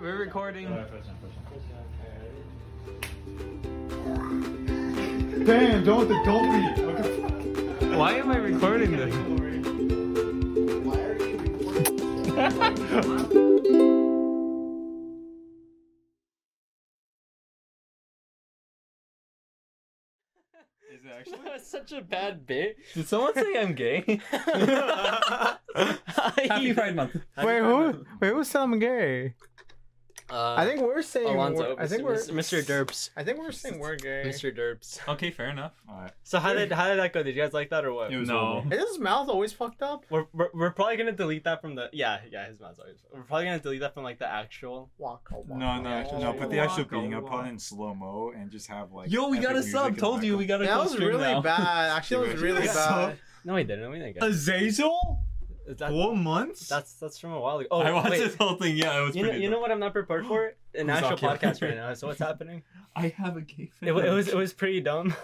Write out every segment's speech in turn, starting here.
we're recording. Damn, don't the don't be. Okay. Why am I recording this? Is it actually? That's such a bad bit. Did someone say I'm gay? Happy Pride Month. Wait, who? Wait, who's Sam Gay? Uh, I think we're saying. Alonzo. we're- I think we're. Mr. Derps. I think we're saying we're gay. Mr. Derps. okay, fair enough. So how did how did that go? Did you guys like that or what? It was No. over. Is his mouth always fucked up? We're, we're, we're probably gonna delete that from the yeah yeah his mouth's always we're probably gonna delete that from like the actual Waka, waka, No, no, waka, actually, no. Put the waka, actual beating waka. up on it in slow mo and just have like. Yo, Oh, we got a epic music in sub. the Told you we got a That was really bad. Actually, that was really Yeah. bad. no he didn't we didn't get Azazel? it. that, Four months. that's that's from a while ago oh I watched wait this whole thing. Yeah, it was you know pretty. you know what I'm not prepared for an Who's actual Akio? podcast right now so what's happening I have a gay it, wa- it was it was pretty dumb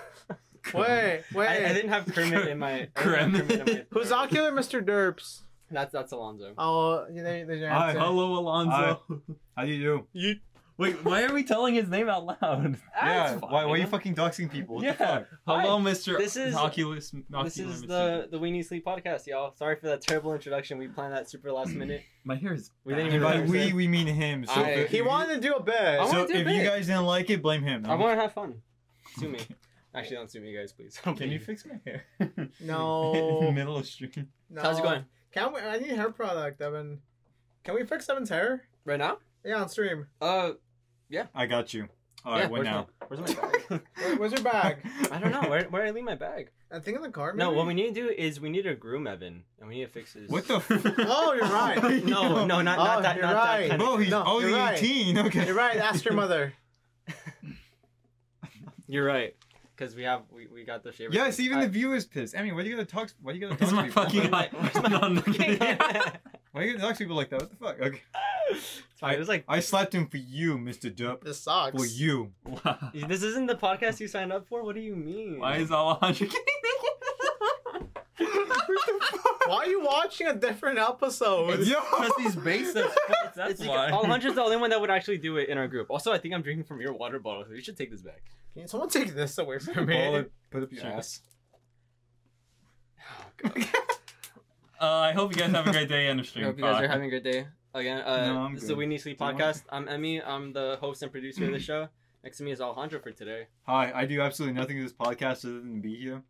Wait, wait. I, I didn't have Kermit in my I didn't have Kermit in my- Who's ocular, Mr. Derps? that's that's Alonzo Uh, Oh, there, there's your Hi, answer. Hello, Alonzo. How do you do? Wait, why are we telling his name out loud? yeah. Why, why are you fucking doxing people? What the yeah. fuck? Hello, Mr. This is- Oculus. this Oculus is Mr. the the Weenie Sleep podcast y'all sorry for that terrible introduction we planned that super last minute My hair is. we didn't And even by rehearse we, it. we mean him. So I- if He you- wanted to do a bit. I So wanna do if you big. guys didn't like it, blame him. I want to have fun sue me actually don't sue me guys please Can you fix my hair? No. Middle of stream. no. how's it going Can we, I need hair product, Evan. Can we fix Evan's hair? right now Yeah, on stream. uh I got you. All right. Yeah, what where's now? where's my bag Where- Where's your bag? I don't know where where I leave my bag. I think in the car. Maybe? No, what we need to do is we need to groom Evan, and we need to fix his. What the? F- Oh, you're right. No, no, not Oh, not that, you're not right. that kind of. Bro, he's No, only you're right. 18. Okay. You're right. Ask your mother. You're right, because we have we, we got the shaver. Yes, thing. even I- the viewers pissed. I mean, why you gotta talk? Why you gotta talk? It's to my people? fucking eye. No, I'm not kidding. Why you gotta talk to people like that? What the fuck? Okay. It's fine, It was like I slapped him for you, Mr. Dup. This sucks. For you. Wow. this isn't the podcast you signed up for. What do you mean? Why is Alejandro getting Why are you watching a different episode? Yo! these base that's, it's because Alejandro's the only one that would actually do it in our group. Also, I think I'm drinking from your water bottle, so you should take this back. Can someone take this away from Ball me? it, put up your Sure. ass. Uh, I hope you guys have a great day and a I stream. hope you guys Bye. are having a great day. Again, uh, No, I'm this is the good. We Need Sleep Do you want- podcast. I'm Emmy. I'm the host and producer of the show. Next to me is Alejandro for today. Hi, I do absolutely nothing to this podcast other than be here.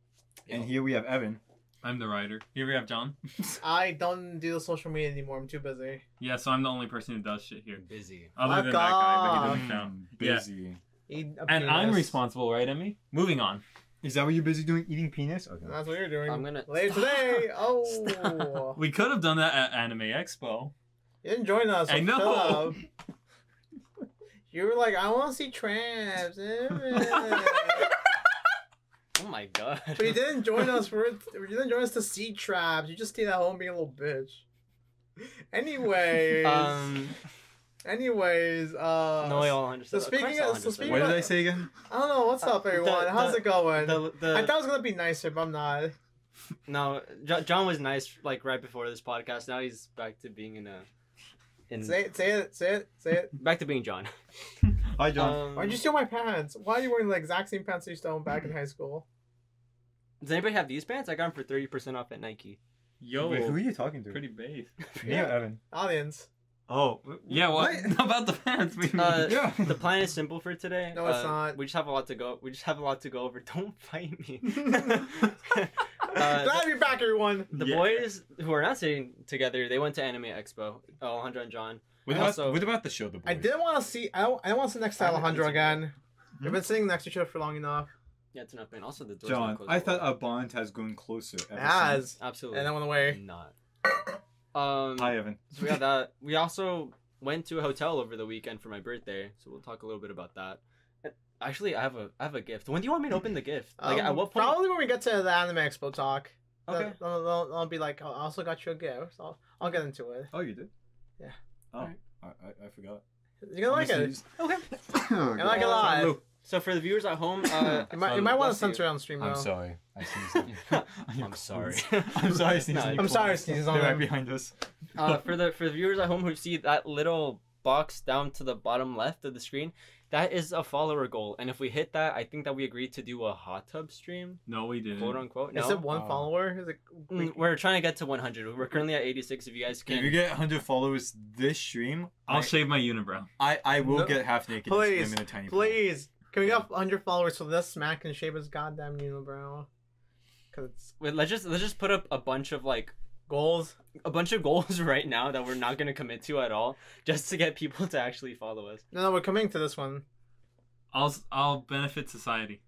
And here we have Evan. I'm the writer. Here we have John. I don't do the social media anymore. I'm too busy. Yeah, so I'm the only person who does shit here. Busy. Other Fuck than that guy, but he Mm, doesn't count. Yeah. busy. Eat a And I'm penis. responsible, right, Emmy? Moving on. Is that what you're busy doing? Eating penis? Okay. That's what you're doing. I'm gonna- later Stop. today. Oh, Stop. We could have done that at Anime Expo. you didn't join us. so I know. shut up. You were like, I want to see traps, but Oh my god. you didn't join us for you didn't join us to see traps. You just stayed at home being a little bitch. Anyways, Um, anyways, uh, no, we all understood. so Of course speaking of- Alejandro so said speaking What that. did I say again? I don't know what's Uh, up, everyone. the- How's the- it going? The- the- I thought it was gonna be nicer, but I'm not. no, Jo- John was nice like right before this podcast. Now he's back to being in a, in Say it, say it, say it, say it. back to being John. Hi, John. Um, Why'd you steal my pants? Why are you wearing the exact same pants that you stole back in high school? Does anybody have these pants? I got them for thirty percent off at Nike. Yo, Wait, who are you talking to? Uh, pretty base. Me or Evan? Audience. Oh. Yeah, what? about the fans? We Uh, Yeah. The plan is simple for today. No, it's Uh, not. We just have a lot to go. We just have a lot to go over. Don't fight me. Uh, Glad to be back, everyone. The Yeah. boys who are not sitting together, they went to Anime Expo. Uh, Alejandro and John. What I about, also- what about the show, The Boys? I didn't want to see. I don't, I don't want to sit next to I haven't Hmm? Alejandro been to again. We've been sitting next to each other for long enough. Yeah, it's enough, man. Also, the doors not John, closed I all the thought way. our bond has gone closer. ever It has, absolutely and then went away. not. Um, since- Hi, Evan. so we got that. We also went to a hotel over the weekend for my birthday, so we'll talk a little bit about that. Actually, I have a I have a gift. When do you want me to open the gift? Like Um, at what point? Probably when we get to the anime expo talk. Okay. They'll, they'll, they'll- they'll be like, oh, I also got you a gift. I'll, I'll get into it. Oh, you did? Yeah. Oh, Alright. I, I, I forgot. You're gonna like it. Okay. You like it a lot. Lou. So for the viewers at home, uh, You might, you might want to bless you. censor it on stream though. I'm sorry. I sneezed. I'm sorry. I'm sorry, sneezed. No, on I'm your sorry, clothes. sneezed on They're right them. behind us. uh, for the for the viewers at home who see that little box down to the bottom left of the screen. That is a follower goal, and if we hit that, I think that we agreed to do a hot tub stream, No, we Mm. didn't. quote unquote. Is it No, one Oh. follower? Is it Mm, we're trying to get to 100. We're currently at 86. If you guys If you can, get 100 followers this stream, I'll I- shave my unibrow. I, I will No. get half naked and Please, swim in a tiny pool. please? Can we get under followers so this smack can shave his goddamn unibrow? Because it's Wait, let's just let's just put up a bunch of like goals. a bunch of goals right now that we're not gonna commit to at all, just to get people to actually follow us. No, no, we're coming to this one. I'll I'll benefit society.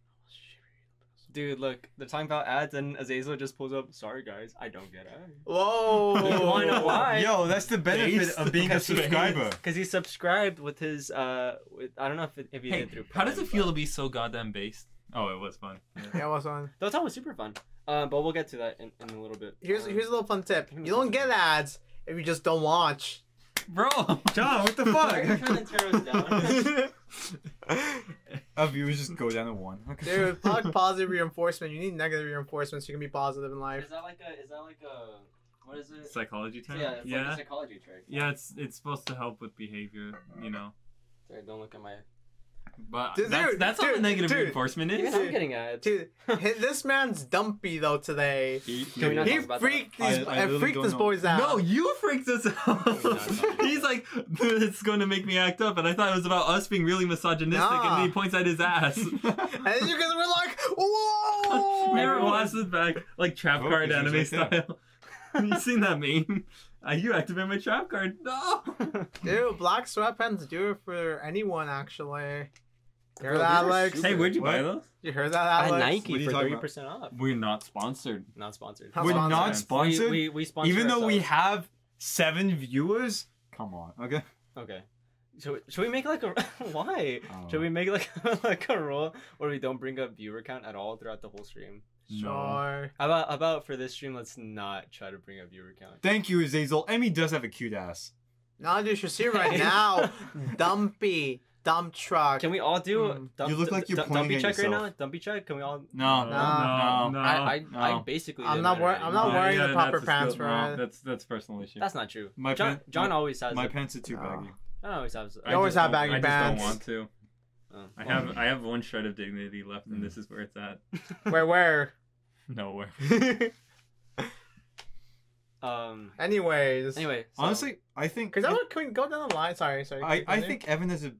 Dude, look, they're talking about ads, and Azazel just pulls up. Sorry, guys, I don't get ads. Whoa! Why not? Why? Yo, that's the benefit Based. of being a Because he- subscriber. Because he subscribed with his uh, with, I don't know if it, if he Hey, did through. how does Prime, it feel but- to be so goddamn based? Oh, it was fun. Yeah, what's on? That was always super fun. Uh, but we'll get to that in, in a little bit. Here's Um, here's a little fun tip. You don't get ads if you just don't watch. Bro, John, what the Sorry to turn the taros down. Our viewers just go down to one. Okay. Dude, fuck positive reinforcement. You need negative reinforcement so you can be positive in life. Is that like a? Is that like a? What is it? psychology term. yeah, it's yeah, like a psychology trick. yeah. It's it's supposed to help with behavior, you know. Sorry, don't look at my. But Dude, that's dude, that's how the dude, negative dude. reinforcement Even is. I'm getting ads. Dude, hi- this man's dumpy though today. He- he- Can we not He talk about freaked that? these, I- I I, really freaked don't this know. boys out. No, you freaked us out. He's like, it's going to make me act up, and I thought it was about us being really misogynistic, and then Nah. he points at his ass. and you guys were like, whoa! Never watched it back, like trap Oh, card 'cause anime he's right there. style. you seen that meme? Uh, you activated my trap card. No. Dude, black sweatpants do it for anyone actually. You Bro, these heard that, are Alex? super- Hey, where'd you buy those? You heard that, At Alex? What are Nike you for talking thirty about? percent off. We're not sponsored. Not sponsored. How We're sponsored. not sponsored, We we, we sponsor. even though we ourselves. have seven viewers. Come on, okay. Okay. Should we, should we make like a why? Oh. Should we make like like a rule where we don't bring up viewer count at all throughout the whole stream? Sure. How about how about for this stream, let's not try to bring up viewer count. Thank you, Azazel. Emmy does have a cute ass. No, dude, you should see right now. Dumpy. Dump truck. Can we all do Mm. dump, You look like you're dump- pointing dumpy at check right yourself. now? Dumpy check? Can we all? No, No, no, no. I I, I no. basically. I'm did not mine wor- already. I'm not Yeah, worriing wearing the yeah, proper that's a pants skill- for no, it. That's that's personal issue. That's not true. My John pan- John my- always has. My it. pants are too No. baggy. John always has. it. I You always just have don't- baggy I pants. just don't want to. Oh. I have I have one shred of dignity left, and this is where it's at. Where, where? Nowhere. Um. Anyways. Anyway. so- Honestly, I think Because I would can we go down the line. Sorry, sorry. I, I continue. think Evan has a.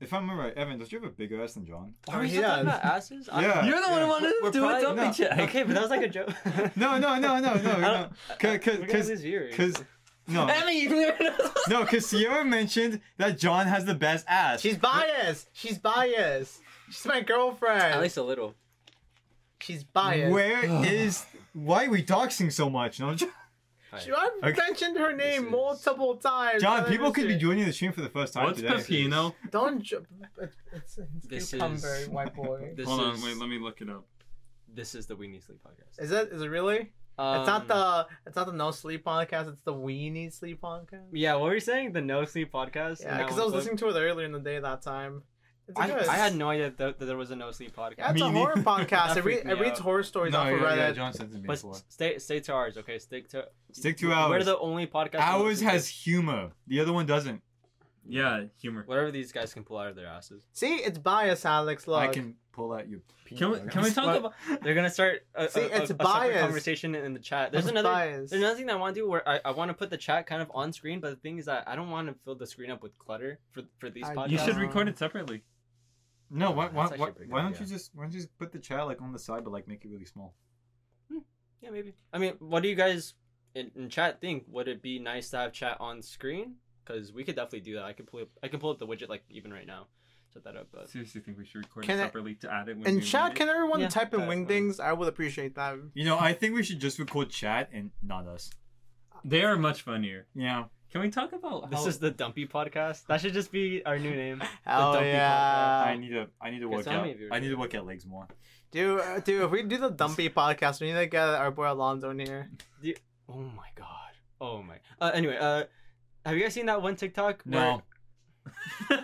If I remember right, Evan, does you have a bigger ass than John? Are we He still talking does. about asses? I- Yeah. You're the one who wanted We're to do a probably- dumpy no. check. Okay, but that was like a joke. No, no, no, no, no, I no. don't- Cause, We're cause, gonna cause, lose viewers. 'cause- no, Emmy, no, because Sierra mentioned that John has the best ass. She's biased. She's biased. She's my girlfriend. At least a little. She's biased. Where is? Why are we doxing so much? No, John, She, I've Okay. mentioned her name is- multiple times. John, Don't people could be understand. joining the stream for the first time What's today. Pepino? Don't. Ju- it's, it's This cucumber, is- white boy. This Hold on, is- wait, let me look it up. This is the We Need Sleep podcast. Is it? Is it really? Um, it's not the. It's not the no sleep podcast. It's the weenie sleep podcast. Yeah, what were you saying? The No Sleep podcast. Yeah, because I was listening to it earlier in the day that time. It's I, good. I had no idea that, that there was a No Sleep Yeah, podcast. it's Me a horror neither. podcast. That it, re- freaked me it reads out. horror stories No, off yeah, of Reddit. yeah, John sent it to me But before. s- stay stay to ours, okay? Stick to Stick to We're ours. the only podcast. on Ours YouTube- has humor. The other one doesn't. Yeah, humor. whatever these guys can pull out of their asses. See, it's bias, Alex. Look. I can pull at you. Can we can we talk What? about? They're gonna start a, See, a- a- it's a separate biased. conversation in the chat. There's It's another biased. There's another thing that I want to do where I, I want to put the chat kind of on screen, but the thing is that I don't want to fill the screen up with clutter for for these I- podcasts. You should Um, record it separately. No, why, That's why, actually why, a pretty good why don't you idea. just why don't you just put the chat like on the side but like make it really small? Yeah, maybe. I mean, what do you guys in, in chat think? Would it be nice to have chat on screen? Because we could definitely do that. I could pull up, I can pull up the widget like even right now, set that up. I But seriously think we should record Can it I- separately to add it. When And we chat, need can everyone Yeah. type in Uh, wingdings? I would appreciate that. You know, I think we should just record chat and not us. it. They are much funnier. Yeah. Can we talk about? this how- is the Dumpy Podcast. That should just be our new name. Hell dumpy yeah. I need to I need to Um, Okay, work so how out many viewers I need do to we work out legs more. Dude, uh, dude, if we do the dumpy podcast, we need to get our boy Alonzo in here. Oh my god. Oh my. Uh, anyway, uh, have you guys seen that one TikTok? where- No.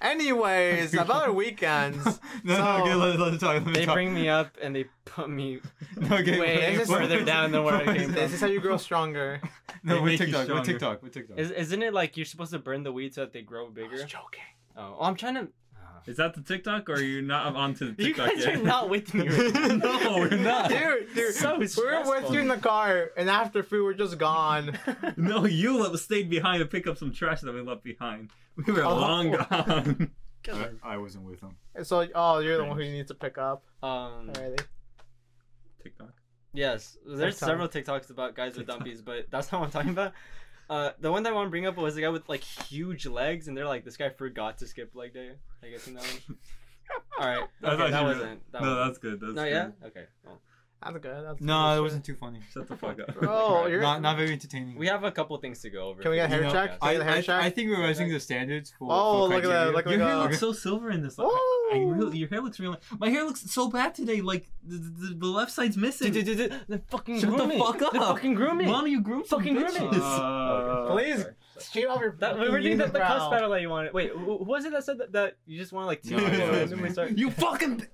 Anyways, about weekends. no, no, okay, So- let, let me talk. Let me They talk. bring me up and they put me no, okay, way wait, this is wait, further wait, down than where I wait, came wait. this is how you grow stronger. They No, we're make you TikTok. We're stronger. TikTok. We're TikTok. Is, isn't it like you're supposed to burn the weed so that they grow I was bigger? joking. Oh, oh, I'm trying to. Is that the TikTok or are you not onto the You TikTok guys yet? are not with me. Right now. no, we're not. Dude, dude, So we were with stressful. you in the car, and after food, we're just gone. No, you le- stayed behind to pick up some trash that we left behind. We were Oh. long gone. I, I wasn't with him. And so, oh, you're the one who needs to pick up. Um, Alrighty. TikTok. yes, there's TikTok. several TikToks about guys with TikTok. dumpies, but that's not what I'm talking about. Uh, the one that I want to bring up was the guy with like huge legs, and they're like, "This guy forgot to skip leg day." I guess in that one. All right, I thought okay, that you were- wasn't. That no, wasn't. that's good. That's no, good. yeah, okay. well, That's good. That's No, good it shit. wasn't too funny. Shut the fuck up. Bro, you're. Not, not very entertaining. we have a couple things to go over. Can we get a for hair this check? podcast. I, Say the hair I, check. I think we're raising the standards for. Oh, for look at that, criteria. look at Your hair Uh, looks so silver in this. Like, I, I really, your hair looks real. My hair looks so bad today. Like the, the, the left side's missing. Dude, dude, dude, dude, then fucking Shut the groom it. fuck up. Then fucking groom it. Why don't you groom some Fucking groom it. bitches? Uh, Please, shave off your. That, we fucking were doing the, the unibrow. cuss battle that you wanted. Wait, who who was it that said that, that you just want to like two No, minutes yeah, and that was then me. we start? you fucking.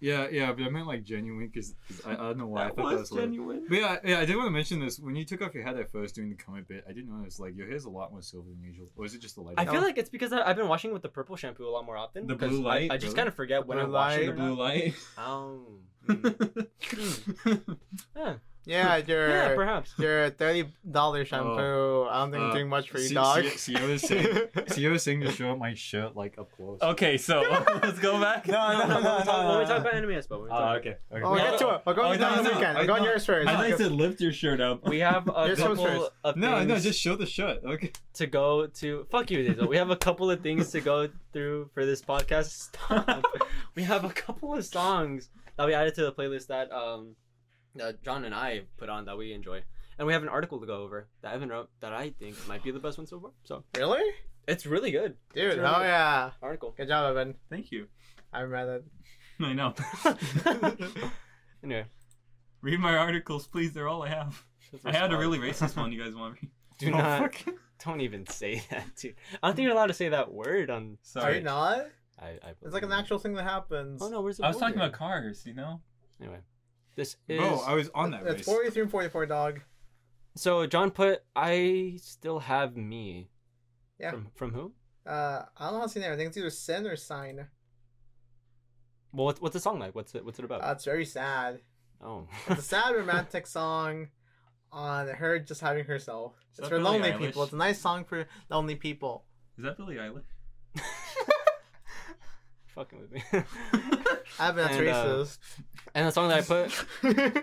Yeah, yeah, but I meant like genuine because I, I don't know why I That thought that was was weird. genuine. But yeah, yeah, I did want to mention this. When you took off your hat at first during the comment bit, I didn't notice like your hair's a lot more silver than usual. Or is it just the lighting? I feel like it's because I, I've been washing with the purple shampoo a lot more often. Oh. The 'cause blue light, I, I just really? kind of forget when blue I'm washing light. The blue light. Oh. Yeah, your Yeah, perhaps. your thirty dollar shampoo. I don't think it's Oh. Uh, doing much for you, See- dog. see- see, I was saying, see, I was saying to show up my shirt like up close. okay, so let's go back. No, no, no, no, When we talk about anime expo, when we talk about- Ah, okay. okay. Oh, we'll get to it. We're Oh, going no, down the no, weekend. I- We're going no, yours first. I like to lift your shirt up. We have a Yours comes couple first. of No, things no, just show the shirt. Okay. to go to. Fuck you, Diesel. We have a couple of things to go through for this podcast. Stop. we have a couple of songs that we added to the playlist that um that John and I put on that we enjoy, and we have an article to go over that Evan wrote that I think might be the best one so far. So Really? it's really good Dude, Sure. oh yeah. article. Good job, Evan. Thank you. I remember I know. anyway, Read my articles, please. They're all I have. I had a really racist one. You guys want me? Do Oh, not- fuck. Don't even say that, dude. I don't think you're allowed to say that word on. that. Sorry. Are you not? I, I It's like an actual thing that happens. Oh no, where's the? I was talking border? about cars. You know. Anyway, this is. Bro, I was on that It's race. 43 and 44, dog. So John put, I still have me. Yeah. From from who? Uh, I don't know how to say that. I think it's either sin or sign. Well, what's what's the song like? What's it what's it about? Uh, it's very sad. oh. It's a sad romantic song on her just having herself. Is It's that for Billie lonely Eilish? people. It's a nice song for lonely people. Is that Billie Eilish? Fucking with me. Evan, that's And, uh, racist. and the song that I put,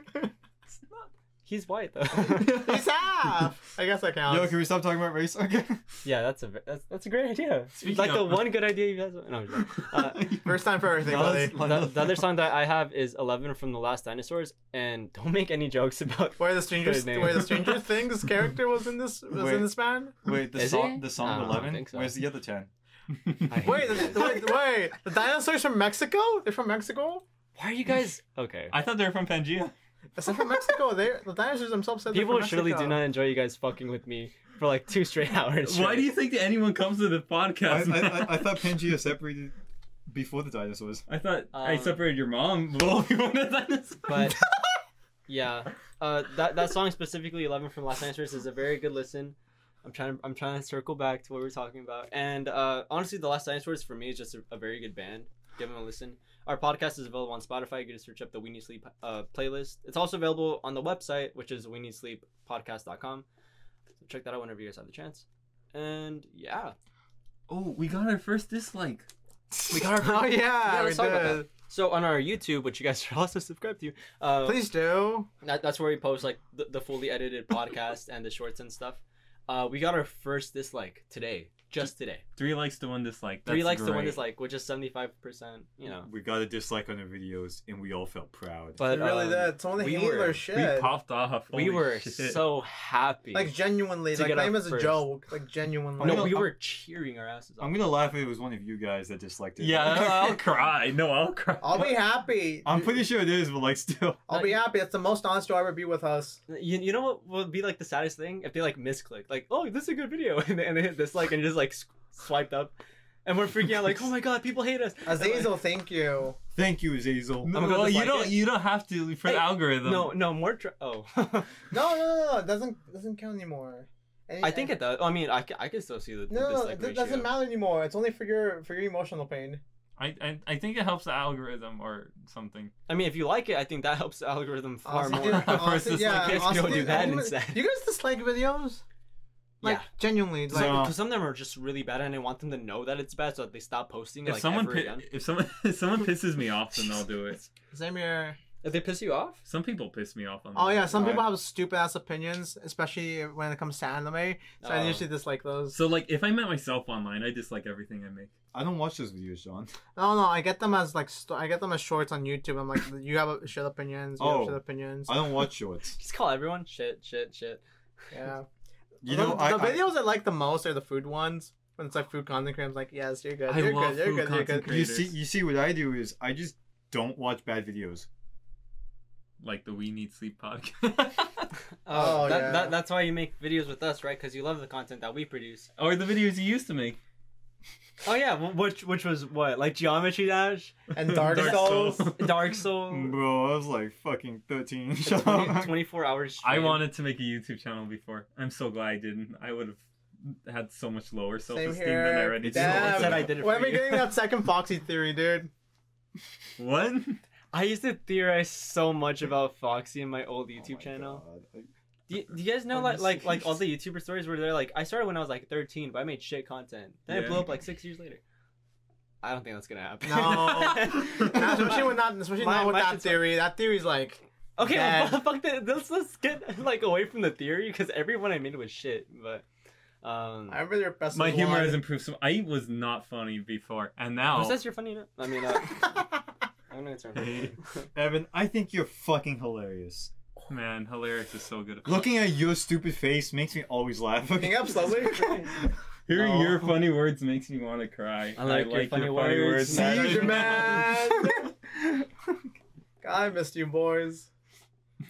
he's white though. He's half! I guess that counts. Yo, can we stop talking about race? Okay. yeah, that's a ve- that's, that's a great idea. Speaking like the of- one good idea you guys. No, I'm just kidding. Uh, First time for everything, No, buddy. that's- the, the other song that I have is Eleven from the Last Dinosaurs, and don't make any jokes about. Where the Stranger Good name. Where the Stranger Things character was in this was Wait. in this man? Wait, the Is song, it? the song No, I don't eleven. think so. Where's the other ten? I hate Wait, you the, guys. wait, wait! The dinosaurs from Mexico? They're from Mexico? why are you guys okay? I thought they were from Pangea. Is that from Mexico? They the dinosaurs themselves said they're People from surely do Mexico. not enjoy you guys fucking with me for like two straight hours. Why straight. do you think that anyone comes to the I, podcast? I, I, I thought Pangea separated before the dinosaurs. I thought I Um, separated your mom. Well, you wanted dinosaurs. but yeah, uh, that that song specifically, "11" from Last Answers, is a very good listen. I'm trying. I'm trying to circle back to what we were talking about. And uh, honestly, the Last Dinosaurs for me is just a, a very good band. Give them a listen. Our podcast is available on Spotify. You can just search up the We Need Sleep uh, playlist. It's also available on the website, which is we need sleep podcast.com. So check that out whenever you guys have the chance. And yeah, oh, we got our first dislike. We got our Oh yeah, Yeah, we let's talk about did. so on our YouTube, which you guys should also subscribe to, uh, Please do. That, that's where we post like the, the fully edited podcast and the shorts and stuff. Uh, we got our first dislike today, just today. Three likes to one dislike. That's Three likes to one great. dislike, which is seventy five percent. You know, We got a dislike on the videos, and we all felt proud. but they really um, did. Someone we hated were- their we We shit. popped off. we Holy were shit. so happy. Like genuinely, To like get name up as a first. joke. Like genuinely. no, gonna- we I'm- were cheering our asses off. I'm gonna laugh if it was one of you guys that disliked it. Yeah, uh, I'll cry. No, I'll cry. I'll be happy. I'm pretty sure it is, but like still. I'll be happy. That's the most honest you'll ever be with us. You, you know what would be like the saddest thing if they like misclicked, like oh this is a good video, and they, and they hit dislike and just like s- swiped up. and we're freaking out like, oh my god, people hate us. Azazel, thank you. Thank you, Azazel. No. I'm gonna go well, dislike you don't. it. You don't have to for Hey, algorithm. No, no, more. Tra- oh, No, no, no, no. It doesn't doesn't count anymore. And- I think it does. I mean, I, ca- I can still see the, the No, no, dislike it do- doesn't ratio. matter anymore. It's only for your for your emotional pain. I, I I think it helps the algorithm or something. I mean, if you like it, I think that helps the algorithm far Honestly, more. dude, honestly, Versus, yeah, like, if you honestly, don't do dude, that I'm- instead. You guys dislike videos? Like Yeah. genuinely, like No. Because some of them are just really bad, and I want them to know that it's bad, so that they stop posting. If like, someone ever pi- again. if someone if someone pisses me off, then they'll do it. same here. Did they piss you off? Some people piss me off on. Uh, Oh that. yeah, some Right. people have stupid ass opinions, especially when it comes to anime. So I Oh. usually dislike those. So like, if I met myself online, I dislike everything I make. I don't watch those videos, John. No, no, I get them as like sto- I get them as shorts on YouTube. I'm like, you have a- shit opinions. You Oh. have shit opinions. I don't watch shorts. Just call everyone shit, shit, shit. Yeah. You the, know, I, the I- videos I, like the most are the food ones. When it's like food content cream, I'm like, yes, you're good. I You're love good. You're food good. You're content good. cream. you see, creators. you see, what I do is I just don't watch bad videos. Like the We Need Sleep podcast, Oh, that, yeah. that, that's why you make videos with us, right? Because you love the content that we produce. or the videos you used to make. Oh yeah, wh- which which was what like Geometry Dash, And Dark, Dark Souls. Souls. Dark Souls, Bro, I was like fucking 13. a 20, 24 hours. I wanted to make a YouTube channel before. I'm so glad I didn't. I would have had so much lower self esteem than I here. already do. Damn. said I did it When for are we you. getting that second Foxy theory, dude? What? I used to theorize so much about Foxy in my Oh old YouTube channel. Do you, do you guys know I'm like like serious. like all the YouTuber stories where they're like I started when I was like 13, but I made shit content. Then Yeah. it blew up like six years later. I don't think that's gonna happen. No. Nah, especially with not, especially My- not with my that shit's- theory. That theory's like, Okay, Bad. well, fuck that. Let's let's get like away from the theory because everyone I made was shit. But um, I remember their best. My one. humor has improved. So I was not funny before, and now was that your funny? note? I mean, uh, I'm gonna turn. Hey. Evan, I think you're fucking hilarious. oh, man, hilarious is so good. at- Looking at your stupid face makes me always laugh. Looking up slowly. Hearing Oh. No. your funny words makes me want to cry. I like your funny words, man. Matt. Huge Huge man. God, I missed you boys.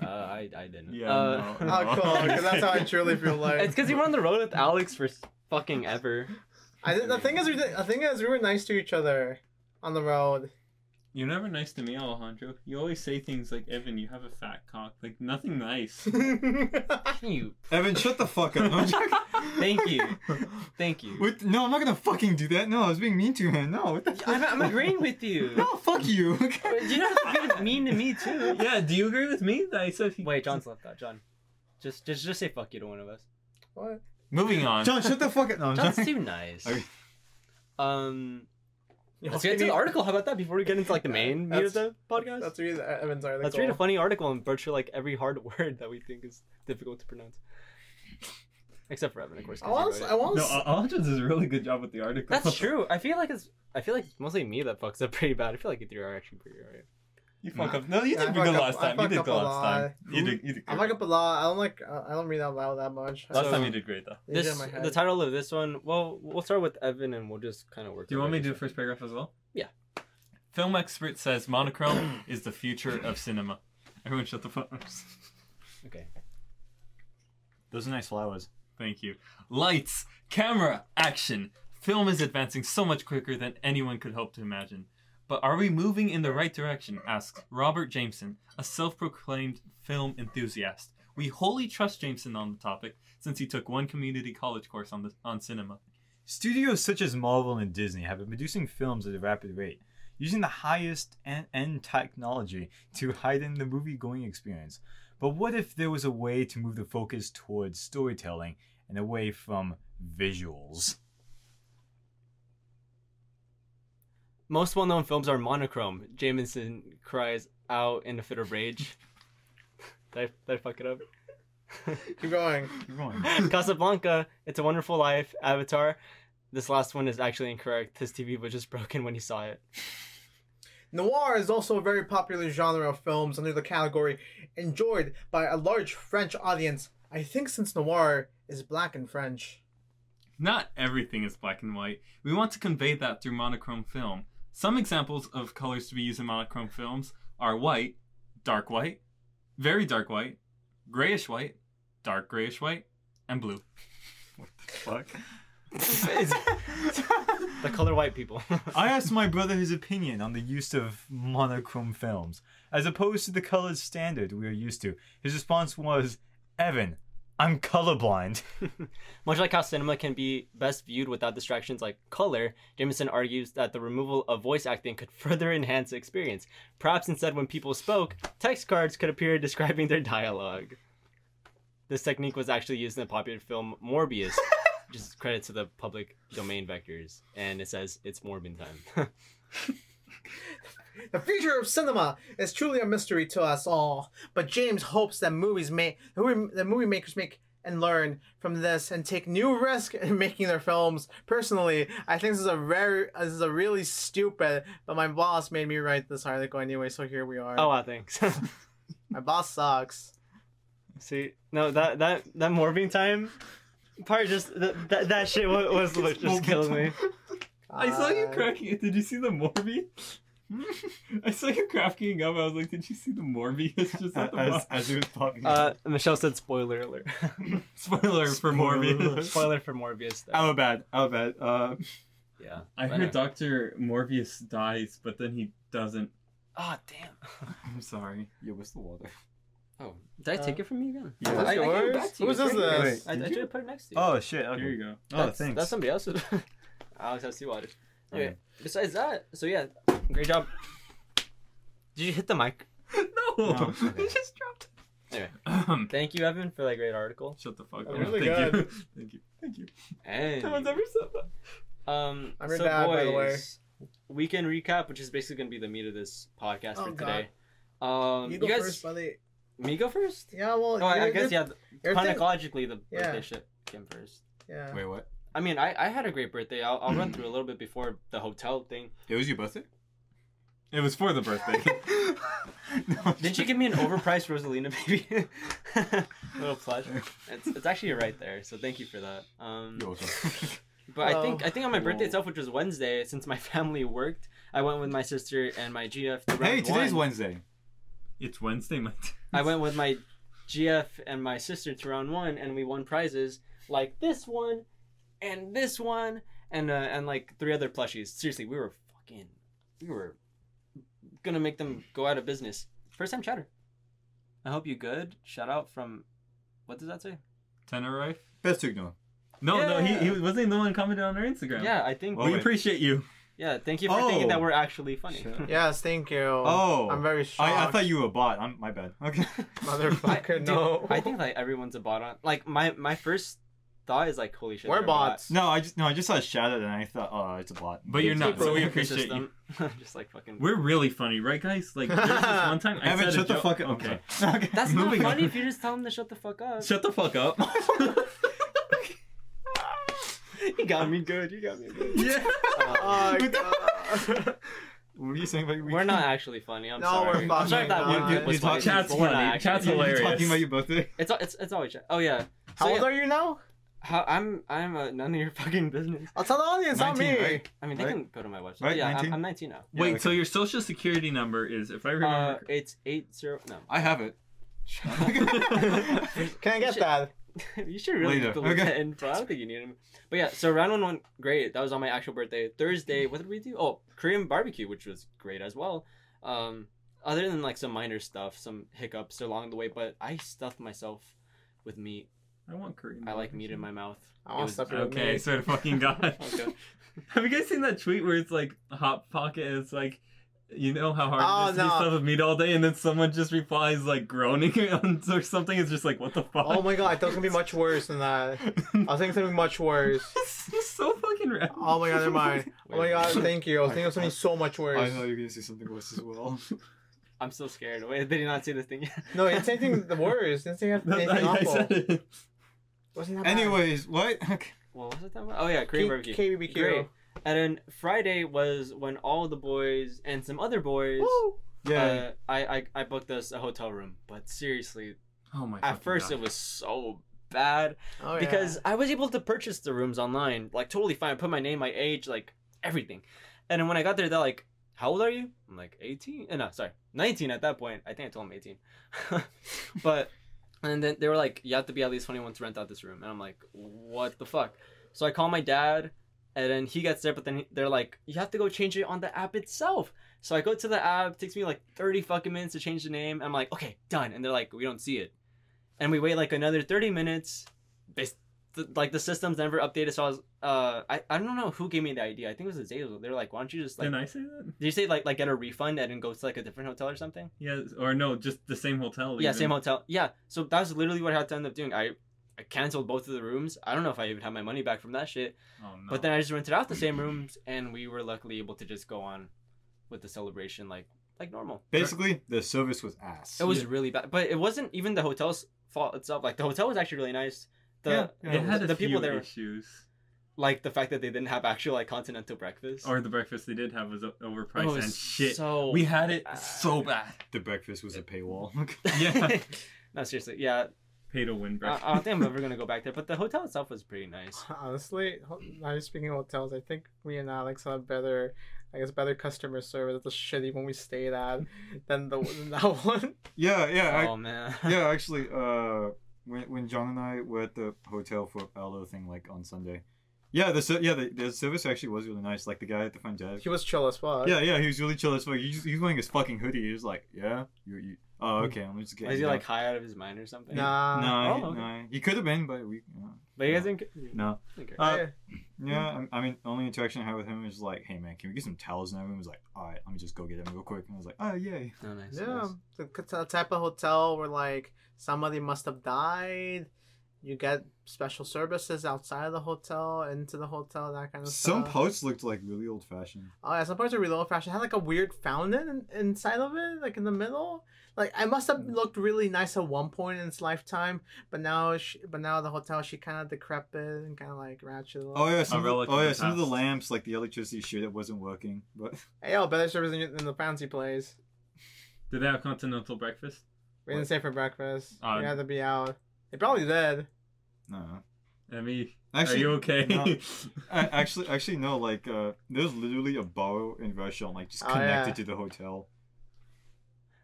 Uh, I I didn't. Yeah, Uh, no, no. Oh, cool. Because that's how I truly feel like. it's because you were on the road with Alex for s- fucking ever. I did, the thing is, we did, the thing is, we were nice to each other on the road. You're never nice to me, Alejandro. You always say things like, "Evan, you have a fat cock." Like nothing nice. You. Evan, shut the fuck up. No, I'm joking. Thank you. Thank you. What? No, I'm not gonna fucking do that. No, I was being mean to him. No, what the I'm, I'm agreeing with you. No, fuck you. You know how mean to me too. yeah. Do you agree with me that I said? he- Wait, John's left out. John, just just just say fuck you to one of us. what? Moving on. John, shut the fuck up. No, I'm John's joking. too nice. Okay. Um, let's Yeah, get to the maybe- article. How about that before we get into like the main meat of the That's- podcast? Let's read E- Evan's article. Let's read a funny article and butcher like every hard word that we think is difficult to pronounce. Except for Evan, of course. 'cause I you want. wrote to it. I want. No, to Al- Alejandro does a really good job with the article. That's true. I feel like it's. I feel like it's mostly me that fucks up pretty bad. I feel like you three are actually pretty alright. You fuck up. No, you Yeah, did I good fuck up- last I time. You fuck did up good a last time. lot. You did. You did. I great. fuck up a lot. I don't like. uh, I don't read out loud that much. Last So- time you did great though. It's This in my head. the title of this one. Well, we'll start with Evan and we'll just kind of work. Do you our want me way to do the through. first paragraph as well? Yeah. Film expert says monochrome is the future of cinema. Everyone, shut the fuck up. Okay. Those are nice flowers. Thank you. Lights, camera, action. Film is advancing so much quicker than anyone could hope to imagine. But are we moving in the right direction? asks Robert Jameson, a self proclaimed film enthusiast. We wholly trust Jameson on the topic since he took one community college course on, the, on cinema. Studios such as Marvel and Disney have been producing films at a rapid rate, using the highest en- end technology to heighten the movie going experience. But what if there was a way to move the focus towards storytelling and away from visuals? Most well-known films are monochrome. Jameson cries out in a fit of rage. did, I, did I fuck it up? Keep going. Keep going. Casablanca, It's a Wonderful Life, Avatar. This last one is actually incorrect. His TV was just broken when he saw it. Noir is also a very popular genre of films under the category enjoyed by a large French audience. I think since noir is black and French. Not everything is black and white. We want to convey that through monochrome film. Some examples of colors to be used in monochrome films are white, dark white, very dark white, grayish white, dark grayish white, and blue. Fuck. the color white people. I asked my brother his opinion on the use of monochrome films, as opposed to the colored standard we are used to. His response was, Evan, I'm colorblind. Much like how cinema can be best viewed without distractions like color, Jameson argues that the removal of voice acting could further enhance the experience. Perhaps instead, when people spoke, text cards could appear describing their dialogue. This technique was actually used in the popular film Morbius. Just credit to the public domain vectors, and it says it's Morbin time. The future of cinema is truly a mystery to us all, but James hopes that movies make that movie makers make and learn from this and take new risk in making their films. Personally, I think this is a very this is a really stupid, but my boss made me write this article anyway, so here we are. oh wow, thanks. My boss sucks. See, no, that that that Morbin time part just that that, that shit was, was what just killed me. I saw you God. cracking it. Did you see the Morbius? I saw you cracking up. I was like, did you see the Morbius? Just at the as, box. as he was talking. Uh, Michelle said spoiler alert. Spoiler for Morbius. spoiler for Morbius. Oh, Though. Our bad. Our bad. Uh, yeah. I heard Doctor Morbius dies, but then he doesn't. Oh damn. I'm sorry. Yo, what's the water? Oh, did I take it from you again? Yeah. I, I gave it back Yours? to you. Who's It's right this? here. Wait, I, I did tried you? to put it next to you. Oh, shit. Okay. Here you go. Oh, that's, thanks. That's somebody else's. Alex has seawater. okay. Besides that, so yeah, Great job. Did you hit the mic? No, No, it's okay. it just dropped. Anyway. Ahem. thank you, Evan, for that great article. Shut the fuk Oh, up. really Thank good. you. Thank you. Thank you. And No one's ever said that. um, I'm your so dad, boys, by the way. Weekend recap, which is basically going to be the meat of this podcast Oh, for God. today. Um, you, you go guys- first, buddy. Me go first? Yeah, well, Oh, I, I you're- guess you're- yeah. you're thin- Chronologically, the Yeah. birthday shit came first. yeah. Wait, what? I mean, I, I had a great birthday. I'll, I'll run through a little bit before the hotel thing. It was your birthday? It was for the birthday. no, Did you give me an overpriced Rosalina baby? little plush. It's, it's actually right there, so thank you for that. Um, Yo, what's up? But I Well, think I think on my birthday well. itself, which was Wednesday, since my family worked, I went with my sister and my GF. To hey, round today's one. Wednesday. it's Wednesday, my. I went with my GF and my sister to round one, and we won prizes like this one, and this one, and uh, and like three other plushies. Seriously, we were fucking, we were gonna make them go out of business. First time chatter. I hope you good. Shout out from, what does that say? Tenerife. Best to ignore. No, no, he, Yeah. he wasn't the one commenting on our Instagram. Yeah, I think. Oh, we wait. appreciate you. Yeah, thank you for Oh. thinking that we're actually funny. Sure. Yes, thank you. Oh. I'm very shocked. I, I thought you were a bot. I'm my bad. Okay. Motherfucker, dude, no. I think like everyone's a bot on. Like my my first thought is like, holy shit, We're they're a bot. bots. No, I just no, I just saw a shadow and I thought, oh, it's a bot. But you're not, People so we in the appreciate you. ecosystem. Just like fucking. We're really funny, right, guys? Like there was this one time I Evan, said shut a the joke- fuck up. Okay, Okay. That's not Moving on. funny if you just tell them to shut the fuck up. shut the fuck up. you got me good. You got me good. yeah. Oh, What the- God. What were you saying about your We're not actually funny. I'm No, sorry. we're I'm sorry if that fucking one not. clip was You- you funny. talk- Chat's but we're not funny. actually Chat's You- you hilarious. talking about your birthday? It's al- it's it's always chat. Oh yeah. How So, old yeah, are you now? how, I'm I'm uh, none of your fucking business. I'll tell the audience, not 19, me. right? I mean, they Right? can go to my website. Right, yeah, 19? I'm, I'm 19 now. Wait, Yeah, so okay. your social security number is, if I Uh, remember, it's eight zero. No, I have it. Can I get Shit. that? you should really Later. delete Okay. that info. I don't think you need them. But yeah, so round one went great. That was on my actual birthday. Thursday, what did we do? Oh, Korean barbecue, which was great as well. Um, other than like some minor stuff, some hiccups along the way, but I stuffed myself with meat. I want Korean. I like meat in my Oh, mouth. Mm-hmm. I want was- stuff Oh with Okay, me. swear to fucking god. Okay. Have you guys seen that tweet where it's like Hot Pocket and it's like, you know how hard Oh, it is to eat no. stuff with meat all day, and then someone just replies like groaning or something. It's just like, what the fuck? Oh my god, I thought it was gonna be much worse than that. I think it's gonna be much worse. This is so fucking random. Oh my god, never mind. Oh my Wait. god, thank you. I was thinking it was gonna be so much I worse. know you're gonna see something worse as well. I'm so scared. Wait, did you not see this thing yet? No, it's anything the worse. It's anything, I, anything I awful. said it. Wasn't that bad? Anyways, what? Okay. Well, what was I talking about? Oh yeah, K- Korean barbecue. KBBQ. Great. And then Friday was when all the boys and some other boys. Woo! Yeah. Uh, I, I I booked us a hotel room, but seriously, Oh my. at first it was so bad Oh, yeah. because I was able to purchase the rooms online, like totally fine. I put my name, my age, like everything. And then when I got there, they're like, "How old are you?" I'm like, "18." Uh, no, sorry, 19 at that point. I think I told them 18. but and then they were like, "You have to be at least 21 to rent out this room," and I'm like, "What the fuck?" So I called my dad. and then he gets there, but then he- they're like, you have to go change it on the app itself. So I go to the app. takes me like thirty fucking minutes to change the name. I'm like, okay, done. And they're like, we don't see it, and we wait like another thirty minutes. They, s- th- like the system's never updated. So I was, uh, I, I don't know who gave me the idea. I think it was Azazel. They were like, why don't you just like Didn't I say that? did you say like like get a refund and then go to like a different hotel or something? Yeah, or no, just the same hotel. Yeah, even. same hotel. Yeah, so that's literally what I had to end up doing. I I canceled both of the rooms. I don't know if I even had my money back from that shit. Oh no. But then I just rented out the same rooms, and we were luckily able to just go on with the celebration like like normal. Basically, the service was ass. It was Yeah. really bad, but it wasn't even the hotel's fault itself. Like the hotel was actually really nice. The Yeah, it had a the few people there issues. like the fact that they didn't have actual like continental breakfast. Or the breakfast they did have Oh, was o- overpriced Oh, It was and shit. So we had it bad. so bad. the breakfast was a paywall. Yeah. no, seriously. Yeah, Pay to win I, breakfast. I don't think I'm ever gonna go back there. But the hotel itself was pretty nice. Honestly, ho- now you're speaking of hotels, I think we and Alex have better, I guess, better customer service at the shitty one we stayed at than the than that one. yeah, yeah, I- oh man. yeah. Actually, uh, when when John and I were at the hotel for Aldo thing, like on Sunday, yeah, the ser- yeah the, the service actually was really nice. Like the guy at the front desk. He was chill as fuck. Yeah, yeah, he was really chill as fuck. He's, he's wearing his fucking hoodie. He was like, yeah, you, you. Oh, okay. I'm just Or getting. Is he down." like high out of his mind or something? Nah. No, Oh, he- okay. no, he could have been, but we. No. But you guys didn't. no. Okay. Uh, Yeah. Yeah, I'm- I mean, only interaction I had with him was like, "Hey man, can we get some towels?" And everyone was like, "All right, let me just go get them real quick." And I was like, "Oh yeah." No, nice. Yeah, nice. the k- t- type of hotel where like somebody must have died. You get special services outside of the hotel, into the hotel, that kind of Some stuff. parts looked like really old fashioned. oh yeah, some parts are really old fashioned. Had like a weird fountain in- inside of it, like in the middle. Like I must have Mm. looked really nice at one point in its lifetime, but now she, but now the hotel she kind of decrepit and kind of like ratchet. a little. Oh yeah, some A of relic the, oh of yeah, the some of the past. lamps, like the electricity shit, it wasn't working. But Hey, yo, better service than than the fancy place. Did they have continental breakfast? We didn't stay for breakfast. Uh, we had to be out. They probably did. no, Emmy, actually, are you okay? no. I, actually, actually, no. Like, uh, there's literally a bar in restaurant, like just Oh, connected yeah. to the hotel.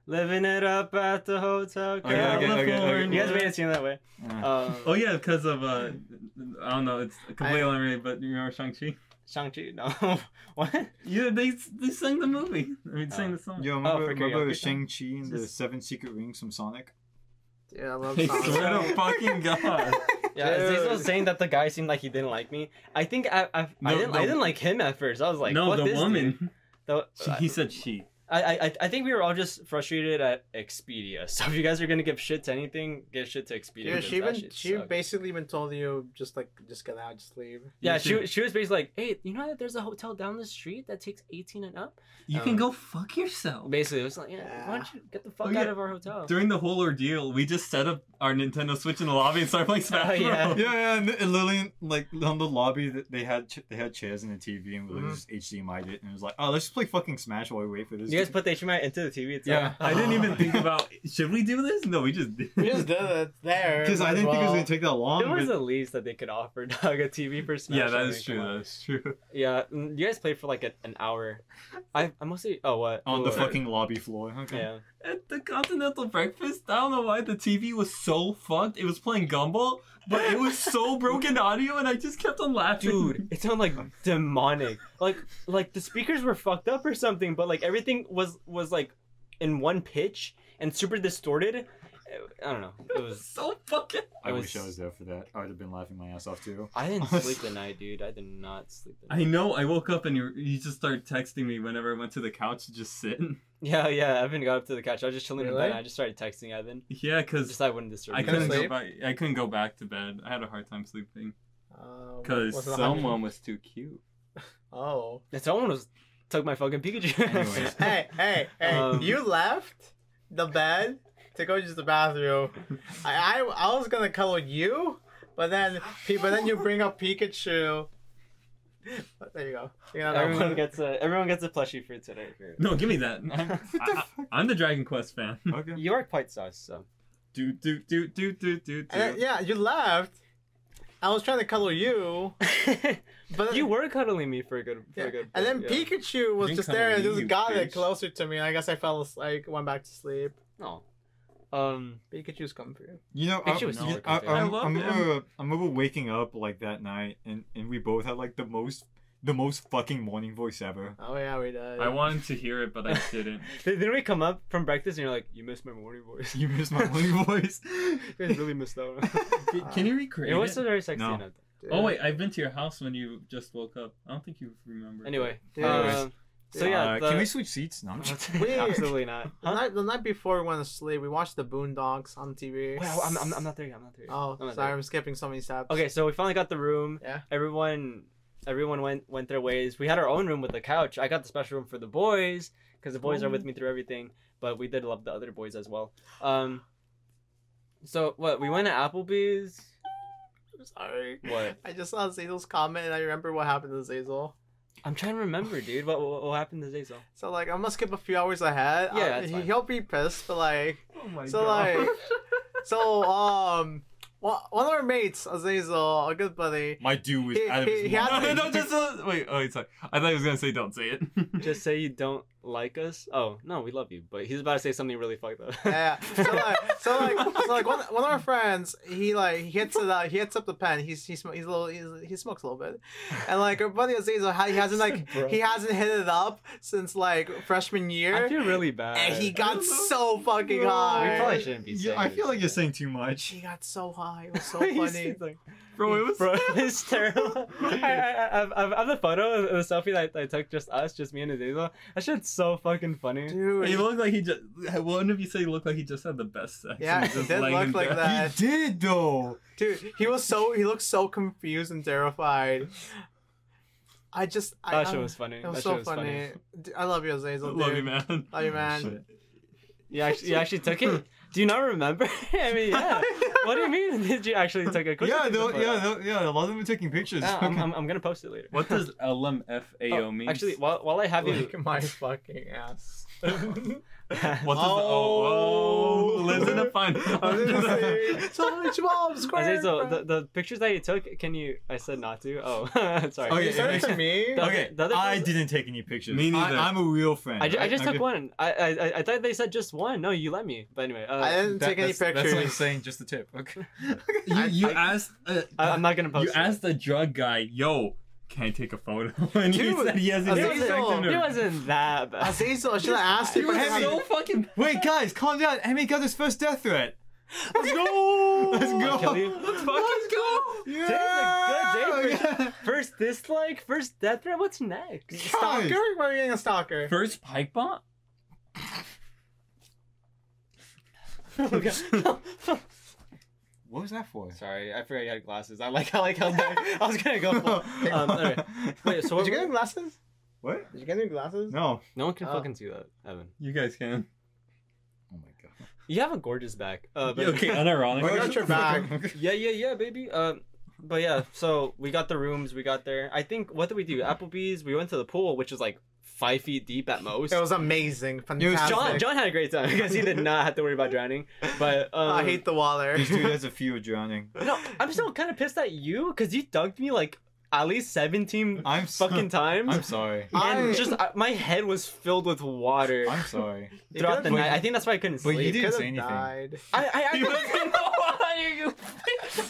Living it up at the hotel. Okay, okay, okay, okay. California. You guys made it seem that way. Yeah. Um, Oh yeah, because of uh, I don't know, it's completely unrelated. But you remember Shang Chi? Shang Chi? No. what? Yeah, they they sang the movie. I mean, sang Oh. the song. Yo, remember, for remember karaoke Shang time? Chi and the Just- seven secret rings from Sonic? Yeah, I love I songs. swear to fucking god. Yeah, Aziz was Dude. saying that the guy seemed like he didn't like me. I think I I, I, No, didn't, the- I didn't like him at first. I was like, no, "Fuck the this woman. dude." The- She, he said she. I, I I- I think we were all just frustrated at Expedia. So if you guys are gonna give shit to anything, give shit to Expedia. Yeah, because she that even shit she sucked. basically even told you just like just get out, just leave. yeah, You she should- she was basically like, hey, you know that there's a hotel down the street that takes 18 and up. You can Um, go fuck yourself. Basically, it was like, yeah, why Yeah. don't you get the fuck Oh, out yeah. of our hotel? During the whole ordeal, we just set up our Nintendo Switch in the lobby and started playing Smash Oh, yeah. Bros. Yeah, yeah, and, and literally, like on the lobby, th- they had ch- they had chairs and a TV, and we literally just HDMI'd it, and it was like, oh, let's just play fucking Smash while we wait for this. You guys put the HDMI into the TV itself. Yeah. I didn't even Oh. think about should we do this? No, we just did. We just did it there because I might as didn't think it was well. gonna take that long. It was but- the least that they could offer, dog. A TV for Smash. yeah, I that mean, is true. come on. That is true. Yeah, mm, you guys played for like a, an hour. I I mostly oh what on the Ooh, fucking lobby floor. Okay. yeah. At the Continental Breakfast, I don't know why the TV was so fucked. It was playing Gumball, but it was so broken audio, and I just kept on laughing. Dude, it sounded like demonic. Like like the speakers were fucked up or something, but like everything was was like in one pitch and super distorted. Eh, I don't know. It was so fucking. I It wish I was- was there for that. I would have been laughing my ass off too. I didn't sleep the night, dude. I did not sleep the night. I know. I woke up and you you just started texting me whenever I went to the couch to just sit. Yeah, yeah. Evan got up to the couch. I was just chilling in Really? bed. And I just started texting Evan. Yeah, Just cause so I wouldn't disturb. I you. couldn't go Sleep? back. I couldn't go back to bed. I had a hard time sleeping Um, because was it a someone hundred? was too cute. Oh. And someone was took my fucking Pikachu. Anyways. Hey, hey, hey! Um, you left the bed to go use the bathroom. I, I I was gonna cuddle you, but then P- but then you bring up Pikachu. There you go. You know that everyone one. gets a everyone gets a plushie for today. No, give me that. I'm, I, am the Dragon Quest fan. Okay. You are quite sus, so do do do do do do And uh, then- do. yeah, you left. I was trying to cuddle you, but you were cuddling me for a good, for Yeah. a good. And then yeah. Pikachu was You just come there and with just you, got it bitch. closer to me. And I guess I fell asleep, went back to sleep. No. Um. Pikachu's come through. You know, I, Picture was you- so I, confusing. am I love I him. remember, I remember waking up like that night, and, and we both had like the most the most fucking morning voice ever. Oh yeah, we did. I wanted to hear it, but I didn't. Then then we come up from breakfast and you're like, you missed my morning voice. You missed my morning voice. You guys really missed that one. Can, can you recreate it was it? still very sexy No. enough. Oh wait, I've been to your house when you just woke up. I don't think you remember. Anyway, Yeah. um, so yeah, Uh, the- can we switch seats? No, I'm just- Wait. absolutely not. The Huh? night, the night before we went to sleep, we watched the Boondocks on TV. Wait, I'm, I'm, I'm not there yet. I'm not there yet. oh, I'm not sorry, there. I'm skipping so many steps. Okay, so we finally got the room. Yeah. Everyone, everyone went went their ways. We had our own room with the couch. I got the special room for the boys because the boys are with me through everything. But we did love the other boys as well. Um. So what? We went to Applebee's. I'm sorry. What? I just saw Zazel's comment and I remember what happened to Zazel. I'm trying to remember, dude. What what, what happened to Zazel? So like, I'm gonna skip a few hours ahead. Yeah, Uh, that's he, fine. he'll be pissed, but like, Oh my so like, so um, one one of our mates, Azazel, a good buddy. my dude was He- out of he- his he mind. No, had- no, no, just uh, wait. Oh, wait, sorry. I thought he was gonna say, "Don't say it." Just say you don't like us. Oh no, we love you. But he's about to say something really fucked up. Yeah. So like, so like, so like one, one of our friends, he like he hits it out, he hits up the pen. He's he's he's a little he's, he smokes a little bit, and like our buddy Azazel, he hasn't like he hasn't hit it up since like freshman I year, feel really bad. and he got so fucking we probably high. shouldn't be. Yeah, Saying I feel like you're this. saying too much. He got so high. It was so You funny. said, like, Bro, it was. Bro, it's terrible. I, I, I, I, I have the photo, the selfie that I took, just us, just me and Azazel. That shit's so fucking funny. Dude, He looked like he just. One of you say he looked like he just had the best sex. Yeah, and he just did laying look in like bed. that. He did though. Dude, he was so he looked so confused and terrified. I just I, that shit I'm- was funny. It was that so shit was funny. funny. D- I love you, Zazel. Love dude. you, man. Love you, man. Shit. You actually, you actually took it? Do you not remember? I mean, yeah. what do you mean? Did you actually take a quick Yeah, though, yeah, though, yeah. A lot of them are taking pictures. I'm, I'm, I'm gonna post it later. What does LMFAO Oh, mean? Actually, while, while I have you, Lick my fucking ass. what does Oh. the oh, oh lives in a fine. I was gonna say, so much mom Azazel, the, the pictures that you took, can you? I said not to. Oh, sorry. Okay, you said it to me. The other- okay, the other I person- didn't take any pictures. Me neither. I, am a real friend. I, ju- I just okay. took one. I, I I- I thought they said just one. No, you let me. But anyway, uh, I didn't That- take any that's- That's like pictures. saying just the tip. Okay. You, you asked. Uh, I, I'm not gonna post. you it. asked the drug guy, "Yo, can I take a photo?" And he Dude, said he hasn't Azazel. expected him. It to- wasn't that bad. Azazel, I should have asked He you. was for- so- fucking. Wait, guys, calm down. Emmy got his first death threat. Let's go. Let's go. Kill you. Let's fucking go. Yeah. good day yeah. First dislike, first death threat. What's next? Stalker? Why are we getting a stalker? First pike bot. What was that for? Sorry, I forgot you had glasses. I like, I like how I was gonna go. For, um, alright. Wait, so Did what, you get any glasses? What? Did you get any glasses? No. no one can Oh. fucking see that, Evan. You guys can. Oh my god. You have a gorgeous back. Uh, but, Okay, Why unironically. not your back? Yeah, yeah, yeah, baby. Um, but yeah, so we got the rooms, we got there. I think what did we do? Applebee's. We went to the pool, which is like five feet deep at most. It was amazing. Fantastic. John, John had a great time because he did not have to worry about drowning. But um, I hate the water. This dude has a fear of drowning. No, I'm still kind of pissed at you because you dunked me like at least 17 I'm so- fucking times. I'm sorry. I- and just I, my head was filled with water I'm sorry. You throughout could've- the night. I think that's why I couldn't But sleep. you didn't could've say anything. died. I, I, acted,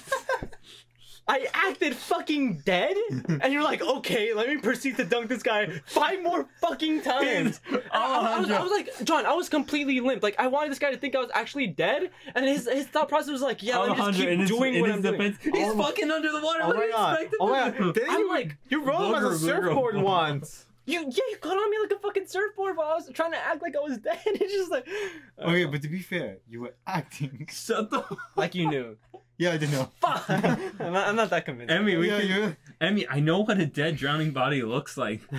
I acted fucking dead, and you're like, okay, let me proceed to dunk this guy five more fucking times. And I, I was, I was like, John, I was completely limp. Like, I wanted this guy to think I was actually dead, and his, his thought process was like, yeah, let me just Alejandro, keep in his, doing in what his I'm doing. defense, he's fucking under the water. Oh what do my you god. expect him Oh my to do? god. Didn't I'm you, like, you rolled him as a Vulgar, vulgar. surfboard once. You yeah, you got on me like a fucking surfboard while I was trying to act like I was dead. It's just like uh, Okay, but to be fair, you were acting. Shut the like you knew. Yeah, I didn't know. Fuck. I'm, not, I'm not that convinced. Emmy, we yeah, can, you Emmy, I know what a dead drowning body looks like.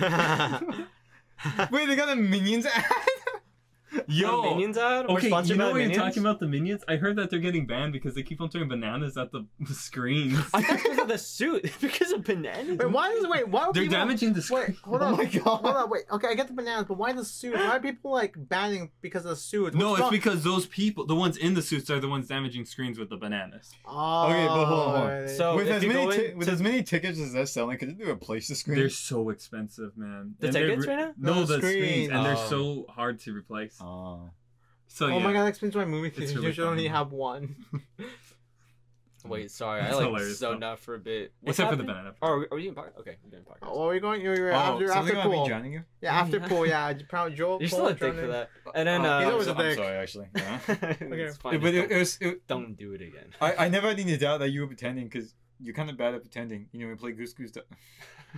Wait, they got a minions ad. Yo, Minions ad. We're okay, sponsored you know by what Minions? you're talking about the minions? I heard that they're getting banned because they keep on throwing bananas at the screens. I thought because of the suit, because of bananas. Wait, why is wait? Why are they're people, damaging the screen. Wait, hold Oh on. my God. Hold on. Wait. Okay, I get the bananas, but why the suit? Why are people like banning because of the suit? No, What's it's wrong- because those people, the ones in the suits, are the ones damaging screens with the bananas. Oh, Okay, but hold on, hold on. So with Oh, if as you many go ti- in with to- as many tickets as they're selling, could they replace the screen? They're so expensive, man. The they're tickets re- right now? No, the, The screens, screens. and they're Oh. so hard to replace. Oh. So oh yeah. my god, that explains why movie It's theaters really usually only funny. have one. Wait, sorry, I That's like hilarious, zoned though. out for a bit. What's Except for the happened? banana. Oh, are we, are we doing podcast? Okay, we're doing podcast. Oh, where are we going? You were after, something after about me pool. drowning you? Yeah, after pool. Yeah, I probably Joel. You're still pool, a dick for drowning. that. And then, Oh, uh, He's always a I'm so- I'm dick. sorry, actually. Yeah. it's fine. but just it, it was. It, don't, don't do it again. I, I never had any doubt that you were pretending because you're kind of bad at pretending. You know, we play Goose Goose. Du-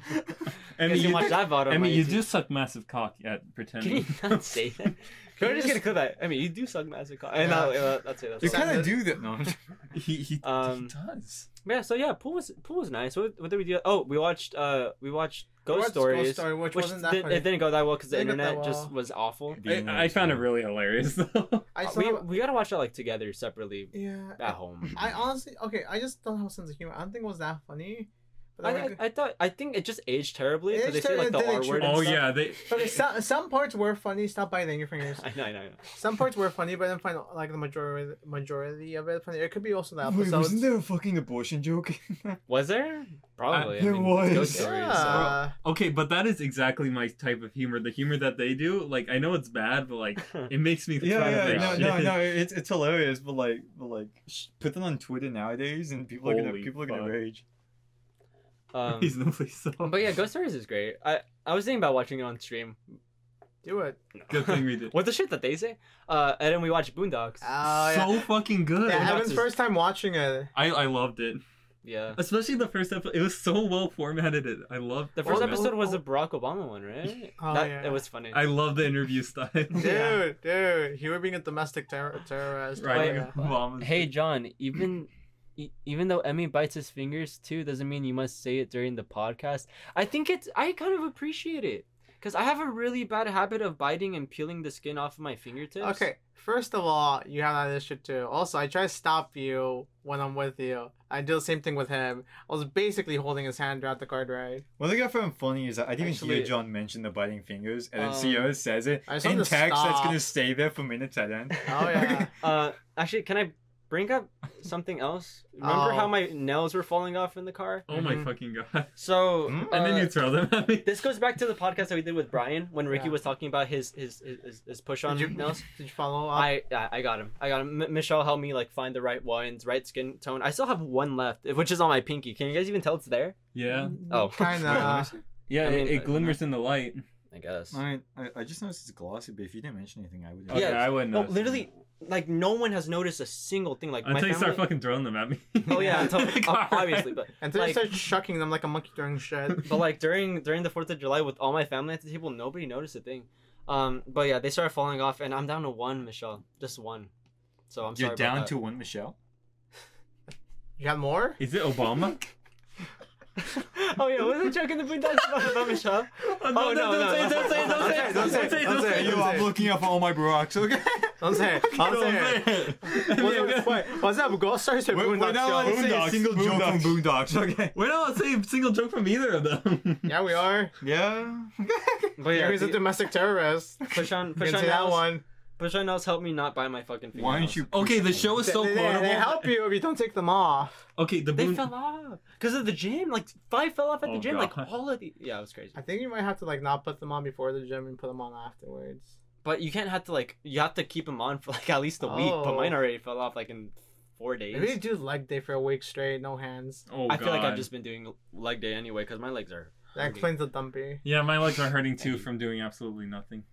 I Guess mean, you you, watch that VOD on I my mean, you YouTube. do suck massive cock at Can pretending. you not say that? Can we just get a clip of that? I mean, you do suck massive cock. And Yeah. I'll, uh, that's it. That's you it. Sound kind of good. do that. No, I'm just- he, he, he Um, does. Yeah, so yeah, pool was pool was nice. What, what did we do? Oh, we watched uh we watched Ghost What's Stories, Ghost story, which, which wasn't that did, funny. it didn't go that well because the Didn't go that internet just well. was awful. The I, I internet, found it yeah. really hilarious. though. I saw. uh, we we gotta watch it like together separately yeah. at home. I honestly, okay, I just don't have a sense of humor. I don't think it was that funny. But I, then we I, could- I thought I think it just aged terribly It because they aged say like the terribly, R word. didn't it, and oh stuff. yeah, they. okay, some some parts were funny. Stop biting your fingers. I know, I know, I know. Some parts were funny, but I didn't find like the majority majority of it funny. It could be also the Wait, episodes. wasn't there a fucking abortion joke? Was there? Probably. I there mean, it's Ghost was. Stories. yeah. Okay, but that is exactly my type of humor. The humor that they do, like I know it's bad, but like it makes me. yeah, try to yeah, think no, shit. no, no. It's it's hilarious, but like, but like, sh- put them on Twitter nowadays, and people are gonna Holy people are gonna fuck. rage. Um, Reasonably so. but yeah, Ghost Stories is great. I I was thinking about watching it on stream. do it. good thing we did. What the shit that they say? Uh, and then we watched Boondocks. Oh yeah. so fucking good. yeah, that's Evan's just- first time watching it. I, I loved it, yeah. especially the first episode. It was so well formatted. It I loved The first format. episode was the Barack Obama one, right? Oh, that, yeah. It was funny. I love the interview style. Dude, right. dude, you were being a domestic terror- terrorist. Right. Yeah. Obama's- Hey John, even e- even though Emmy bites his fingers too, doesn't mean you must say it during the podcast. I think it's I kind of appreciate it because I have a really bad habit of biting and peeling the skin off of my fingertips. Okay, first of all, you have that issue too. Also, I try to stop you when I'm with you. I do the same thing with him. I was basically holding his hand throughout the card ride. What I got from funny is that I didn't hear Actually- John mention the biting fingers, and then Um, Sierra says it I just in wanted to text that's stop. gonna stay there for minutes at end. Oh yeah. Uh, actually, can I bring up something else? Remember Oh. how my nails were falling off in the car? Oh my Mhm. fucking god! So Mm, Hmm? And then uh, you throw them at me. This goes back to the podcast that we did with Brian when Ricky Yeah. was talking about his his his, his, his push on Did you, nails. did you follow up? Um, I I I got him. I got him. M- Michelle helped me like find the right ones, right skin tone. I still have one left, which is on my pinky. Can you guys even tell it's there? Yeah, Oh. kinda. yeah. I it, mean, it uh, glimmers in the light. I guess. I, I I just noticed it's glossy, but if you didn't mention anything, I would. Okay, Yeah. I wouldn't. No, notice. literally, like no one has noticed a single thing. Like my until you start family- fucking throwing them at me. Oh yeah, until, In the ob- car, right? obviously, but and then like- you start shucking them like a monkey doing shit. but like during during the Fourth of July with all my family at the table, nobody noticed a thing. Um, but yeah, they started falling off, and I'm down to one, Michelle, just one. So I'm You're sorry. down about to one, Michelle. You got more? Is it Obama? that. oh yeah, what was the joke in the Boondocks about, about Michelle? Oh, no, no, no, no. Don't say it, don't say it, don't say it. Yo, I'm looking up all my Barocks, okay? Don't say it. Don't say it. What's up? Wait, what's up? Go start with We're, we're Boondocks, not y'all. allowed to say a Boondocks, single joke from Boondocks, okay? We're not saying a single joke from either of them. Yeah, we are. Yeah. But yeah, Yeah, he's a the- domestic terrorist. push on, You push can on say that nails. one. Push on nails helped me not buy my fucking fingernails. Why don't you? Okay, the show is so they, they, quotable. they help you if you don't take them off. Okay, the They boon. fell off because of the gym. Like five fell off at Oh, the gym. God. Like all of the yeah, it was crazy. I think you might have to like not put them on before the gym and put them on afterwards. But you can't have to like you have to keep them on for like at least a week. But Oh. mine already fell off like in four days. Maybe you do leg day for a week straight, no hands. Oh, I feel like I've God. just been doing leg day anyway because my legs are. That explains the dumpy. Yeah, my legs are hurting too from doing absolutely nothing.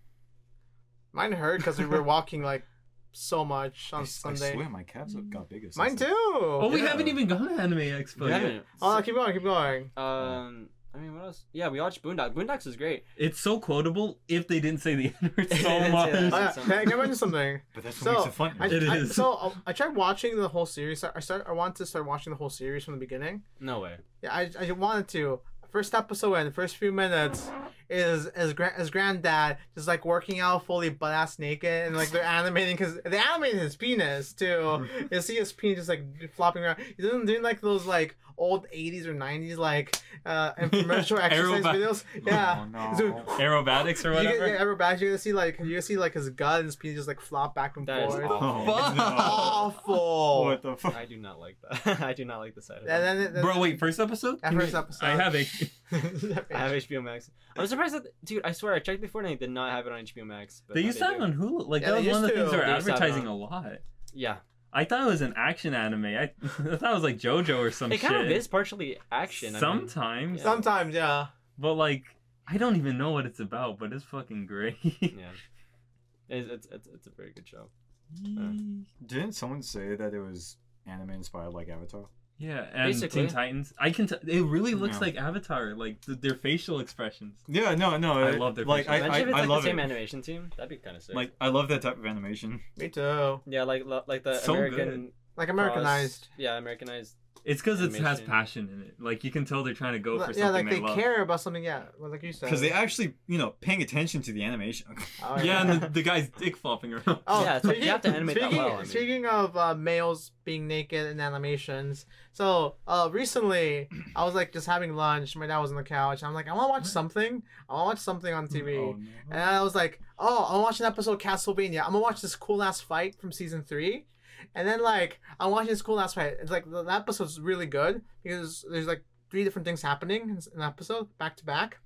Mine hurt because we were walking like so much I, on s- I Sunday. swear my calves have got bigger. since Mine then. too. Oh, we yeah. haven't even gone to Anime Expo Yeah. yet. Oh, keep going, keep going. Um. I mean, what else? Yeah, we watched Boondocks. Boondocks is great. It's so quotable if they didn't say the N word They so didn't say Oh, much. that. yeah. Can I- can I mention something? But that's So, what makes it fun. I, It I- is. so um, I, I tried watching the whole series. I start. I wanted to start watching the whole series from the beginning. No way. Yeah, I, I wanted to. First episode in, first few minutes is is grand is granddad just like working out fully butt ass naked and like they're animating because they animated his penis too. you see his penis just like flopping around. He's doing, doing like those like old eighties or nineties like uh infomercial exercise Aerobic. videos. Yeah. Oh, no. So- Aerobatics or You get, yeah, whatever. ever back, you can see like you can see like his gut and his penis just like flop back and That is forth. awful. Oh, no. Awful. What the fuck? I do not like that. I do not like the side of And that. then, then- Bro, wait, first episode? That Can first you- episode. I have a. I have HBO Max. I'm surprised that, dude. I swear I checked before and they did not have it on HBO Max. But They now used to have do. it on Hulu. Like Yeah, that they was one of the things used to. they They were used to have it on- advertising a lot. Yeah, I thought it was an action anime. I, I thought it was like JoJo or some It shit. kind of is partially action. I mean, Sometimes, Yeah. Sometimes, yeah. but like I don't even know what it's about, but it's fucking great. yeah. It's, it's, it's, it's a very good show. Didn't someone say that it was anime inspired like Avatar? yeah, and Basically. Teen Titans. I can. T- it really looks Yeah. like Avatar, like th- their facial expressions. Yeah, no, no. I it- love their like I, facial I, Imagine if it's I like love the same it. animation team. That'd be kind of sick. Like I love that type of animation. Me too. yeah, like lo- like the So good. American Like Americanized. Cross- yeah, Americanized. It's because it has Animation. passion in it. Like you can tell they're trying to go for yeah, something like they, they, love. care about something. Yeah, well, like you said. Because they actually, you know, paying attention to the animation. Oh, Yeah, and the, the guy's dick flopping around. Yeah, it's like, you have to animate that speaking, well, I mean. Speaking of uh, males being naked in animations, so uh, recently I was like just having lunch. My dad was on the couch. And I'm like, I want to watch something. I want to watch something on TV. Oh, no. And I was like, oh, I'm watching an episode of Castlevania. I'm gonna watch this cool ass fight from season three. And then like I'm watching this cool ass fight. It's like the that episode's really good because there's like three different things happening in s- an episode back to back.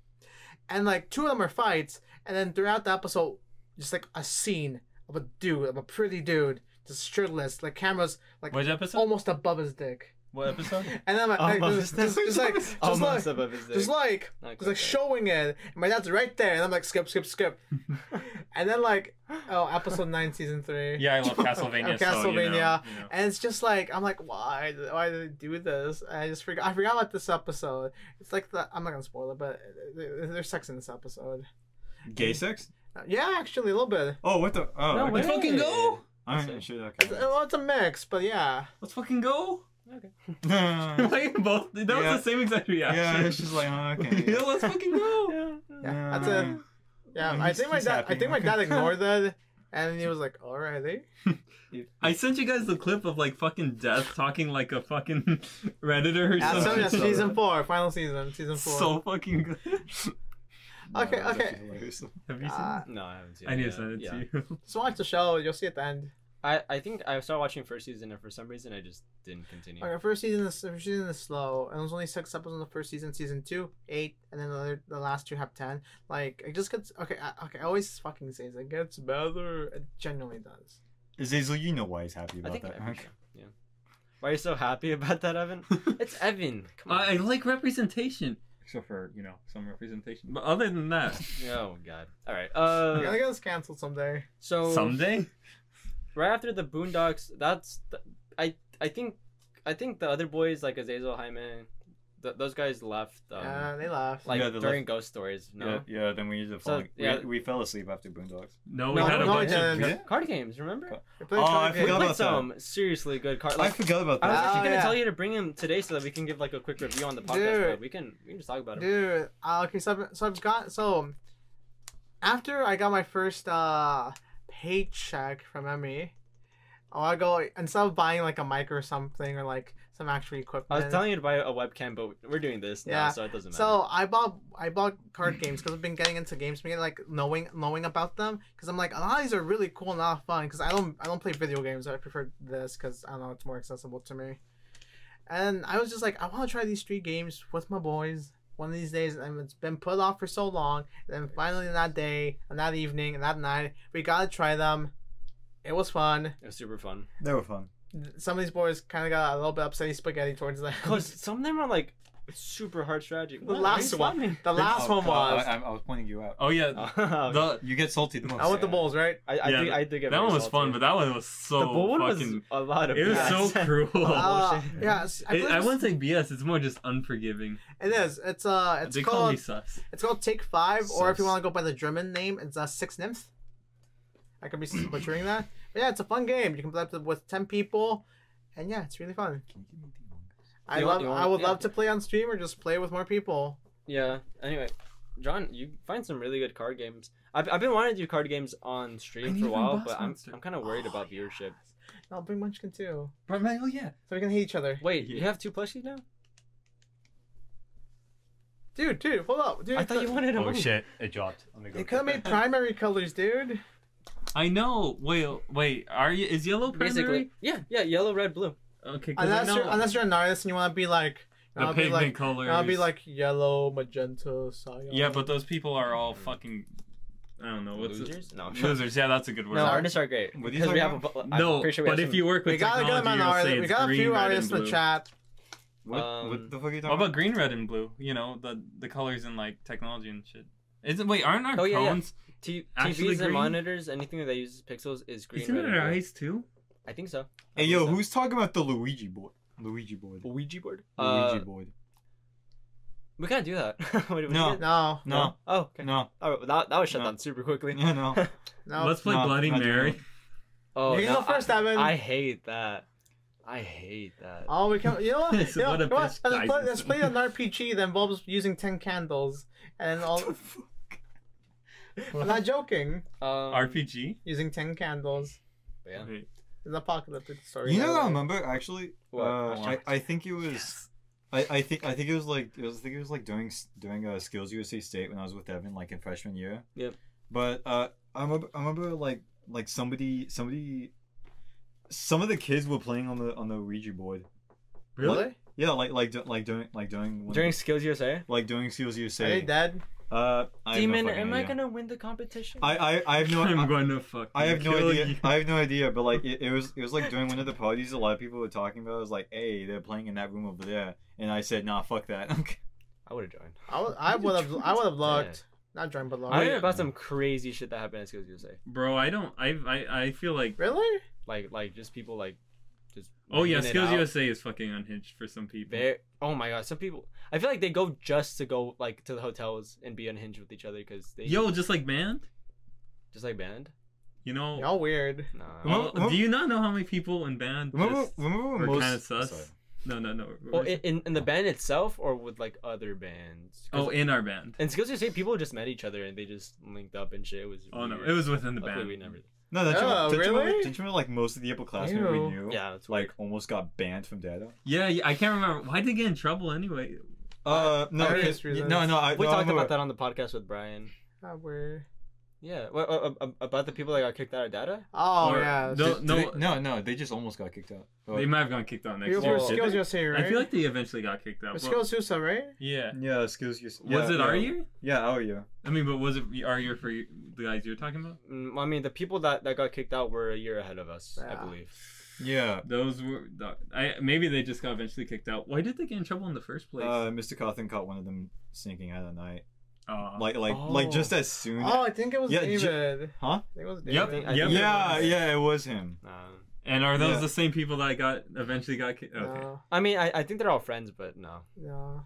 And like two of them are fights, and then throughout the episode, just like a scene of a dude, of a pretty dude, just shirtless, like cameras like oh. What episode? almost above his dick. What episode? And then like, like just, Almost just, just like just like, Almost above his just dick. like Not just quite there. like showing it and my dad's right there and i'm like skip skip skip and then like oh episode 9 season 3 yeah, I love Castlevania. so, you know, Castlevania. you know. and it's just like i'm like why why did they do this And i just forgot i forgot about this episode it's like the i'm not gonna spoil it but there- there's sex in this episode Gay sex? yeah actually a little bit Oh, what the? Oh, No, okay. what- Let's fucking go. I mean, shit, okay. it's, well, it's a mix but yeah Let's fucking go. yeah, Why you both? That Yeah. was the same exact reaction. it's just like, oh, okay. Yeah, let's fucking go. Yeah, that's a- yeah Yeah, i he's- think my he's dad i happy. think my Okay. dad ignored that and he was like eh? alrighty I sent you guys the clip of like fucking death talking like a fucking redditor or yeah, so something. yeah, season 4 final season season 4 so fucking good. Okay, that's okay. actually hilarious. Have you seen? Uh, No, I haven't seen. I need to yet. send it Yeah. to you. just watch the show you'll see at the end I, I think I started watching first season and for some reason I just didn't continue. Okay, first season is first season is slow, and there's only six episodes in the first season. Season two, eight, and then the, other, the last two have ten. Like it just gets okay. I, okay, I always fucking say this. It gets better. It genuinely does. Zazel, you know why he's happy I about think that. I appreciate it. Yeah. Why are you so happy about that, Evan? it's Evan. Come on. I, I like representation. Except for you know some representation, but other than that, Oh God. All right. I Uh. think it's canceled someday. So someday right after the Boondocks, that's the, I I think I think the other boys like Azazel, Hyman, th- those guys left. Um, Yeah, they laugh. Like Yeah, they during Ghost Stories. No. Yeah, yeah, then we ended up So, falling. yeah. we, we fell asleep after Boondocks. no, we No, had a no, bunch yeah, of. yeah. Card games. Remember? Card- They play Oh, I card games. forgot we about played uh, that. some seriously good card. I Like, forgot about I was that. Oh, actually gonna yeah. tell you to bring him today so that we can give like a quick review on the podcast. Dude. but we can we can just talk about it. Dude, uh, okay, so I've, so I've got so after I got my first uh paycheck from Emmy, I want to go instead of buying like a mic or something or like some actual equipment. I was telling you to buy a webcam, but we're doing this now, Yeah. so it doesn't matter. So I bought I bought card games because I've been getting into games, being like knowing knowing about them because I'm like a lot of these are really cool and a lot of fun because I don't I don't play video games. I prefer this because I don't know it's more accessible to me. And I was just like I want to try these three games with my boys one of these days, and it's been put off for so long. And then finally that day and that evening and that night we gotta try them. It was fun. it was super fun. They were fun. Some of these boys kind of got a little bit upsetty spaghetti towards the Cause some of them are like super hard strategy. The last one. The last Oh, one one was. Oh, I, I, I was pointing you out. Oh yeah, Uh, the You get salty the most. I want the Bulls, right? I, I Yeah, think I did get that one was fun, but resulted. that one was so the bull one fucking. was a lot of It was Yeah. BS. so cruel. Uh, Oh, bullshit. yeah, it's- I It- believe I it's- wouldn't say BS. It's more just unforgiving. It is. It's uh, it's they called call me sus. it's called Take Five, or if you Sus. want to go by the German name, it's uh, Six Nymph. I could be butchering that, but yeah, it's a fun game. You can play up to, with ten people, and yeah, it's really fun. I You love. want- you want- I would yeah. love to play on stream or just play with more people. yeah. Anyway, John, you find some really good card games. I've, I've been wanting to do card games on I stream need for a to while, find but Boss I'm Monster. I'm kind of worried about viewership. I'll bring Munchkin too, But man, oh yeah, so we can hate each other. Wait, you Yeah. have two plushies now? Dude, dude, hold up, dude. I thought you wanted a Oh one. shit! It dropped. Let me go. They could have made primary colors, dude. I know. Wait, wait. Are you? Is yellow primary? Basically, yeah, yeah, yellow, red, blue. Okay, because I Unless know you're unless you're an artist and you want to be like, you the want to be pigment like, colors. you want to be like yellow, magenta, cyan. Yeah, but those people are all fucking I don't know what's Losers? No. it? Losers. Yeah, that's a good word. No, artists are great. What are you Because we talking have a, about? bu- I'm No, pretty sure we but have if you work with We got a good technology, amount of you'll say artists. We it's got a green, few red, and artists in the blue. chat. What, Um, what the fuck are you What talking about green, red, and blue? You know the the colors and like technology and shit. Isn't wait? Aren't our Oh, yeah, yeah. phones? T- Actually TVs green? and monitors, anything that uses pixels is green. Isn't red, it and our blue. eyes too? I think so. Hey, yo, who's talking about the Luigi board? Luigi board. Ouija board? Uh, Luigi board. we can't do that. What do we No. do? No, No, Oh, okay. no, All right, well, that, that was shut No. down super quickly. yeah, no. no. Let's play No, Bloody not doing Mary. Oh, you can no, go first, I, Evan. I hate that. I hate that. Um, Oh, we can. You know what? This is you know, what a you know bitch what? Let's, play, dies let's in. play an RPG that involves using ten candles, and all. I'm not joking. Um, RPG. Using ten candles. Uh, Yeah. Wait, It's an apocalyptic story. You by know the what I way. remember actually? What? Uh, What? I, I think it was I, I think I think it was like it was I think it was like during s- during uh, Skills USA State when I was with Evan like in freshman year. Yep. But uh, I remember I remember like like somebody somebody some of the kids were playing on the on the Ouija board. Really? Yeah, like like du- like during like during one- During Skills USA? like during Skills Are USA. they dead? uh, I have no Demon, fucking am I idea. gonna win the competition? I I I have no I'm I, going to fuck. I have no idea. I have no idea. But like, it, it was it was like during one of the parties, a lot of people were talking about. It was like, hey, they're playing in that room over there, and I said, nah, fuck that. Okay. I would have joined. I would. I would have. I would have logged. Not drunk, Oh, but I logged. heard about some crazy shit that happened at Skills USA. Bro, I don't. I I I feel like. Really? Like, like just people like, just. Oh yeah, ripping it Skills out. USA is fucking unhinged for some people. Very, oh my god, some people. I feel like they go just to go like to the hotels and be unhinged with each other because they Yo, just like band. just like banned. You know. Y'all weird. Nah. Well, all- remember- do you not know how many people in band? Remember, just- remember when we're most kinda sus. sorry. No, no, no. Well, in- in in the band itself or with like other bands. 'Cause oh, in our band. And Skills USA, people just met each other and they just linked up and shit. It was. Oh no, weird. it was within the Luckily, band. we never. No, that's Oh, did You remember, really? did you remember like most of the upperclassmen we Ew. knew? Yeah, it's Like like almost got banned from data. Yeah, yeah, I can't remember. Why did they get in trouble anyway? Uh, no, Various it's- reasons. no, no. I, we no, I talked remember- about that on the podcast with Brian. Not weird. Yeah, well, uh, uh, about the people that got kicked out of data. Oh Or- No, yeah. Did- did no. they- no, no. They just almost got kicked out. Oh, They might have gone kicked out next You year. were Well, skills USA, right? I feel like they eventually got kicked out. You're but- skills USA, right? yeah. yeah, excuse you. Was it yeah. our year? Yeah, our year. I mean, but was it our year for you- the guys you're talking about? Mm, I mean, the people that, that got kicked out were a year ahead of us, I Yeah. believe. Yeah. Those were. I maybe they just got eventually kicked out. Why did they get in trouble in the first place? Uh, Mr. Cawthon caught one of them sneaking out at night. Aw. Like, like, Oh. like, just as soon. Oh, I think it was Yeah, J- David. Huh? I think it was Yep. David. I Yep. think it Yeah, was- yeah, it was him. Um, and are those Yeah. the same people that got eventually got kicked? Okay. No, I mean, I, I think they're all friends, but no. no.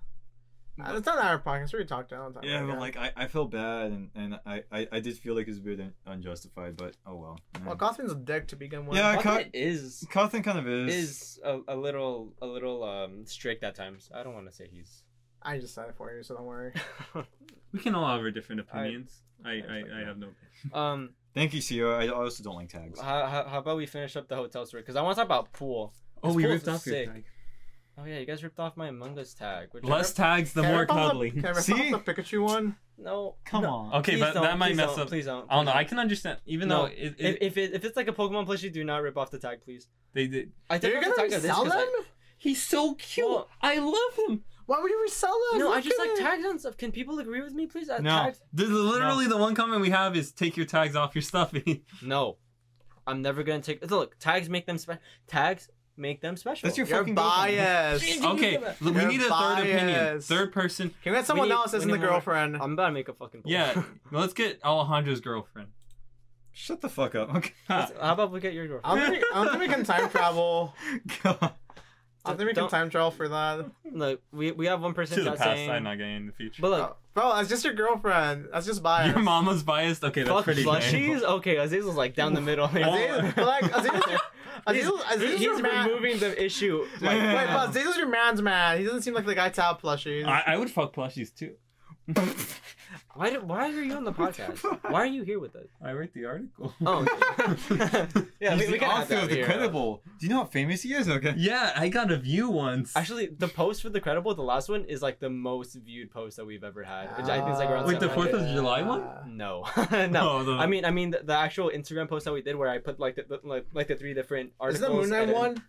Uh, It's not our podcast. We talked about Oh it. Yeah, but like I, I felt bad and, and I, I, I did feel like it was a bit un- unjustified, but oh well. Well, Gothman's a dick to begin with. Yeah, I But ca- it is Cawthon kind of is. is a, a little a little um strict at times. I don't want to say he's. I just said it for you, so don't worry. We can all have our different I- opinions. I, I, respect I, that. have no. um, Thank you, Sierra. I also don't like tags. how, how, how about we finish up the hotel story? Because I want to talk about pool. Oh, This we pool's ripped off your sick. tag. Oh yeah, you guys ripped off my Among Us tag. Which I Less rip- tags, the Can I more rip off cuddly. The, can I rip See? off the Pikachu one? no. Come no. on. Okay, Please but don't, that might please mess don't, up. Please don't. I don't know. please I can understand, even No, though it, If, it, if, it, if it's like a Pokemon plushie, do not rip off the tag, please. they did. I took You're off the gonna tag of this resell 'cause them? I- He's so cute. Well- I love him. Why would you resell them? no, I Look just at like it. tags on stuff. Can people agree with me, please? I No. tagged- The, the- literally, the one comment we have is take your tags off your stuffy. No, I'm never gonna take. Look, tags make them special. Tags make them special. That's your You're fucking girlfriend. biased. Jeez. okay, we You're need a third opinion. biased. Third person. Can we get someone need- else we as in the need more- girlfriend? I'm about to make a fucking. poll. Yeah, let's get Alejandro's girlfriend. Shut the fuck up. Okay. Ha. How about we get your girlfriend? I don't, think, I don't think we can time travel. God. I don't think we can Don't- time travel for that. Look, we we have one person To the that's past, saying. I'm not getting in the future. But Oh, look, bro, that's just your girlfriend. That's just biased. your mama's biased. Okay, that's fuck pretty. lame. plushies. Okay, Azizel's like down the middle. here. Aziz, but like, Aziz, Aziz, Aziz, He's your man. removing the issue. Wait, Like, wait, but Aziz is your man's man. He doesn't seem like the guy to have plushies. I, I would fuck plushies too. why, do, why are you on the podcast? Why are you here with us? I wrote the article. Oh, okay. yeah, He's we, we the can add author that of the here. credible. Do you know how famous he is? Okay. yeah, I got a view once. Actually, the post for the credible, the last one, is like the most viewed post that we've ever had, which I think is like Ah. around. Wait, the Fourth of 700. July one? No, no. Oh, the- I mean, I mean, the, the actual Instagram post that we did, where I put like the, the like, like the three different Is articles. the Moon Knight and then- one?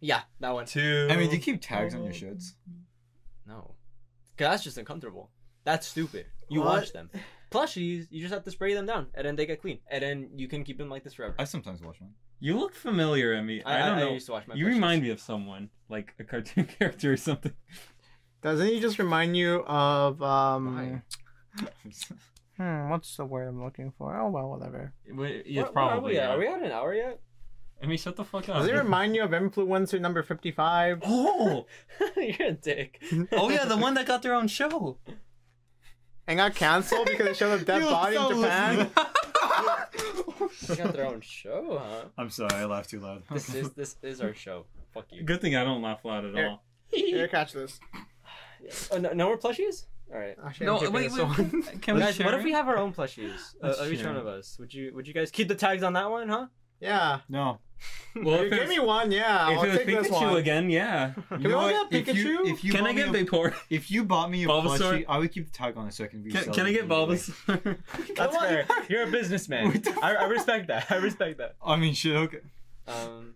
Yeah, that one. two. I mean, do you keep tags Oh. on your shirts? No, 'Cause that's just uncomfortable. That's stupid. You What? watch them. plushies, you just have to spray them down, and then they get clean, and then you can keep them like this forever. I sometimes watch one. You look familiar, Emmy. I, don't know. used to watch my. you plushies. remind me of someone, like a cartoon character or something. Doesn't he just remind you of um? Wait, Hmm, what's the word I'm looking for? Oh well, whatever. yeah, What- where probably. Are we, at? yeah. are we at an hour yet? Emmy, shut the fuck up. Does it remind you of influencer number fifty-five? oh, You're a dick. oh yeah, the one that got their own show. And got canceled because they showed a dead You body in so Japan. They got their own show, huh? I'm sorry, I laughed too loud. This is this is our show. Fuck you. Good thing I don't laugh loud at Here. all. Here, catch this. Oh, no, no more plushies. All right. Actually, No, I'm wait, taking wait. this one. Can we guys, share? what if we it? have our own plushies? Uh, Let's of each share one it. of us. Would you would you guys keep the tags on that one, huh? yeah. No. Well, You if give it's, me one, yeah. if I'll it's take this Pikachu one. again, yeah. Can we all get If you- Pikachu? If you Can I bought me get a- Vapor? If you bought me a Bulbasaur? plushie, I would keep the tag on it so I can Can, resell can I it get immediately. Bulbasaur? That's Come fair. on. You're a businessman. What the I, I respect that. I respect that. I mean, shit. Okay. Um,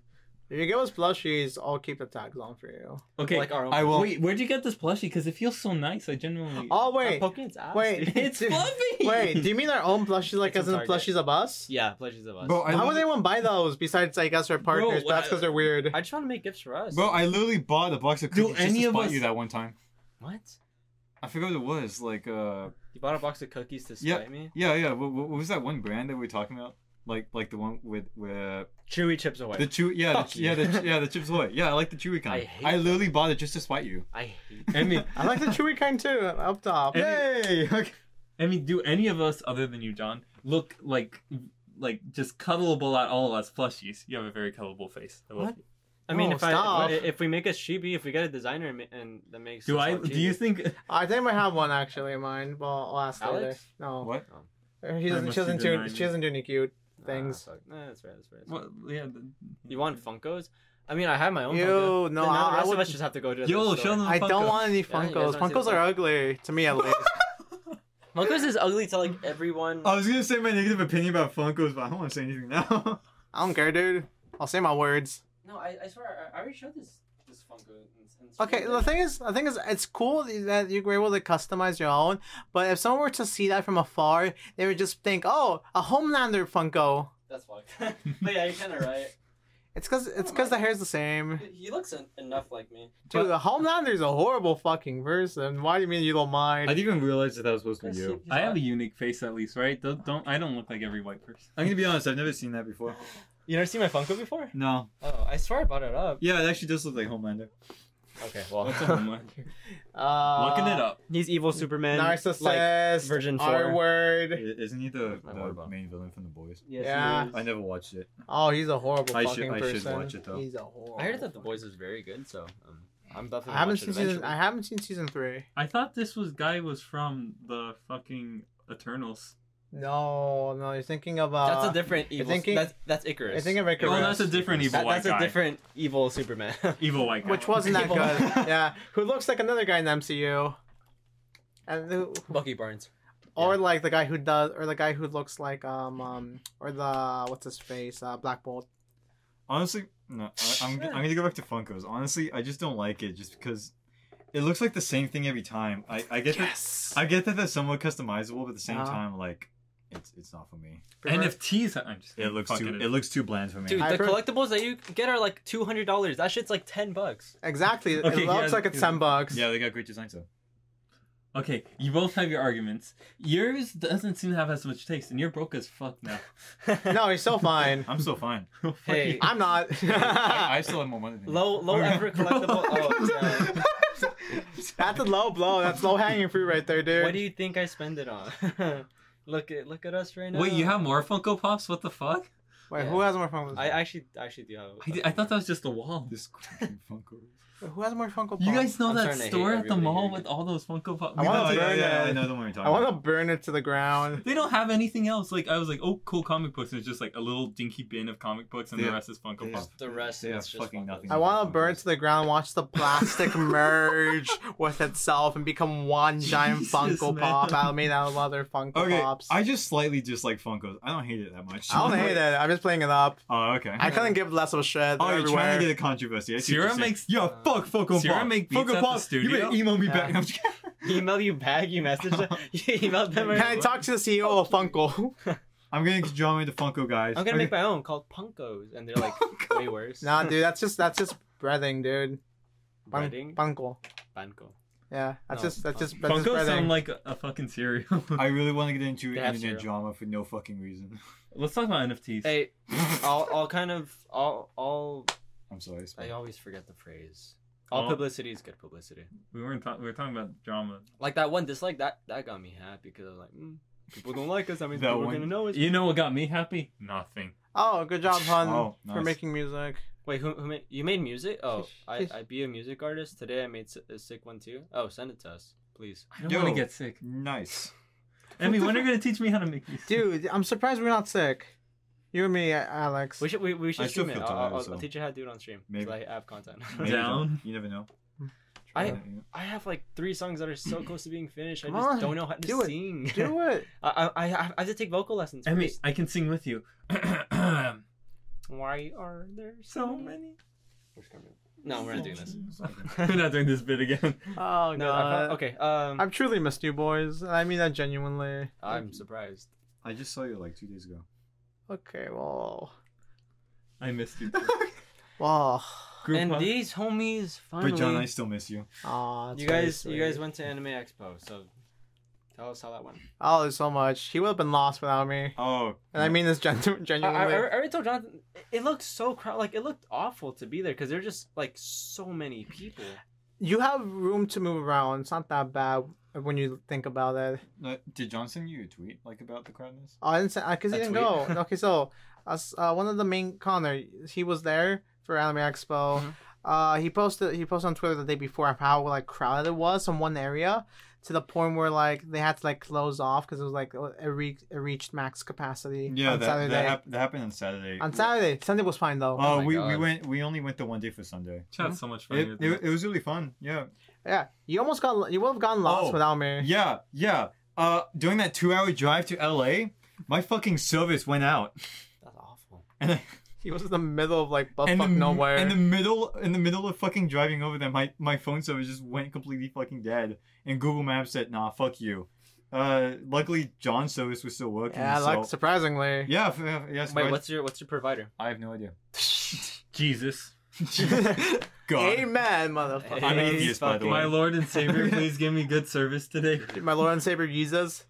If you give us plushies, I'll keep the tags on for you. okay. like our own. I will. Wait, where'd you get this plushie? Because it feels so nice. I genuinely. Oh I'm wait, poking its ass. wait, it's do- fluffy. Wait, do you mean our own plushies, like It's on as in the Target. plushies of us? Yeah, plushies of us. Bro, I How literally- would anyone buy those besides, I guess, our Bro, partners? but that's I- because they're weird. I just want to make gifts for us. Bro, I literally bought a box of Do cookies just any to of spot us- you that one time. what? I forgot what it was. Like, uh, You bought a box of cookies to Yeah. spite me? yeah, yeah. What, what was that one brand that we were talking about? Like, like the one with where Chewy chips away. the chew, yeah, Fuck the, yeah, you. the, yeah, the chips away. Yeah, I like the chewy kind. I hate literally bought it just to spite you. I hate. Emmy, I like the chewy kind too, up top. And- Yay! Okay. Emmy, do any of us other than you, John, look like like just cuddleable at all as plushies? You have a very cuddleable face. I love What? you. I mean, No, if I Oh, stop. if- if we make a chibi, if we get a designer and, ma- and that makes Do us I? all Do you chibi. think? I think I might have one actually in mind. Well, I'll ask later. Alex? No, What? she doesn't. must She be doesn't do. denying She me. doesn't do any cute things. Ah, fuck. Nah, that's right. That's right. that's right. Well, yeah. the- You want Funkos? I mean, I have my own. Ew, Funko. no, Then now the I- I rest of would- us just have to go to. the Yo, store. show them. the I don't Funko. want any guys Funkos. wanna see Funkos the are ugly to me at least. Funkos is ugly to like everyone. Oh. I was gonna say my negative opinion about Funkos, but I don't want to say anything now. I don't care, dude. I'll say my words. no, I, I swear, I, I already showed this this Funko. in- in- Okay, the thing is, the thing is, it's cool that you were able to customize your own. But if someone were to see that from afar, they would just think, "Oh, a Homelander Funko." That's fucked. but yeah, you're kind of right. It's cause it's cause the hair's the same. He looks en- enough like me. Dude, the Homelander's a horrible fucking person. Why do you mean you don't mind? didn't even realize that that was supposed He's hot. I have a unique face at least, right? Don't, don't I don't look like every white person. I'm gonna be honest. I've never seen that before. You never seen my Funko before? No. Oh, I swear I bought it up. Yeah, it actually does look like Homelander. Okay, well, What's up, Mark? Uh, Looking it up. he's evil Superman. Narcissist. version R four. word. I- Isn't he the, Where's my the Warbot? main villain from The Boys? Yes, Yeah. he is. I never watched it. Oh, he's a horrible I should- fucking I should person. watch it, though. He's a horrible. I heard that the boys is very good, so um, I'm definitely. I haven't watching seen it season. eventually. I haven't seen season three. I thought this was guy was from the fucking Eternals. No, no, you're thinking of uh, That's a different evil. thinking- that's that's Icarus. I think of Icarus. Oh, that's a different evil That- white that's guy. a different evil Superman. evil white guy. Which wasn't that Evil. good. yeah. Who looks like another guy in the MCU. And who, Bucky Barnes. or like the guy who does or the guy who looks like um um or the what's his face? Uh Black Bolt. Honestly, no. I, I'm, I'm gonna go back to Funkos. Honestly, I just don't like it just because it looks like the same thing every time. I, I get Yes. that I get that that's somewhat customizable, but at the same Uh-huh. time, like it's it's not for me. NFTs. I'm just. It kidding. looks Fuck too it. it, looks too bland for me. Dude, I've the heard- collectibles that you get are like two hundred dollars. That shit's like ten bucks. Exactly. Okay, it looks yeah, like it's yeah. ten bucks. yeah, they got great designs though. Okay, you both have your arguments. Yours doesn't seem to have as much taste, and you're broke as fuck now. No, he's still fine. I'm still fine. Fuck Hey. you. I'm not. I, I still have more money. Than you. Low low effort collectible. Oh, yeah. That's a low blow. That's low hanging fruit right there, dude. What do you think I spend it on? look at look at us right now. Wait, you have more Funko Pops? What the fuck? Wait, Yeah. who has more Funko? I actually I actually do have. I, did- I thought that was just a wall. This fucking Funko. who has more Funko? You Pops? guys know I'm that starting to hate store at the everybody mall here. with all those Funko Pops? I wanna No, yeah, burn yeah, it. I know. Don't worry. I want to burn it to the ground. They don't have anything else. Like I was like, oh, cool comic books. And it's just like a little dinky bin of comic books, and Yeah. the rest is Funko Yeah. Pop. The rest They is have just fucking Funkos. nothing. I want to burn it to the ground, watch the plastic merge with itself, and become one giant Jesus, Funko man. Pop out of made out of other Funko Okay, Pops. I just slightly dislike Funkos. I don't hate it that much. I don't hate it. I'm just playing it up. Oh, okay. I couldn't give less of a shit. Oh, They're you're trying to everywhere. get a controversy. I see Sierra what you're saying. makes- uh, yo fuck Funko Sierra Pop. make beats Funko at the Pop. You studio. better email me Yeah. back. I'm just kidding. email you back. You message them. You emailed them. Can I talk to the CEO of Funko? I'm gonna get drawn into Funko guys. I'm gonna make my own called Punkos, and they're like way worse. nah, dude, that's just that's just breathing, dude. Fun- Breading? Funko. Banco. Yeah, that's No, just that's Funko. just that's just Funko breathing. sound like a, a fucking cereal. I really want to get into They have internet cereal. drama for no fucking reason. Let's talk about NFTs. Hey, Oh. I'll, I'll kind of, I'll, I'll, I'm sorry. I always forget the phrase. All Oh. publicity is good publicity. We weren't talking. We were talking about drama. Like that one dislike, that that got me happy because I was like, mm, people don't like us. I mean, That people are one- gonna know us. You know what got me happy? Nothing. oh, good job, hun, Oh, for nice. making music. Wait, who, who made you made music? Oh, I, I be a music artist today. I made s- a sick one too. Oh, send it to us, please. I don't Yo. want to get sick. Nice. Emmy, when are you gonna teach me how to make these? Dude, I'm surprised we're not sick. You and me, Alex. We should we, we should I still stream it. feel I'll, I'll, tired, I'll so- teach you how to do it on stream. 'cause Maybe. I have content. Maybe Down. You never know. I- You never know. I have like three songs that are so close to being finished. I Come just on, don't know how to do it, sing. Do it. I, I I have I have to take vocal lessons. Emmy, first. I can sing with you. why are there so many. No, we're not doing this. we're not doing this bit again. Oh No, I god. found- okay. Um, I've truly missed you boys, and I mean that genuinely. I'm surprised. I just saw you like two days ago. Okay, well, I missed you. too. well, Group and hug. these homies finally. But John, I still miss you. aw, that's you very guys, you sweet. guys went to Anime Expo, so tell us how that went. Oh, there's so much. He would have been lost without me, Oh. and I mean this genu- I, I, I genuinely. already told Jonathan it- it looked so crowded. Like it looked awful to be there because there're just like so many people. you have room to move around. It's not that bad when you think about it. No, did John send you a tweet like about the crowdness? Oh, I didn't say because he A didn't tweet? go. okay, so us, uh, one of the main Connor, he was there for Anime Expo. Mm-hmm. Mhm. Uh, he posted he posted on Twitter the day before of how like crowded it was in one area to the point where like they had to like close off because it was like it, re- it reached max capacity Yeah, on that, Saturday. That, hap- that happened on Saturday. on Saturday, Sunday was fine though. Oh, my we, we God. went. We only went the one day for Sunday. Chat's so much fun. It, it, it was really fun. Yeah, yeah, you almost got you would have gotten lost Oh, without me. yeah, yeah. Uh, during that two-hour drive to LA, my fucking service went out, That's awful. and I, He was in the middle of like butt and fuck the, nowhere. In the middle, in the middle of fucking driving over there, my my phone service just went completely fucking dead, and Google Maps said, "Nah, fuck you." Uh, luckily John's service was still working. yeah, so, like surprisingly. yeah, f- yeah. yes, Wait, right. what's your what's your provider? I have no idea. Jesus, God, Amen, motherfucker. I'm an Hey, atheist, by the fucking- way. my Lord and Savior, please give me good service today. My Lord and Savior Jesus.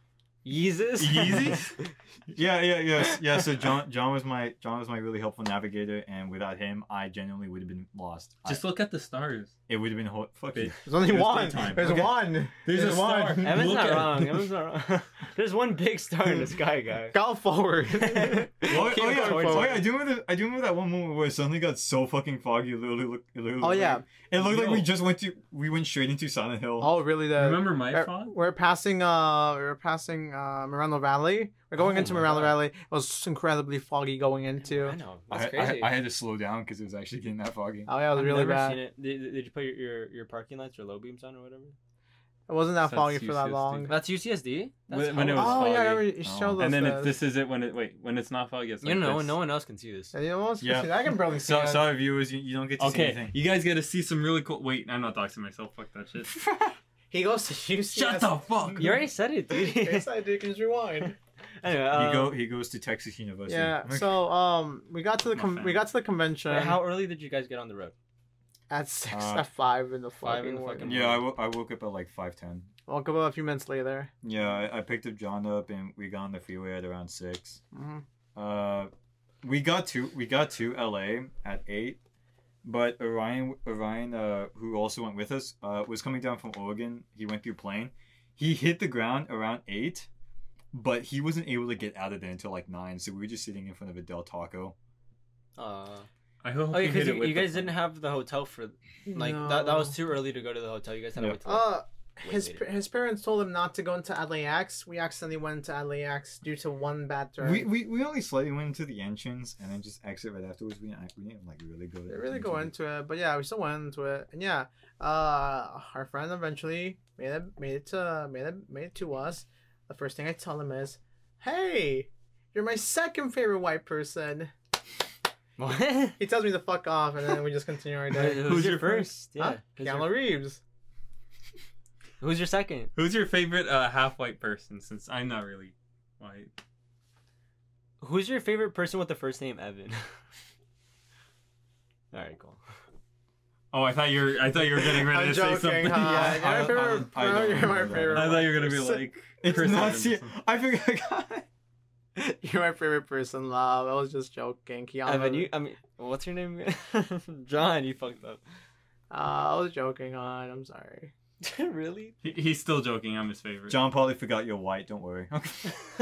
Yeezus. Yeezys? yeah, yeah, yes, yeah. So John, John was my John was my really helpful navigator, and without him, I genuinely would have been lost. I- Just look at the stars. it would have been ho- fuck you. There's only It was one. daytime. There's Okay. one. There's a star. Evan's Look not at- wrong. Evan's not wrong. There's one big star in the sky, guy. Go forward. Oh, Keep oh, yeah, going oh forward. yeah, I do remember. The, I do remember that one moment where it suddenly got so fucking foggy. It literally looked. It literally Oh, looked yeah. like- it looked like we Yo. just went to. We went straight into Silent Hill. oh, really? The Remember my er, we're, phone? we're passing. Uh, we're passing. Uh, Miranda Valley. We're going Oh into my Miranda God. Valley. It was incredibly foggy going into. I know. I, That's I- crazy. I had to slow down because it was actually getting that foggy. Oh yeah, it was I've really never bad. seen It. it. Did, did you put your, your, your parking lights or low beams on or whatever? wasn't that Sounds foggy for that UCSD. long. That's UCSD. That's When- when it hella- was oh yeah, I foggy. remember you Oh. showed us And then it, this. this is it when it wait when it's not foggy. It's you like know, this. no one else can see this. And You know what's Yeah. yeah. I can barely see So, it. sorry, viewers, you, you don't get to see Okay, anything. you guys get to see some really cool. Wait, I'm not doxing myself. Fuck that shit. He goes to UCS. Shut the fuck. You already said it, dude. yes, I did. Can just rewind. anyway, he um, go. He goes to Texas University. Yeah. So um, we got to the My con we fan. got to the convention wait, how early did you guys get on the road? at six Uh, at five in the five in fucking the morning. fucking yeah, I, w- I woke up at like five ten. I'll go up a few minutes later. Yeah, I, I picked up John up and we got on the freeway at around six. Mhm. Uh, we got to we got to LA at eight, but Orion Orion uh, who also went with us uh, was coming down from Oregon. He went through plane. He hit the ground around eight, but he wasn't able to get out of there until like nine. So we were just sitting in front of a Del Taco. Uh, I hope oh, you because you, hit it with you the guys phone. didn't have the hotel for like that. That was No. too early to go to the hotel. You guys had to Yeah. wait till like, Uh, way his later. pa- his parents told him not to go into LAX. We accidentally went into LAX due to one bad turn. We, we we only slightly went into the entrance and then just exit right afterwards. We didn't act- we didn't like really go. they really go into it, but yeah, we still went into it, and yeah, uh, our friend eventually made it made it to made it made it to us. The first thing I tell him is, "Hey, you're my second favorite white person." what? He tells me to fuck off, and then we just continue our day. Who's your first? Yeah. Huh? who's your- Keanu Reeves. Who's your second? Who's your favorite uh, half white person? Since I'm not really white. Who's your favorite person with the first name Evan? All right, cool. Oh, I thought you were. I thought you were getting ready I'm to joking. say something. Hi. I You're my favorite. I- I don't you're my remember that. favorite. thought you were gonna be person. like. It's Chris not Evans. see. I forgot. You're my favorite person, love. I was just joking. Keanu. Evan, you. I mean, what's your name? again? John, you fucked up. Uh, I was joking on. I'm sorry. really? He, he's still joking. I'm his favorite. John Pauly forgot you're white. Don't worry.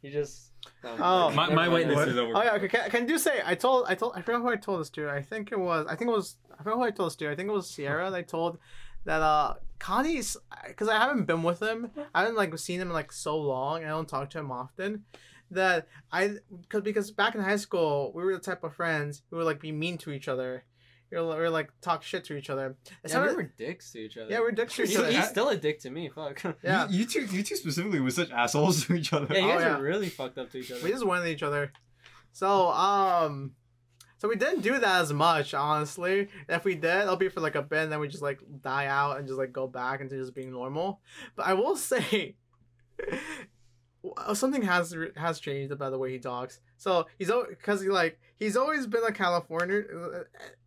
you just. Oh. My, my Never mind. whiteness is over. Oh yeah, okay. Can, can you say I told I told I forgot who I told this to. I think it was I think it was I forgot who I told this to. I think it was Sierra. that I told that uh Connie's because I haven't been with him. I haven't like seen him in, like so long. I don't talk to him often. That I because because back in high school we were the type of friends who would like be mean to each other. We were, we were like talk shit to each other. It Yeah, we sounded- were dicks to each other. yeah, we we're dicks to each He's, other. he's still a dick to me. Fuck. Yeah, yeah, You, you two, you two specifically were such assholes to each other. you Oh, guys yeah. are really fucked up to each other. we just wanted each other. So um, so we didn't do that as much, honestly. If we did, it'll be for like a bit, and then we just like die out and just like go back into just being normal. But I will say, w- something has has changed about the way he talks. So he's because he like he's always been a California.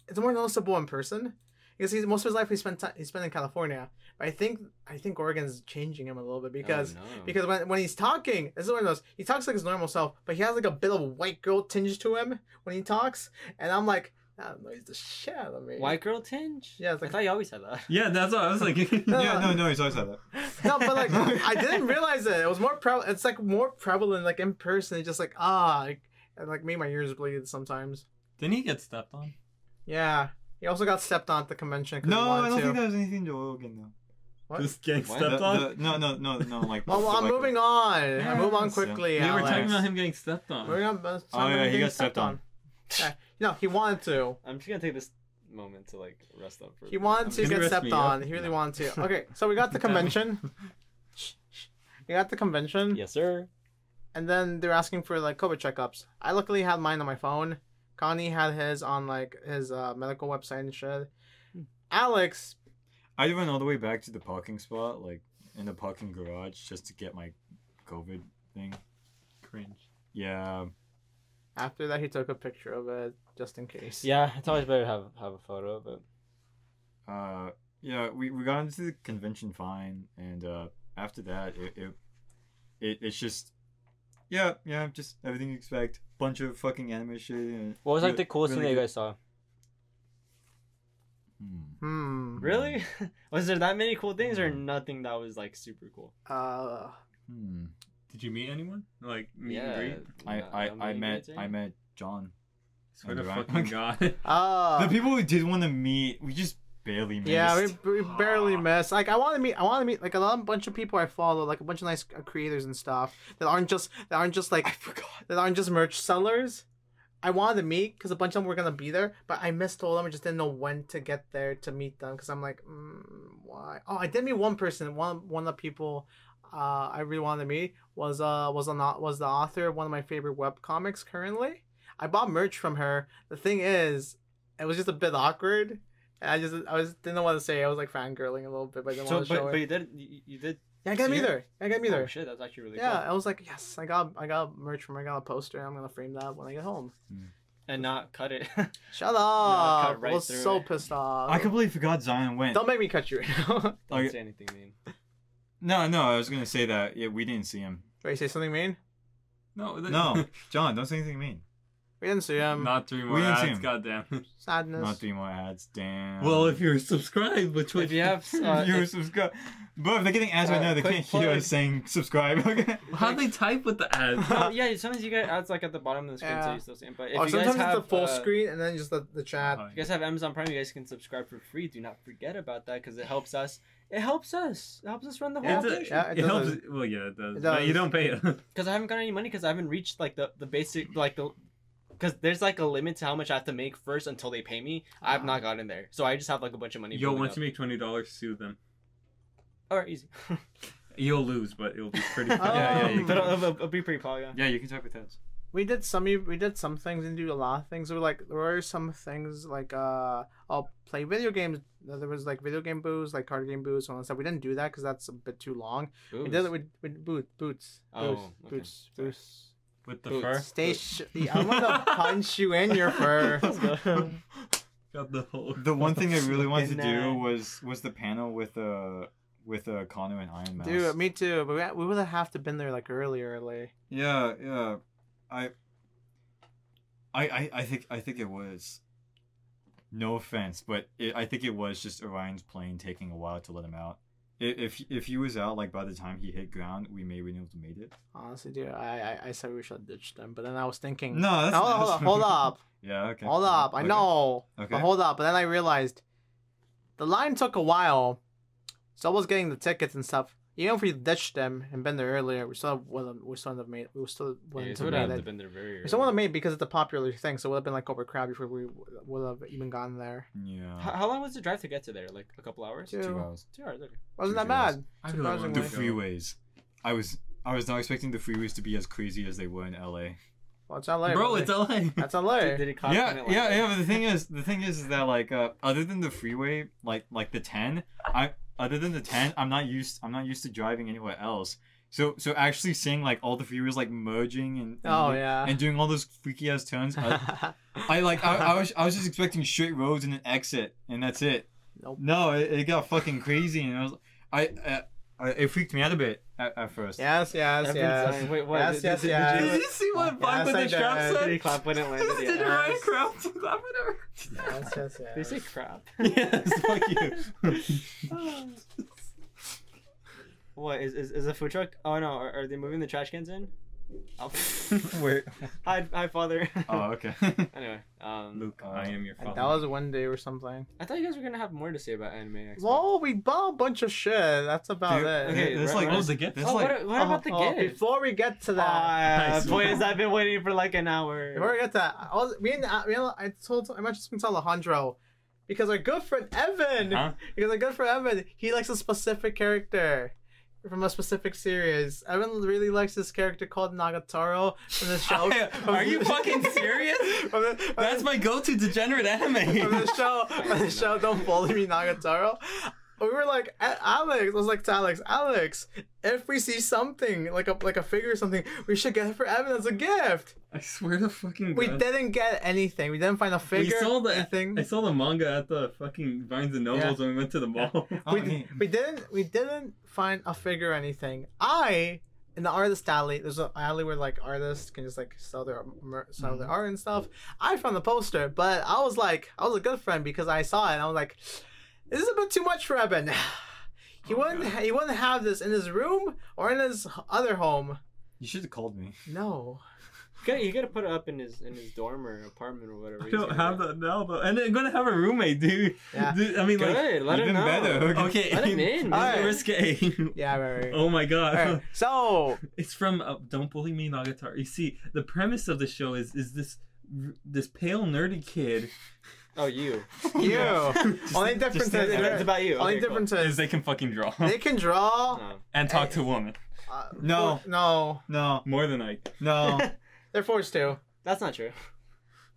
It's more noticeable in person. Because he's, most of his life he spent ti- he spent in California, but I think I think Oregon's changing him a little bit because oh, Mm. no. because when, when he's talking, this is one of those. He talks like his normal self, but he has like a bit of white girl tinge to him when he talks, and I'm like, that annoys the shit out of me. white girl tinge. Yeah, it's I like- thought you always had that. Yeah, that's what I was like. yeah, no, no, he's always like that. No, but like I didn't realize it. It was more pre. It's like more prevalent, like in person. It's just like ah, like, and like made my ears bleed sometimes. Didn't he get stepped on? Yeah. He also got stepped on at the convention. 'cause he No, wanted I don't to. think that was anything to Oregon though. What? Just getting What? stepped The- on. the- no, no, no, no. Like. Well, well, I'm moving on. I move on Yeah, so- quickly. we were Alex. talking about him getting stepped on. We're not- uh, Oh, yeah, somebody he getting got stepped on. Yeah. No, he wanted to. I'm just gonna take this moment to like rest up. For He wanted to Can you get rest stepped me on. up? He really wanted to. Okay, so we got the convention. we got the convention, Yes, sir. and then they're asking for like COVID checkups. I luckily had mine on my phone. Connie had his on like his uh, medical website and shit. Alex, I went all the way back to the parking spot, like in the parking garage, just to get my COVID thing. Cringe. Yeah. after that, he took a picture of it just in case. Yeah, it's always better to have have a photo of it. Uh, yeah. We, we got into the convention fine, and uh, after that, it, it, it it's just, yeah, yeah, just everything you expect. Bunch of fucking anime shit. And What was like re- the coolest really thing that you good- guys saw? Hmm. Hmm. Really? was there that many cool things Mm. or nothing that was like super cool? Uh, Hmm. Did you meet anyone? Like meet and greet? I, I, I met I met John. Swear to Right. fucking god. uh, the people who did want to meet, we just barely missed. Yeah, we, we barely Ah. miss. Like I want to meet, I want to meet like a lot, bunch of people I follow, like a bunch of nice uh, creators and stuff that aren't just that aren't just like I forgot. that aren't just merch sellers. I wanted to meet because a bunch of them were gonna be there, but I missed all of them. I just didn't know when to get there to meet them because I'm like, mm, why? Oh, I did meet one person. One one of the people uh, I really wanted to meet was uh was an au- was the author of one of my favorite web comics currently. I bought merch from her. The thing is, it was just a bit awkward. And I just I was didn't want to say it. I was like fangirling a little bit, but I didn't So, want to show but, it. but you did you, you did yeah, I got me see it? there. I got me Oh, there. shit, that's actually really Yeah, cool. I was like, yes, I got I got merch from her. I got a poster. and I'm gonna frame that when I get home. And not cut it. Shut up! cut right I was through so it. pissed off. I completely forgot Zion went. Don't make me cut you. Wait, Don't Okay. say anything mean. No, no, I was gonna say that. Yeah, we didn't see him. you say something mean? No, that- No, John, don't say anything mean. We didn't see him. Not three more didn't see ads, him. goddamn. Sadness. Not three more ads. Damn. Well, if you're subscribed, which If you have, uh, you were if- subscribed, but if they're getting ads Uh, right now, they quick can't hear plug. us saying subscribe. Okay. how they type with the ads? no, yeah, sometimes you get ads like at the bottom of the screen, so Yeah. you still see. it. But if or you guys Oh, sometimes have it's the full uh, screen and then just the, the chat. Oh, If you yeah. guys have Amazon Prime, you guys can subscribe for free. Do not forget about that because it helps us. It helps us. It helps us run the whole It do- operation. Yeah, it it helps. does. Well, yeah, it does. It But you does. don't pay it. Because I haven't got any money because I haven't reached like the the basic like the. Because there's like a limit to how much I have to make first until they pay me. Ah. I've not gotten there, so I just have like a bunch of money. Yo, building once up. you make twenty dollars, sue them. All right, easy. You'll lose, but it'll be pretty. Oh. funny. yeah, yeah, you Um, Oh. But it'll, it'll- it'll be pretty poly. Yeah, you can type with ads. we did some e, we did some things and do a lot of things. There were like there were some things like uh I'll play video games. There was like video game booze, like card game booze, and all that stuff. We didn't do that because that's a bit too long. We did it with, with boot, boots, Oh, boots, okay. boots, boots. With the Boots. fur. Stay. Sh- I'm gonna punch you in your fur. Got the whole. The one thing I really wanted to Fucking do nerd. was was the panel with uh with uh Connor and Iron Mouse. Dude, me too. But we, we would have to been there like earlier, early. yeah, yeah. I, I, I, I think I think it was. No offense, but it, I think it was just Orion's plane taking a while to let him out. I- If if he was out, like by the time he hit ground, we may have been able to made it. Honestly, dude, I, I I said we should have ditched them, but then I was thinking. No, that's Now, hold, up, hold up, Yeah, okay. hold up. I Okay. know, Okay. but hold up. But then I realized the line took a while, so I was getting the tickets and stuff. Even if we ditched them and been there earlier, we still wouldn't. We still would have made. We still Yeah, wouldn't so have it made would it. have been there very We still wouldn't early. have made it because it's a popular thing. So it would have been like overcrowded before we would have even gotten there. Yeah. How, how long was the drive to get to there? Like a couple hours? Two. Two hours. Two hours. Okay. Wasn't Two that hours. bad? I really wanna The Surprisingly. go. freeways. I was I was not expecting the freeways to be as crazy as they were in LA. Well, it's LA. Bro, really. it's LA. that's LA. Did, did it cost yeah, them, like, yeah, yeah. But the thing is, the thing is, is that like uh, other than the freeway, like like the ten, I other than the ten, I'm not used I'm not used to driving anywhere else. So so actually seeing like all the freeways like merging and, and Oh like, yeah. and doing all those freaky ass turns. I, I like I, I was I was just expecting straight roads and an exit and that's it. Nope. No, it, it got fucking crazy and I was I, I, I it freaked me out a bit at, at first. yes, yes, Every yes. time. Wait, what? Yes, Did- yes, did- yes. Did Did you- you see what Yes, Vibe with I the Trap did. did you said? clap when it landed? Did Yeah. Ryan Crowe clap when it landed? yes, yes, They yes. say crap. yes, fuck you. What is, is is a food truck? Oh no, are, are they moving the trash cans in? Oh. Wait. hi, hi, father. Oh, okay. Uh, anyway, um, Luke, I am your That father. was one day or something. I thought you guys were gonna have more to say about anime. Expo. Well, we bought a bunch of shit. That's about Dude, it. Okay, there's right- like right. Oh, the gift? there's oh, like- what, what about the Oh, oh, gift? Before we get to Uh, that, Nice. boys, I've been waiting for like an before hour. we get to that, I was, me and I, me and I told I mentioned something to Alejandro because our good friend Evan, Huh? because our good friend Evan, he likes a specific character. From a specific series, Evan really likes this character called Nagatoro from the show. Are you fucking serious? from the- from That's the- my go-to degenerate from anime. the show, from the show, don't bully me, Nagataro. We were like, "A- Alex, I was like to Alex, Alex, if we see something like a like a figure or something, we should get it for Evan as a gift. I swear to fucking We God. didn't get anything. We didn't find a We figure. saw the anything. I saw the manga at the fucking Barnes and Nobles Yeah. when we went to the mall. Oh, we, hey. we didn't we didn't find a figure or anything. I in the artist alley, there's an alley where like artists can just like sell their mer- sell their art and stuff. I found the poster, but I was like, I was a good friend because I saw it and I was like, this is a bit too much for Eben. He wouldn't he wouldn't have this in his room or in his other home. You should have called me. No. You gotta, you gotta put it up in his in his dorm or apartment or whatever. I he's don't gonna have do. that now though, and I'm gonna have a roommate, dude. Yeah. Dude, I mean, like, Good. Let him Even know. better. okay, Let him in. This All man. is right. risque. Yeah, right, right. Oh my god. Alright, so It's from uh, Don't Bully Me Nagataro. You see, the premise of the show is is this this pale nerdy kid Oh, you. you Just- only just difference stand is there. It's about you. only Okay, cool. Oh. difference is is they can fucking draw they can draw. No. and talk to a woman Uh, No. no, No, more than I. no. they're forced to. That's not true.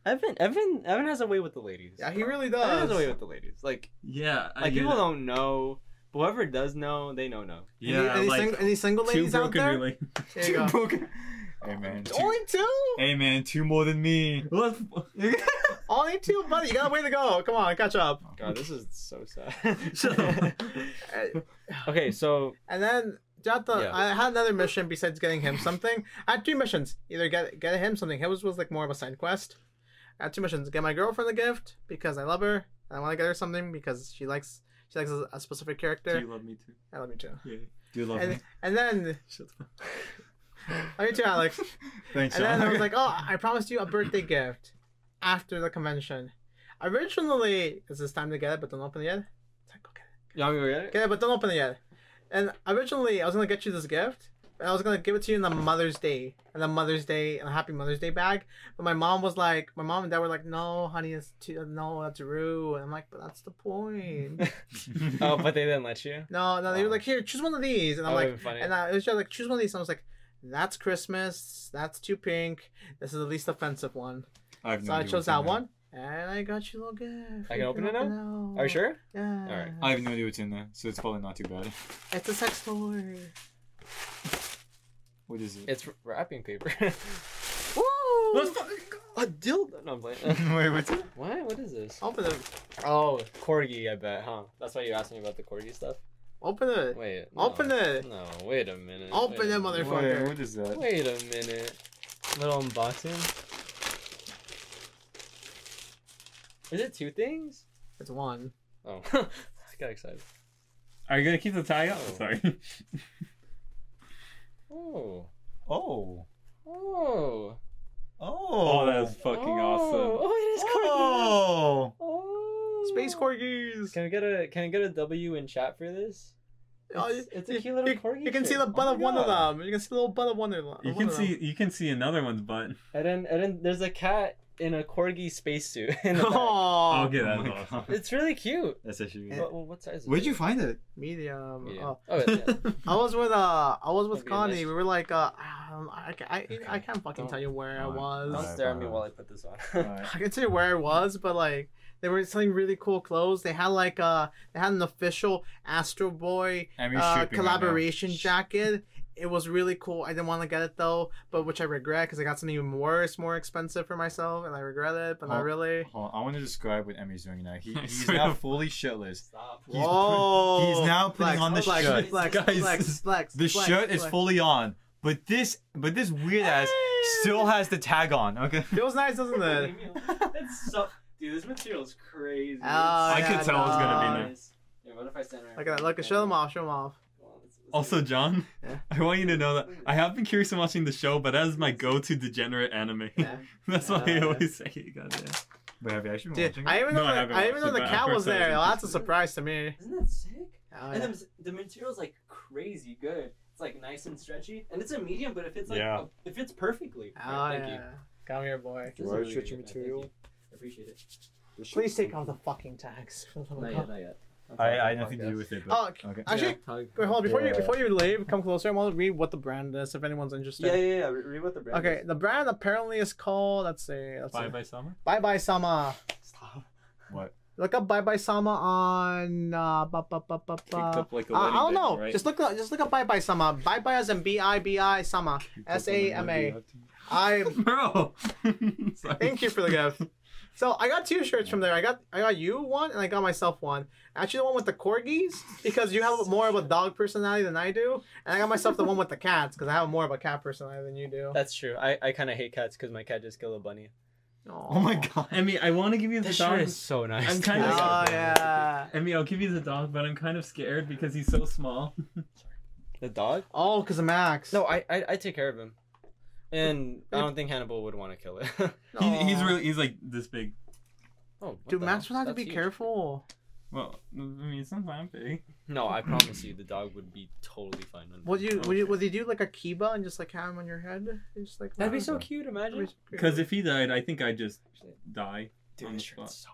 Evan, Evan, Evan has a way with the ladies. Yeah, he really Evan has a way does. with the ladies. Like, Yeah, I like get people it. don't know. but Whoever does know, they know no. Yeah, any, any, like sing- any single two ladies out broken there? relationships. There you go. broken. Hey man, two, Only two? hey man, two more than me. What? Only two, buddy. You got a way to go. Come on, catch up. God, this is so sad. Shut up. Uh, okay, so And then throughout the, Yeah. I had another mission besides getting him something. I had two missions. Either get get him something. His was like more of a side quest. I had two missions. Get my girlfriend a gift because I love her and I want to get her something because she likes she likes a, a specific Do character. you love me too? I love you too. Yeah. Do you love me? And, and then Shut the fuck up. love you too, Alex. Thanks. And then Sean. I was like, oh, I promised you a birthday gift after the convention. Originally, is this time to get it, but don't open it yet? It's like, go get you want me to get it. it? Get it, but don't open it yet. And originally, I was going to get you this gift, and I was going to give it to you on the Mother's Day, and the Mother's Day, and a Happy Mother's Day bag. But my mom was like, my mom and dad were like, no, honey, it's too, no, that's rude. And I'm like, but that's the point. Oh, but they didn't let you. no, no, they were like, here, choose one of these. And I'm That like, would've been funny. and I, it was just like, choose one of these. And I was like, That's Christmas. That's too pink. This is the least offensive one. I have So no I idea chose what's in that there. one. And I got you a little gift. I can You open it now? now? Are you sure? Yeah. Alright. I have no idea what's in there, so it's probably not too bad. It's a sex toy. What is it? It's wrapping paper. Woo! Let's fucking go. a dildo. No, I'm playing. Wait, what's it? what? What is this? Open it. Oh, corgi. I bet, huh? That's why you asked me about the corgi stuff. Open it. Wait. no. Open it. No, wait a minute. Open wait a it, minute. motherfucker. Wait, what is that? Wait a minute. Little unboxing. Is it two things? It's one. Oh, I got excited. Are you gonna keep the tie up? Oh. Sorry. Oh. Oh. Oh. Oh. Oh, that's fucking Oh, awesome. Oh, it is corgi. Oh. Oh. Space corgis. Can we get a Can we get a W in chat for this? Oh, It's- it's a you- cute little you, corgi You can see kid. the Oh butt my of one of God. them. You can see the little butt of one of them. You one can of them. see you can see another one's butt. And then and then there's a cat in a corgi spacesuit. in the back. Aw. I'll get Oh that. my as well. God. It's really cute. That's actually Eh. good. What, what size? Is Where'd it? you find it? Medium. Yeah. Oh. Oh, yeah. I was with uh, I was with That'd be a nice- Connie. We were like, uh, um, I, I, I, I Okay. can't fucking Don't- tell you where I Alright. was. Don't Alright, stare at me fine. while I put this on. Alright. I can tell you where I was, but like they were selling really cool clothes. They had like uh, they had an official Astro Boy I'm uh, collaboration jacket. It was really cool. I didn't want to get it though, but which I regret because I got something even worse, more expensive for myself, and I regret it, but Oh. not really. Hold on, I want to describe what Emmy's doing now. He, I he's swear now to- fully shitless. Stop. He's put- Whoa! he's now putting Flex, on the flex, shirt. Flex, Guys, flex, flex, The flex, shirt is flex. fully on, but this but this weird ass still has the tag on. Okay. Feels nice, doesn't it? That's so. Dude, this material's crazy. Oh, It's- I could yeah, tell it was gonna be no. nice. Yeah, what if I stand right? Look at that. Look, show them off. Show them off. Also, John, Yeah. I want you to know that I have been curious in watching the show, but that is my go-to degenerate anime. Yeah. That's why I Uh, always say it. Goddamn. Wait, have you actually been Dude, watching I it? even No, know I that, haven't I even watched know it, the but at cat first was I was there. Well, that's a interested. surprise to me. Isn't that sick? Oh, And yeah. the, the material's like crazy good. It's like nice and stretchy, and it's a medium, but it fits like Yeah. a, it fits perfectly. Oh, Thank yeah. you. Come here, boy. This is Why really stretchy good, man. Thank material? you. I appreciate it. Please take off the fucking tags. Not yet, not yet. I, I had nothing to do with it. Oh, But, okay. Actually, wait, hold on. Before you Yeah. before you leave, come closer. I want to read what the brand is, if anyone's interested. Yeah, yeah, yeah. Re- Read what the brand. Okay, the brand apparently is called. Let's see. Let's Bye see. bye summer. Bye bye Sama. Stop. What? Look up Bye Bye Sama on. Uh, ba, ba, ba, ba, ba. Uh, I don't know. Just look up. Just look up Bye Bye Sama. Bye Bye as in B I B I Sama. S A M A. I Bro. Sorry. Thank you for the gift. So I got two shirts from there. I got I got you one and I got myself one. Actually, the one with the corgis because you have more of a dog personality than I do, and I got myself the one with the cats because I have more of a cat personality than you do. That's true. I, I kind of hate cats because my cat just killed a bunny. Oh my god. Emmy, I want to give you the This dog. shirt is so nice. I'm kinda- Oh yeah. Emmy, I'll give you the dog, but I'm kind of scared because he's so small. The dog? Oh, because of Max. No, I, I I take care of him, and I don't think Hannibal would want to kill it. He, he's really he's like this big. oh, what Dude, the Max hell? would have to That's be huge. careful. Well, I mean it's not that big. No, I promise you, the dog would be totally fine. with it. Would you would you would you do like a kiba and just like have him on your head? And Just like That'd be so cute. Imagine. Because if he died, I think I'd just die. Dude, on this the shirt's so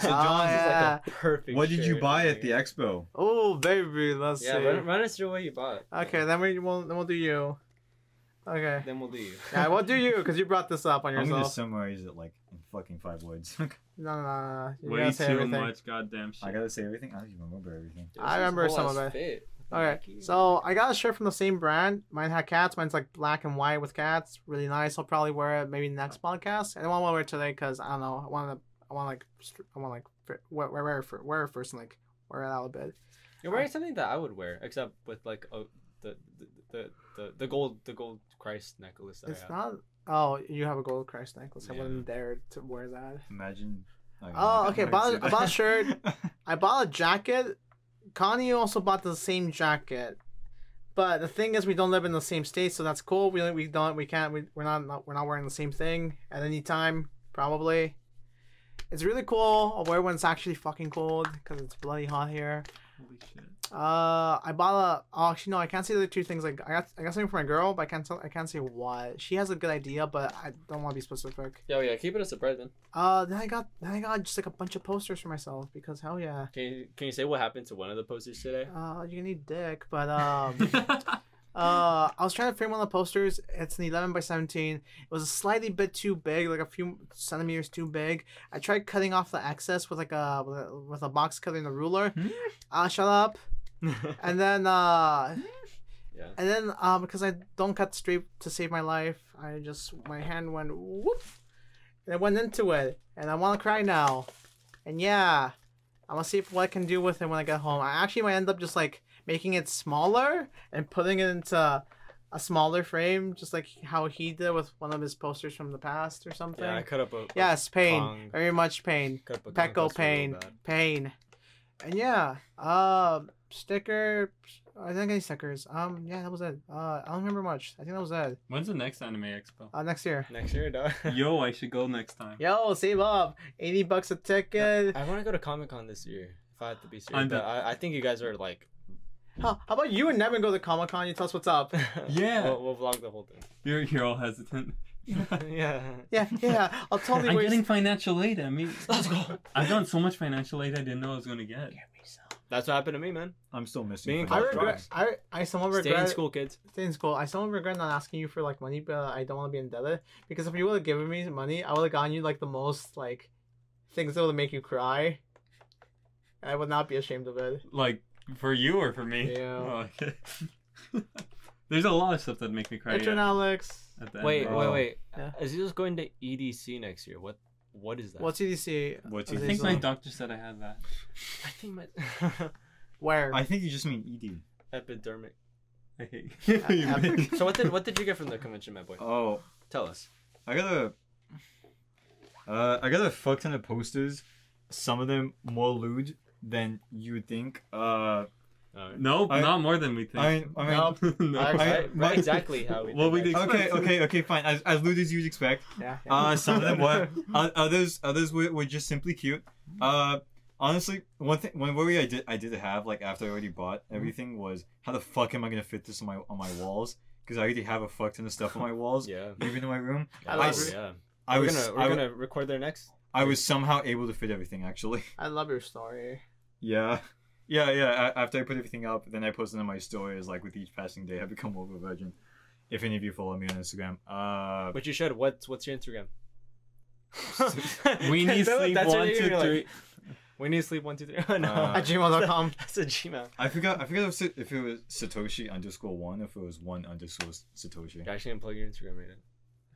nice. So Oh, John's is yeah. Like a perfect. What did you shirt. buy at the expo? oh baby, let's Yeah, see. run, run us through what you bought. Okay, then we will then we'll do you. Okay. Then we'll do you. Yeah, we'll do you because you brought this up on I'm gonna yourself. summarize it like in fucking five words. No, no, no, no. You Way gotta too say everything. much goddamn shit. I gotta say everything. I don't even remember everything. Dude, I this is remember whole some ass of it. fit. Okay, Nike. so I got a shirt from the same brand. Mine had cats. Mine's like black and white with cats. Really nice. I'll probably wear it maybe next podcast. And I want to wear it today because I don't know. I want to. I want like. str- I want like fir- wear wear wear it, fir- wear it first and like wear it out a bit. You're wearing something that I would wear, except with like a, the, the the the the gold the gold Christ necklace that It's I have. not. Oh, you have a gold Christ necklace. I Yeah. wouldn't dare to wear that. Imagine. I don't Oh, know. okay, I about- said that. about shirt. I bought a jacket. Connie also bought the same jacket, but the thing is, we don't live in the same state, so that's cool. We we don't we can't we we're not, not we're not wearing the same thing at any time probably. It's really cool. I'll wear it when it's actually fucking cold because it's bloody hot here. Holy shit. Uh, I bought a. Oh, actually, no, I can't say the two things. Like, I got I got something for my girl, but I can't tell. I can't say what. She has a good idea, but I don't want to be specific. Yeah, yeah. Keep it a surprise then. Uh, then I got then I got just like a bunch of posters for myself because hell yeah. Can you, can you say what happened to one of the posters today? Uh, you can eat dick, but um. Uh, I was trying to frame one of the posters. It's an 11 by 17. It was a slightly bit too big, like a few centimeters too big. I tried cutting off the excess with like a with a, with a box cutter and a ruler. Hmm? Uh, shut up. And then uh, Yeah. and then um, because I don't cut straight to save my life, I just my hand went whoop, and I went into it, and I want to cry now, and yeah, I'm gonna see if what I can do with it when I get home. I actually might end up just like making it smaller and putting it into a smaller frame, just like how he did with one of his posters from the past or something. Yeah, I cut up a. a- yes, pain, Kong. very much pain cut up a peckle conquest really pain bad. pain and yeah um sticker i didn't get any stickers um yeah that was it uh i don't remember much i think that was it When's the next anime expo? uh next year Next year, dog. Yo, I should go next time. yo save up 80 bucks a ticket I want to go to Comic Con this year. If I had to be serious, I'm but done. I, I think you guys are like. Huh, how about you and Nevin go to comic-con you tell us what's up Yeah. We'll, we'll vlog the whole You're you're all hesitant. thing. yeah. yeah yeah i'll totally I'm waste getting financial aid. I mean, Let's go. I've gotten so much financial aid I didn't know I was gonna get. That's what happened to me, man. I'm still missing. Me and i financial regret aid. i i somewhat Stay in regret school, kids. stay in school i somewhat regret not asking you for like money but i don't want to be indebted because if you would have given me money i would have gotten you like the most like things that would make you cry and i would not be ashamed of it Like for you or for me? Yeah. Oh, okay. There's a lot of stuff that make me cry. Intern At, Alex. at the Wait, end. Oh. wait, wait. Yeah. Aziz is going to EDC next year. What? What is that? What's EDC? What's I EDC? think my doctor said I had that. I think my Where? I think you just mean E ED. epidermic. I hate epic. So what did what did you get from the convention, my boy? Oh, Tell us. I got a. Uh, I got a fuck ton of posters. Some of them more lewd than you would think. Uh, Nope, I- not more than we think. I, I mean, Nope. no. I- I- Right, right, exactly how we. Well, did we that. did- okay, okay, okay, fine. As, as lewd as you'd expect. Yeah. Uh, some of them were. O- others, others were, were just simply cute. Uh, honestly, one thing, one worry I did, I did have like after I already bought Mm-hmm. everything was how the fuck am I gonna fit this on my on my walls? Because I already have a fuck ton of stuff on my walls, Yeah. even in my room. I Oh, love s- yeah. I we're was, gonna we're I, wa- gonna record their next. I was somehow able to fit everything actually. I love your story. Yeah. Yeah, yeah. a- After I put everything up, then I posted on my stories like with each passing day, I become more of a virgin. If any of you follow me on Instagram, uh, But you should. What's what's your Instagram? We need That's what- sleep that's what one, you're two, like- three. We need sleep one two three. Oh, no, Uh, At gmail.com. that's a Gmail. I forgot. I forgot if it, if it was Satoshi underscore one, if it was one underscore s- Satoshi. You're actually gonna plug your Instagram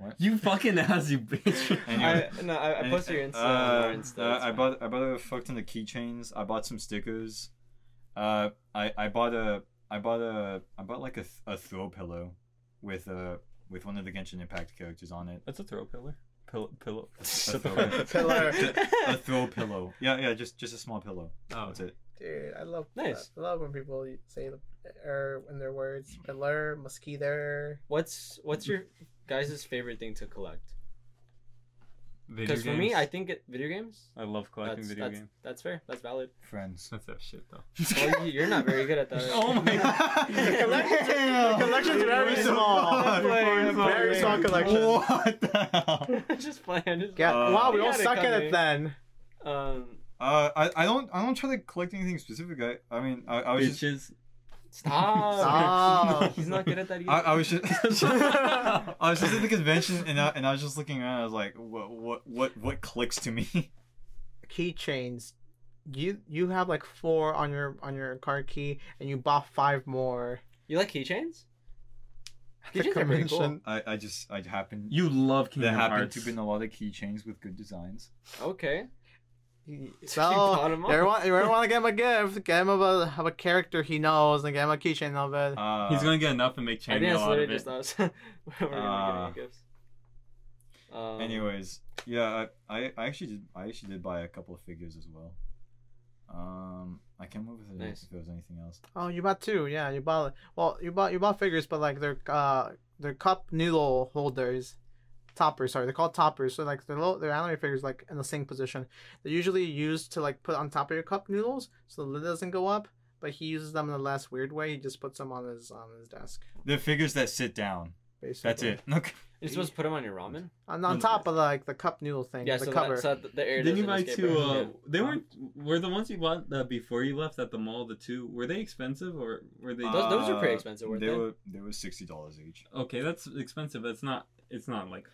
right You fucking ass, you bitch. And- now. Anyway. I, no, I, I And- posted your Insta. uh, on our Insta, uh, it's I fine. bought. I bought a fuck ton of keychains. I bought some stickers. Uh, I I bought a. I bought a. I bought like a, th- a throw pillow, with uh with one of the Genshin Impact characters on it. That's a throw pillar. Pillow, pillow. throw- Pillar. A throw pillow. Yeah, yeah. Just just a small pillow. Oh, That's it. Dude, I love Nice. I love when people say the er in their words. Pillar, mosquito. What's what's your guys' favorite thing to collect? video Because for me, games. I think it, video games. I love collecting That's, video that's, games. that's fair. That's valid. Friends. That's that shit though. Well, you- you're not very good at that. Oh my The collection's very Where's the small. phone? Very small. Very small collection. What the hell? just playing. Just, Yeah. Uh, wow, we all Yeah, they suck at come it in. then. Um, Uh, I, I don't I don't try to collect anything specific. I I mean I, I was just Bitches. Ah. stop. He's not good at that either. I, I was just Shut I was just at the convention and I, and I was just looking around. I was like, what what what what clicks to me? Keychains. You you have like four on your on your card key and you bought five more. you like keychains? The Keychains are pretty cool. convention. I, I just I happened You love there Kingdom happened Hearts. to be a lot of keychains with good designs. Okay. So him up. everyone, everyone want to get him a gift. Get him of a of a character he knows, and get him a keychain of it. Uh, He's gonna get enough and make I chain think mail that's out of literally it. Uh, just us. We're gonna Ah. get any gifts. Um, Anyways, yeah, I, I I actually did I actually did buy a couple of figures as well. Um, I can't remember if there, Nice. if there was anything else. Oh, you bought two. Yeah, you bought. Well, you bought you bought figures, but like they're uh they're cup noodle holders, toppers. Sorry, they're called toppers. So like they're little, they're anime figures like in the same position. They're usually used to like put on top of your cup noodles so the lid doesn't go up. But he uses them in a less weird way. He just puts them on his on his desk. The figures that sit down. basically. That's it. Okay. You're supposed to put them on your ramen. On, on top of like the cup noodle thing, Yeah, the so, cover. that, so that the air. Didn't you buy doesn't escape two? it. Uh, Yeah. they weren't. Were the ones you bought uh, before you left at the mall? The two were they expensive or were they? Those- those are pretty Uh, expensive, weren't They they? were they were sixty dollars each. okay, that's expensive. That's not. It's not like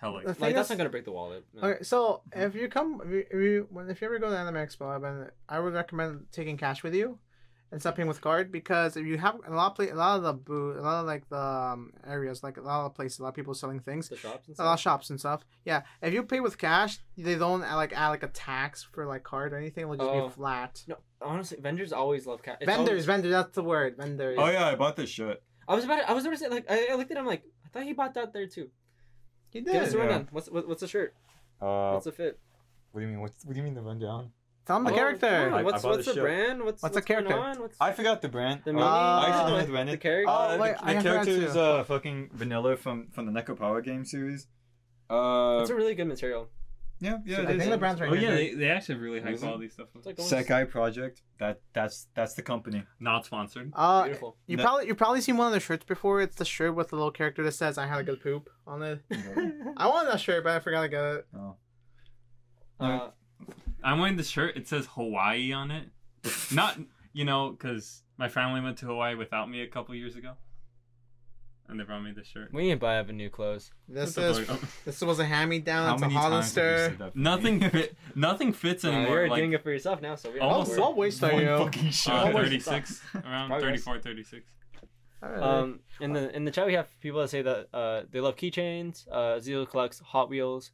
hell. The Like, thing Like that's is- not gonna break the wallet. No. Okay, so if you come, if you, if you when if you ever go to Anime Expo, I, mean, I would recommend taking cash with you, and stop paying with card because if you have a lot of pla a lot of the boo, a lot of like the um, areas, like a lot of places, a lot of people selling things, The shops and a lot of stuff. shops and stuff. Yeah, if you pay with cash, they don't uh, like add like a tax for like card or anything. It'll just Oh. be flat. Honestly, vendors always love cash. vendors, vendors, that's the word. Vendors. Oh yeah, I bought this shirt. I was about. To, I was gonna say like I, I looked at him like I thought he bought that there too. you Give us did. a Yeah. rundown. What's what, what's the shirt? Uh, What's the fit? what do you mean? What's, what do you mean the rundown? Tell them the Oh, character. come on, I- What's I bought what's the the shirt. brand? What's What's the going character? on? What's I forgot the brand. the Uh, meaning? I actually Ah, know the brand. the character. Uh, wait, the, I the have that character too. is uh, fucking vanilla from from the Neko Power game series. Uh, it's a really good material. yeah, yeah. I it is. think the brand's right oh here. yeah, they, they actually have really high Isn't- quality stuff. It's like almost Sekai Project. That that's that's the company. Not sponsored. Uh, beautiful. you No. probably you probably seen one of the shirts before. It's the shirt with the little character that says "I had a good poop" on it. I wanted that shirt, but I forgot to get it. Oh. Uh, I'm wearing the shirt. It says Hawaii on it. Not you know because my family went to Hawaii without me a couple years ago, and they brought me the shirt. we need to buy up new clothes. This What is the fuck? Oh, this was a hand me down. How It's a many times have you said Hollister. that? for me? nothing fit, nothing fits Uh, anymore. you're like, doing it for yourself now, so we don't Almost- have to worry. What waist are One you? fucking uh, shot. Always. 36 around Progress. 34 36 Alright. Um, in the in the chat, we have people that say that uh, they love keychains. Uh, Zelo collects Hot Wheels.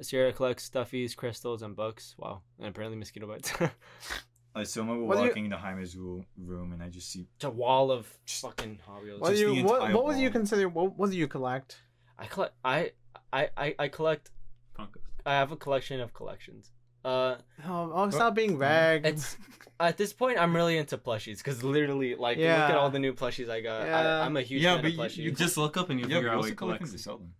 Sierra collects stuffies, crystals, and books. Wow, and apparently mosquito bites. I still remember What do you- walking into Jaime's ru- room and I just see it's a wall of fucking Hot Wheels. what do just the you what, entire what would you wall. consider? What, what do you collect? I collect. I I I, I collect. Punkos. I have a collection of collections. Uh, Oh, oh stop being vague. it's at this point I'm really into plushies because literally, like, look Yeah. at all the new plushies I got. Yeah. I, I'm a huge Yeah, fan but of you- plushies. you just look up and you figure out what collects sell them.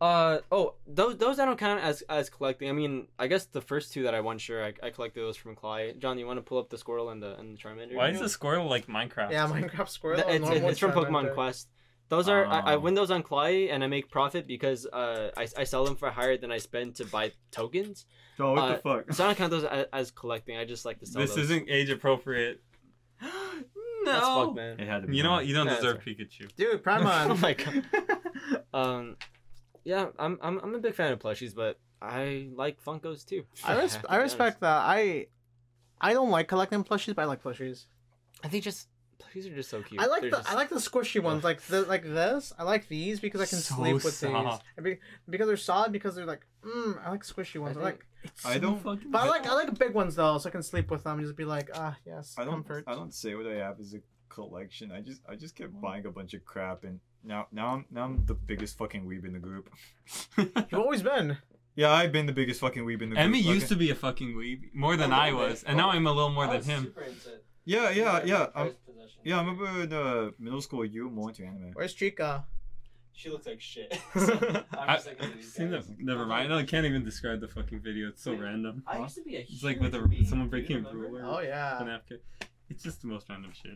Uh oh, those those I don't count as as collecting. I mean, I guess the first two that I won, sure, I, I collected those from Clyde. John, you want to pull up the squirrel and the and the Charmander? why is the squirrel like minecraft yeah, Minecraft squirrel. The- it's, it's, normal it's from Pokemon Charmander. Quest. Those are I, I Ah. Oh. win those on Clyde and I make profit because uh I, I sell them for higher than I spend to buy tokens. Oh, what Uh, the fuck? So I don't count those as, as collecting. I just like to sell this those. isn't age appropriate That's fucked, no man. It had to be you know done. what you don't Nah, deserve pikachu Dude, uh, oh Primon. my god. um, yeah, I'm I'm I'm a big fan of plushies, but I like Funkos too. I, res- have to I be respect that. I I don't like collecting plushies, but I like plushies. honest. I think just plushies are just so cute. I like the They're just- I like the squishy ones, like the, like this. I like these because I can So sleep with soft. these, and be- because they're solid. Because they're like, mm, I like squishy ones. I, think- like, I don't. fucking but I like I like big ones though, so I can sleep with them and just be like, ah, yes, I don't. comfort. I don't say what I have as a collection. I just. I just kept buying a bunch of crap, and now, now I'm, now I'm the biggest fucking weeb in the group. You've always been. Yeah, I've been the biggest fucking weeb in the group. emmy used okay. to be a fucking weeb more Oh, than i was and now i'm a little more than him Yeah, yeah, yeah. i yeah, I remember in uh, middle school you were more into anime. Where's Chica? She looks like shit. I- i've seen that never mind i can't even describe the fucking video it's so random I used to be a it's like with a, someone breaking a ruler Oh with a yeah. napkin. it's just the most random shit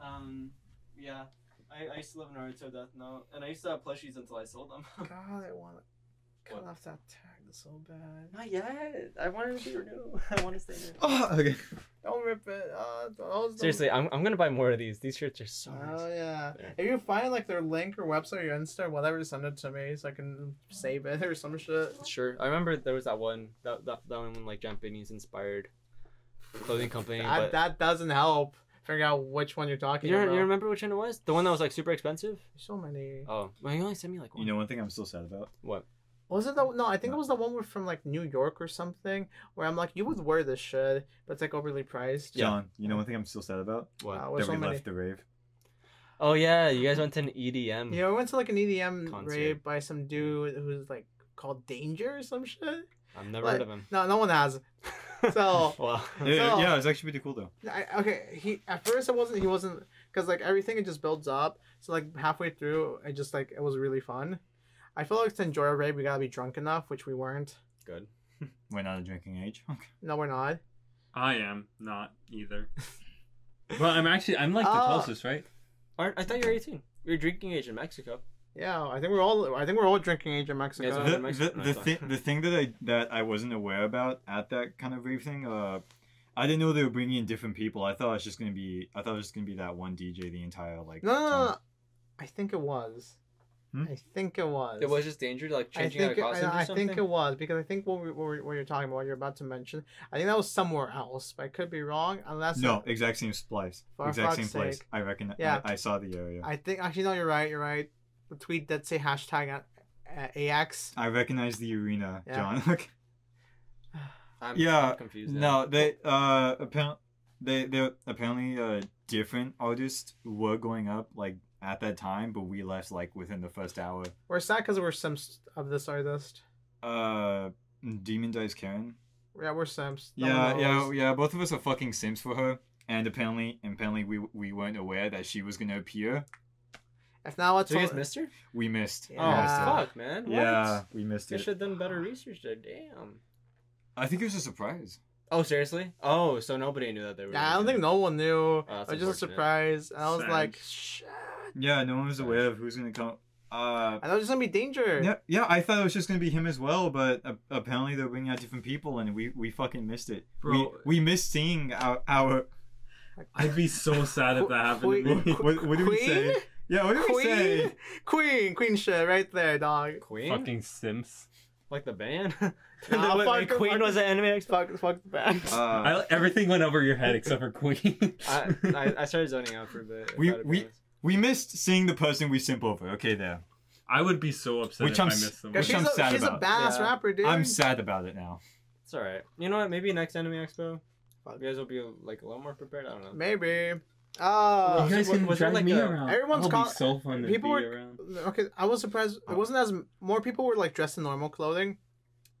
Um, yeah. I, I used to love Naruto Death Note, and I used to have plushies until I sold them. God, I want to cut off that tag so bad. Not yet. I wanted to be renewed. I want to stay new. Oh, okay. Don't rip it. Uh, those- Seriously, I'm, I'm gonna buy more of these. These shirts are so Oh nice. yeah. There. If you find like their link or website or Insta or whatever, send it to me so I can save it or some shit. Sure. I remember there was that one that that, that one like Japanese inspired clothing company. That, but that doesn't help. Figure out which one you're talking you, don't- about. you remember which one it was? The one that was like super expensive? so many. Oh, well, you only sent me like You one. know one thing I'm still sad about. what? Was it the no? I think it was the one where- from like New York or something. Where I'm like, you would wear this shit, but it's like overly priced. John, you know one thing I'm still sad about. What? Wow, that Uh, so we many. left the rave. Oh yeah, you guys went to an E EDM. Yeah, I went to like an E EDM Concert. rave by some dude who's like called Danger or some shit. I've never Like- heard of him. No, no one has. So- well, Yeah, So- yeah, it's actually pretty cool though. I, okay, he at first it wasn't. He wasn't because like everything it just builds up. So like halfway through, I just like it was really fun. I feel like to enjoy a rave, we gotta be drunk enough, which we weren't. good. We're not a drinking age. No, we're not. I am not either. but I'm actually I'm like the Oh. Ah. closest, right? Aren't I thought you were 18. We were drinking age in Mexico. Yeah, I think we're all I think we're all drinking age in Mexico. Yeah, it's the, Uh, Mexico, the, the, Mexico. thi- the thing that I that I wasn't aware about at that kind of rave thing, uh, I didn't know they were bringing in different people. I thought it was just gonna be I thought it was just gonna be that one DJ the entire like. no, no, no, time. no. I think it was. Oh. Hmm? I think it was. It was just danger, like I changing out of think costume I, I or something. think it was because I think what, we, what, we, what you're talking about, what you're about to mention, I think that was somewhere else, but I could be wrong. Unless No, exact same splice. For exact fuck's same place. sake. I reckon. Yeah. I, I saw the area. I, I think actually no, you're right. You're right. The tweet did say hashtag at, at AX. recognize the arena, Yeah. John. Okay. I'm Yeah, confused. now. no, they uh apparently they they apparently uh different artists were going up like at that time, but we left like within the first hour. We're sad because we're Sims of this artist. Uh, Demon Dice Karen. Yeah, we're Sims. No one Yeah, yeah, knows. yeah. Both of us are fucking sims for her, and apparently, apparently, we we weren't aware that she was gonna appear. If not, let's So you guys missed her? We missed. We Oh missed it. Yeah. fuck, man! What? Yeah, we missed I it. should have done better research there. Damn. I think it was a surprise. Oh seriously? Oh, so nobody knew that they were. yeah, I don't think no one knew. that's it was just a unfortunate. surprise. And I was Sad. like, shit. Yeah, no one was aware of who's gonna come. Uh, I thought it was gonna be danger. yeah, yeah. I thought it was just gonna be him as well, but uh, apparently they're bringing out different people, and we we fucking missed it. Bro. We we missed seeing our our. I'd be so sad if that happened to Wait, me. Qu- What, what did we say? Queen? Yeah, what did we Queen, say? queen, queen shit right there, dog. Queen, Fucking Sims. like the band. Nah, Wait, wait, fuck- Queen fuck- was an anime expert. Fuck, fuck the bags. I, Uh, everything went over your head except for Queen. I, I, I started zoning out for a bit. if We- I had to be we- honest. we missed seeing the person we simp over. Okay, there. I would be so upset Which if I'm i s- missed them. Yeah, Which she's I'm a, sad she's a about. badass Yeah. rapper, dude. I'm sad about it now. It's all right. You know what? Maybe next anime expo, Fuck. you guys will be like a little more prepared. I don't know. Maybe. Uh, you was- guys can was there drag like me a- around. everyone's I'll call- be so fun to people be were- around. okay. I was surprised. It wasn't as more people were like dressed in normal clothing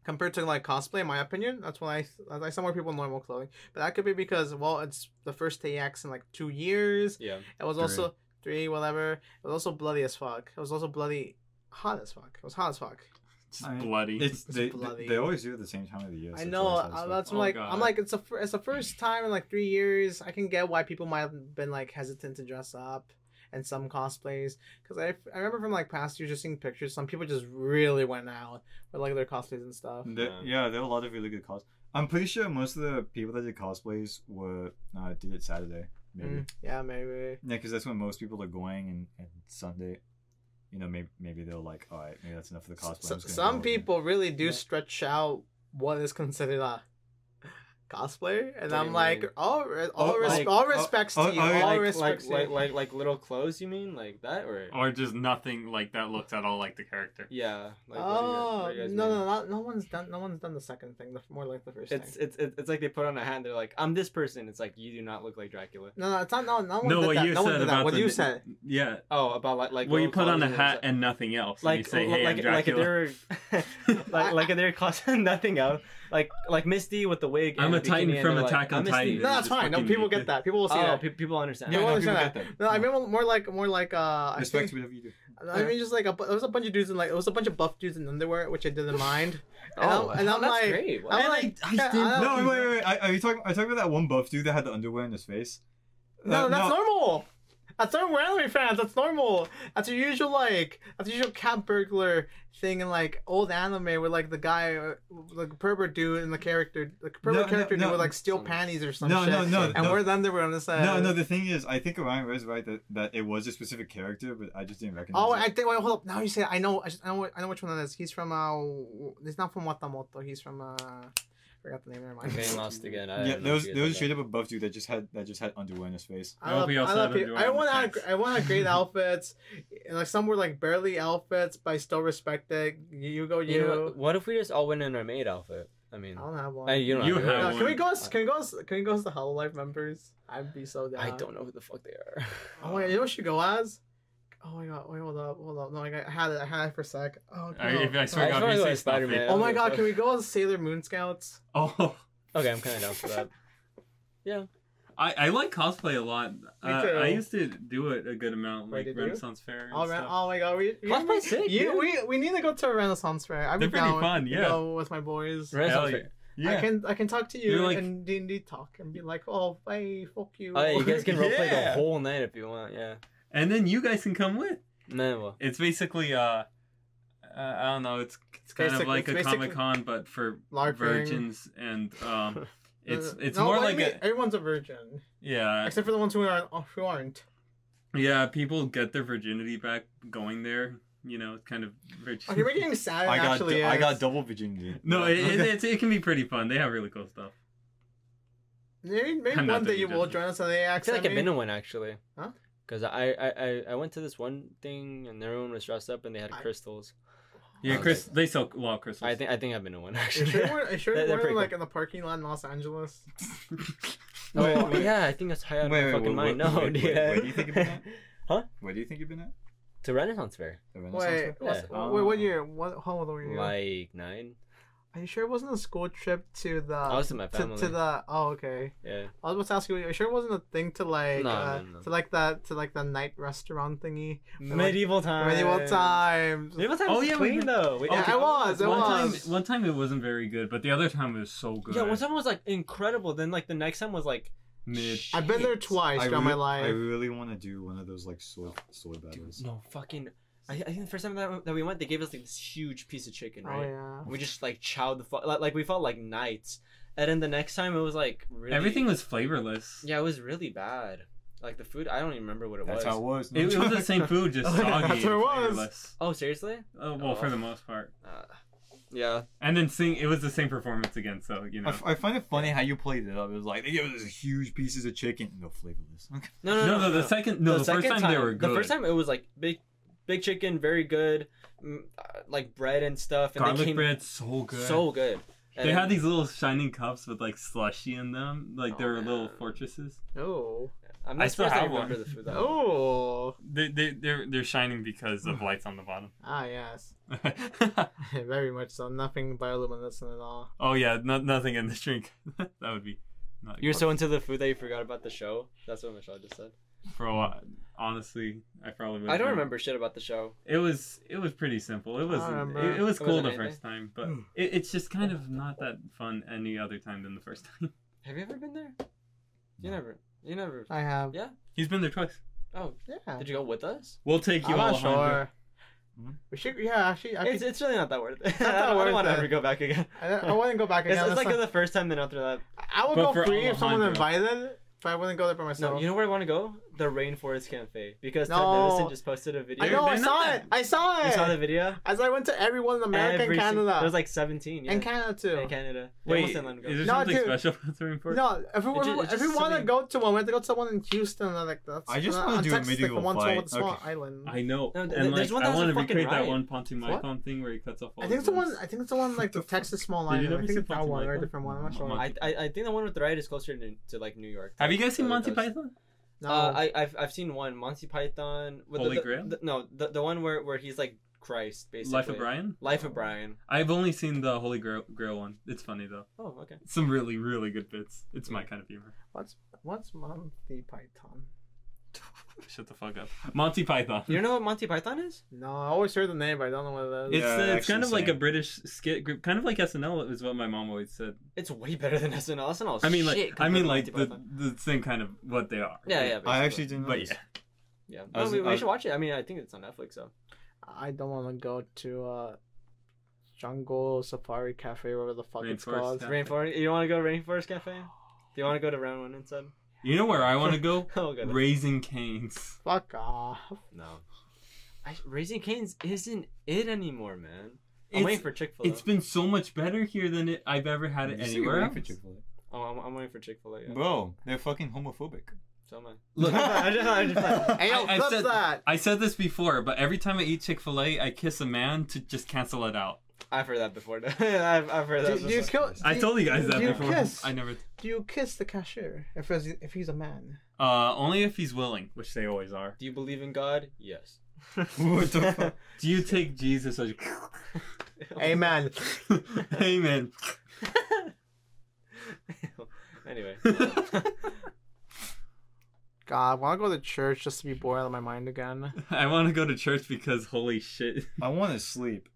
compared to like cosplay. In my opinion, that's when I I saw more people in normal clothing. But that could be because well, it's the first AX in like two years. Yeah. It was Three. also three, whatever. It was also bloody as fuck. It was also bloody hot as fuck. It was hot as fuck. It's I- bloody. It's they, bloody. they they always do it at the same time of the year. so I it's know. always nice I, to- that's what, Oh, like I'm God. like it's a fir- it's the first time in like three years. I can get why people might have been like hesitant to dress up and some cosplays because I, I remember from like past years just seeing pictures. Some people just really went out with like their cosplays and stuff. There- Yeah. yeah, there were a lot of really good cos. I'm pretty sure most of the people that did cosplays were uh, did it Saturday, maybe. Mm, yeah, maybe. Yeah, because that's when most people are going, and, and Sunday, you know, maybe maybe they're like, all right, maybe that's enough of the cosplay. I'm S- just gonna some go again." people really do Yeah. stretch out what is considered a cosplay, and What do I'm you like, mean? all re- all, Oh, res- like- all oh, respects oh, to you, oh, all like, respects like, to you. like, like, like little clothes, you mean? Like that? Or. or just nothing like that looked at all like the character. Yeah. Like, what do you guys- Oh what do you guys no mean? no no! No one's done. No one's done the second thing. The more like the first It's, thing. it's it's it's like they put on a hat. and They're like, I'm this person. It's like you do not look like Dracula. No, no, it's not. No, no one No, did what that. you no one said did about that. What the, you said. oh, Yeah. Oh, about like like. Well, you little put on a clothes and hat it's and nothing else. and you Like say, like "Hey, like, I'm like if Dracula." they're like like if they're costing nothing out. Like like Misty with the wig. I'm and a the Titan bikini, and from they're like, Attack on "I'm Misty." Titan. No, Just that's fine. No, fucking- people get that. People will see Oh, that. pe- people understand. Yeah, People no, understand people that. get that. No, I mean more like more like uh. I respect think- whatever you do. I mean just like a, bu- there was a bunch of dudes in like it was a bunch of buff dudes in underwear, which I didn't mind. And Oh, I'm, and I'm that's like, great. Wow. I'm And I- like, I yeah, didn't- I'm- No, wait, wait, wait. Are, are you talking? Are you talking about that one buff dude that had the underwear in his face? No, Uh, that's normal. That's normal. We're anime fans. That's normal. That's your usual like that's your usual cat burglar thing in like old anime where like the guy, uh, the pervert dude and the character, the pervert no, character no. dude would like steal panties or some No, shit. no, no, And no. wear the underwear on the side. No, no. The thing is, I think Orion was right that, that it was a specific character, but I just didn't recognize. Oh, it. I think. Wait, hold up. Now you say I know. I, just, I know. I know which one that is. He's from. Uh, he's not from Watamoto. He's from. Uh, forgot the name. Never mind. Getting lost again. I yeah, don't know if there was you there was a guys know straight up above dude that just had that just had underwear in his face. I I hope love. we I also love haven't people. joined the Everyone had. cast. Everyone had great outfits. And, Like some were like barely outfits, but I still respected. You go. that. You. You know what? What if we just all went in our maid outfit? I mean, I don't have one. I, you don't You have, to, have No, right? can we go? As, can we go? As, can we go as the Hollow Life members? I'd be so down. I don't know who the fuck they are. Oh wait, you know what should go as? Oh my god! Wait, hold up, hold up. No, I, got, I had it. I had it for a sec. Oh I, if no. I swear to I God, if you swear say to Spider Spider-Man. Man. Oh my god! Can we go as Sailor Moon Scouts? Oh, Okay, I'm kind of down for that. I, I like cosplay a lot. Uh, too. I used to do it a good amount, Wait, like did you? Renaissance Fair. And Oh, stuff. man, oh my god, we we- Cosplay's sick, You, dude. we we need to go to a Renaissance fair. I'm They're pretty down fun, to yeah. Go with my boys. Hell Renaissance yeah. fair. I can I can talk to you You're like- and D and D talk and be like, oh hey, fuck you. Oh, yeah, you guys can roleplay Yeah. the whole night if you want. Yeah. and then you guys can come with. Man, well, It's basically uh, uh I don't know. It's it's kind Basic- of like it's a basically Comic Con, but for LARPing. virgins and um, it's Uh, it's no, more what do like you mean? a everyone's a virgin yeah except for the ones who aren't. Who aren't. yeah. People get their virginity back going there. You know, it's kind of virgin. Okay, we're getting sad. I got actually, du- I is. got double virginity. no, it, it, it's, it can be pretty fun. They have really cool stuff. Maybe, maybe I'm not one day doing you will judgment. join us on the I feel AX. like I've been to one actually. Huh? Because I, I, I, I went to this one thing and everyone was dressed up and they had I- crystals. Yeah, Oh, Chris, they sell a lot of crystals. I think I think I've been to one Are you actually. sure we're, are you sure They're- they're we're pretty like in the parking lot in Los Angeles? Oh Wait, wait. yeah, I think that's high out of Wait, my wait, fucking wait, mind. wait, no, wait, dude. wait, where do you think it was at? Huh? Where do you think you've been at? It's a Renaissance fair. The Renaissance Wait, Fair? what's, Yeah. wait, what year? What? How old were you? Oh. Like nine. Are you sure it wasn't a school trip to the? I was with my to, to family. the. Oh, okay. Yeah. I was about to ask you. Are you sure it wasn't a thing to like? No, uh, no, no. To like the to like the night restaurant thingy. Medieval time. Medieval times. Medieval time. Oh, Oh yeah, yeah, we clean did- though. We- Yeah, okay. I was. I one was. time, one time it wasn't very good, but the other time it was so good. Yeah, one time was like incredible. Then like the next time was like mid. I've been there shit. twice I throughout my re- I life. really want to do one of those like sword sword battles. Dude, no fucking. I, I think the first time that, that we went, they gave us like this huge piece of chicken, oh right? yeah. We just like chowed the fuck. Like, like we felt like knights. And then the next time it was like really, Everything was flavorless. Yeah, it was really bad. Like the food, I don't even remember what it That's was. how it was. It, it was the same food, just soggy. Oh, That's what it and was. flavorless. Oh seriously? Oh, well, for the most part. Uh, yeah. And then sing, it was the same performance again, so, you I, know. f- I find it funny how you played it up. It was like they gave us huge pieces of chicken, no flavorless. Okay. No, No, no, no, the second, no, the, first time, they were good. The first time it was like big, big chicken, very good, mm, uh, like bread and stuff, and garlic they came bread, so good. so good. They And- had these little shining cups with like slushy in them, like they Oh, were little man. fortresses. Oh. I'm I not still surprised I have remember one. the food though. Oh. They they they're they're shining because of lights on the bottom. Ah yes. Very much so. Nothing bioluminescent at all. oh yeah, no, nothing in this drink. that would be not You're so into the food that you forgot about the show. That's what Michelle just said. for a while. Honestly, I I probably don't wouldn't- remember shit about the show. It was it was pretty simple. It was remember. it, it was It cool wasn't the anything. first time, but it, it's just kind of not that fun any other time than the first time. Have you ever been there? You No. never. You never. I have. Yeah. He's been there twice. Oh, Yeah. did you go with us? We'll take you I'm all. not sure. Hmm? We should. Yeah, actually, I, It's, could, it's really not that worth it. not I don't, worth want to it. ever go back again. I, don't- I wouldn't go back It's, again. it's That's like not- the first time, then after that. I would But go for free if someone Alejandro. invited, but I wouldn't go there by myself. No, you know where I want to go? The Rainforest Cafe. Because Ted No. Nevison just posted a video. I know. I They're saw not- it. I saw it. You saw the video? As I went to everyone in America Every and sing- Canada. There's like 17. Yeah. And Canada too. In Canada. They Wait, almost is didn't let him go. there No, something dude. special that's very important? No, everyone, It ju- it just everyone I something- go to, I went to go to someone in Houston. And I'm like, that's, I just uh, wanna on do a Texas, like, medieval the one someone fight. with a small Okay. island. I, I know. No, th- and like, there's one that I has a want to fucking recreate that riot. one Ponty What? Micon thing where he cuts off all. think his it's the one. limbs. I think it's the one like the Texas small Did you island. I never think see it's that Ponty one or a Michael? different one. I'm not sure. Mon- I, uh, I, I think the one with the riot is closer to, to like New York. Have you guys seen Other Monty coast. Python? No, Uh, I, I've, I've seen one Monty Python. With Holy the, the, Grail? the- no, the, the one where, where he's like Christ, basically. Life of Brian? Life of Brian. I've only seen the Holy Grail, Grail one. It's funny though. Oh, okay. Some really really good bits. It's my kind of humor. what's what's Monty Python? Shut the fuck up. Monty Python. You don't know what Monty Python is? No, I always heard the name, but I don't know what It's it is. Yeah, uh, it's actually kind of like a same. British skit group, kind of like SNL is what my mom always said. It's way better than SNL. SNL. is I mean, like shit I compared mean, to like Monty the, Python. the same kind of what they are. Yeah, yeah. Basically. I actually didn't. But notice. yeah, Yeah. I No, was- we, we I- should watch it. I mean, I think it's on Netflix. So. I don't want to go to uh, Jungle Safari Cafe, whatever the fuck it's Rainforest called. Cafe. Rainforest. You want to go to Rainforest Cafe? Do you want to go to Round One instead? you know where I want to go? Oh god. Raising Canes. Fuck off. no. I, Raising Cane's isn't it anymore, man. I'm waiting It's, for Chick Fil A. it's been so much better here than it, I've ever had it Did you see anywhere Ray else. for Chick-fil-A? Oh, I'm, I'm waiting for Chick Fil A. Yeah. Bro, they're fucking homophobic. So am I. Look, I just- I just- Hey, yo, I what's said- that? I said this before, but every time I eat Chick Fil A, I kiss a man to just cancel it out. I've heard that before. I've, I've heard that Do, before. do you kill, I do- told you guys that do you before. Kiss, I never. Do you kiss the cashier if he's, if he's a man? Uh, only if he's willing, which they always are. Do you believe in God? Yes. What the fuck? Do you take Jesus as? Amen. Amen. anyway. God, I want to go to church just to be bored out of my mind again. I want to go to church because holy shit. I want to sleep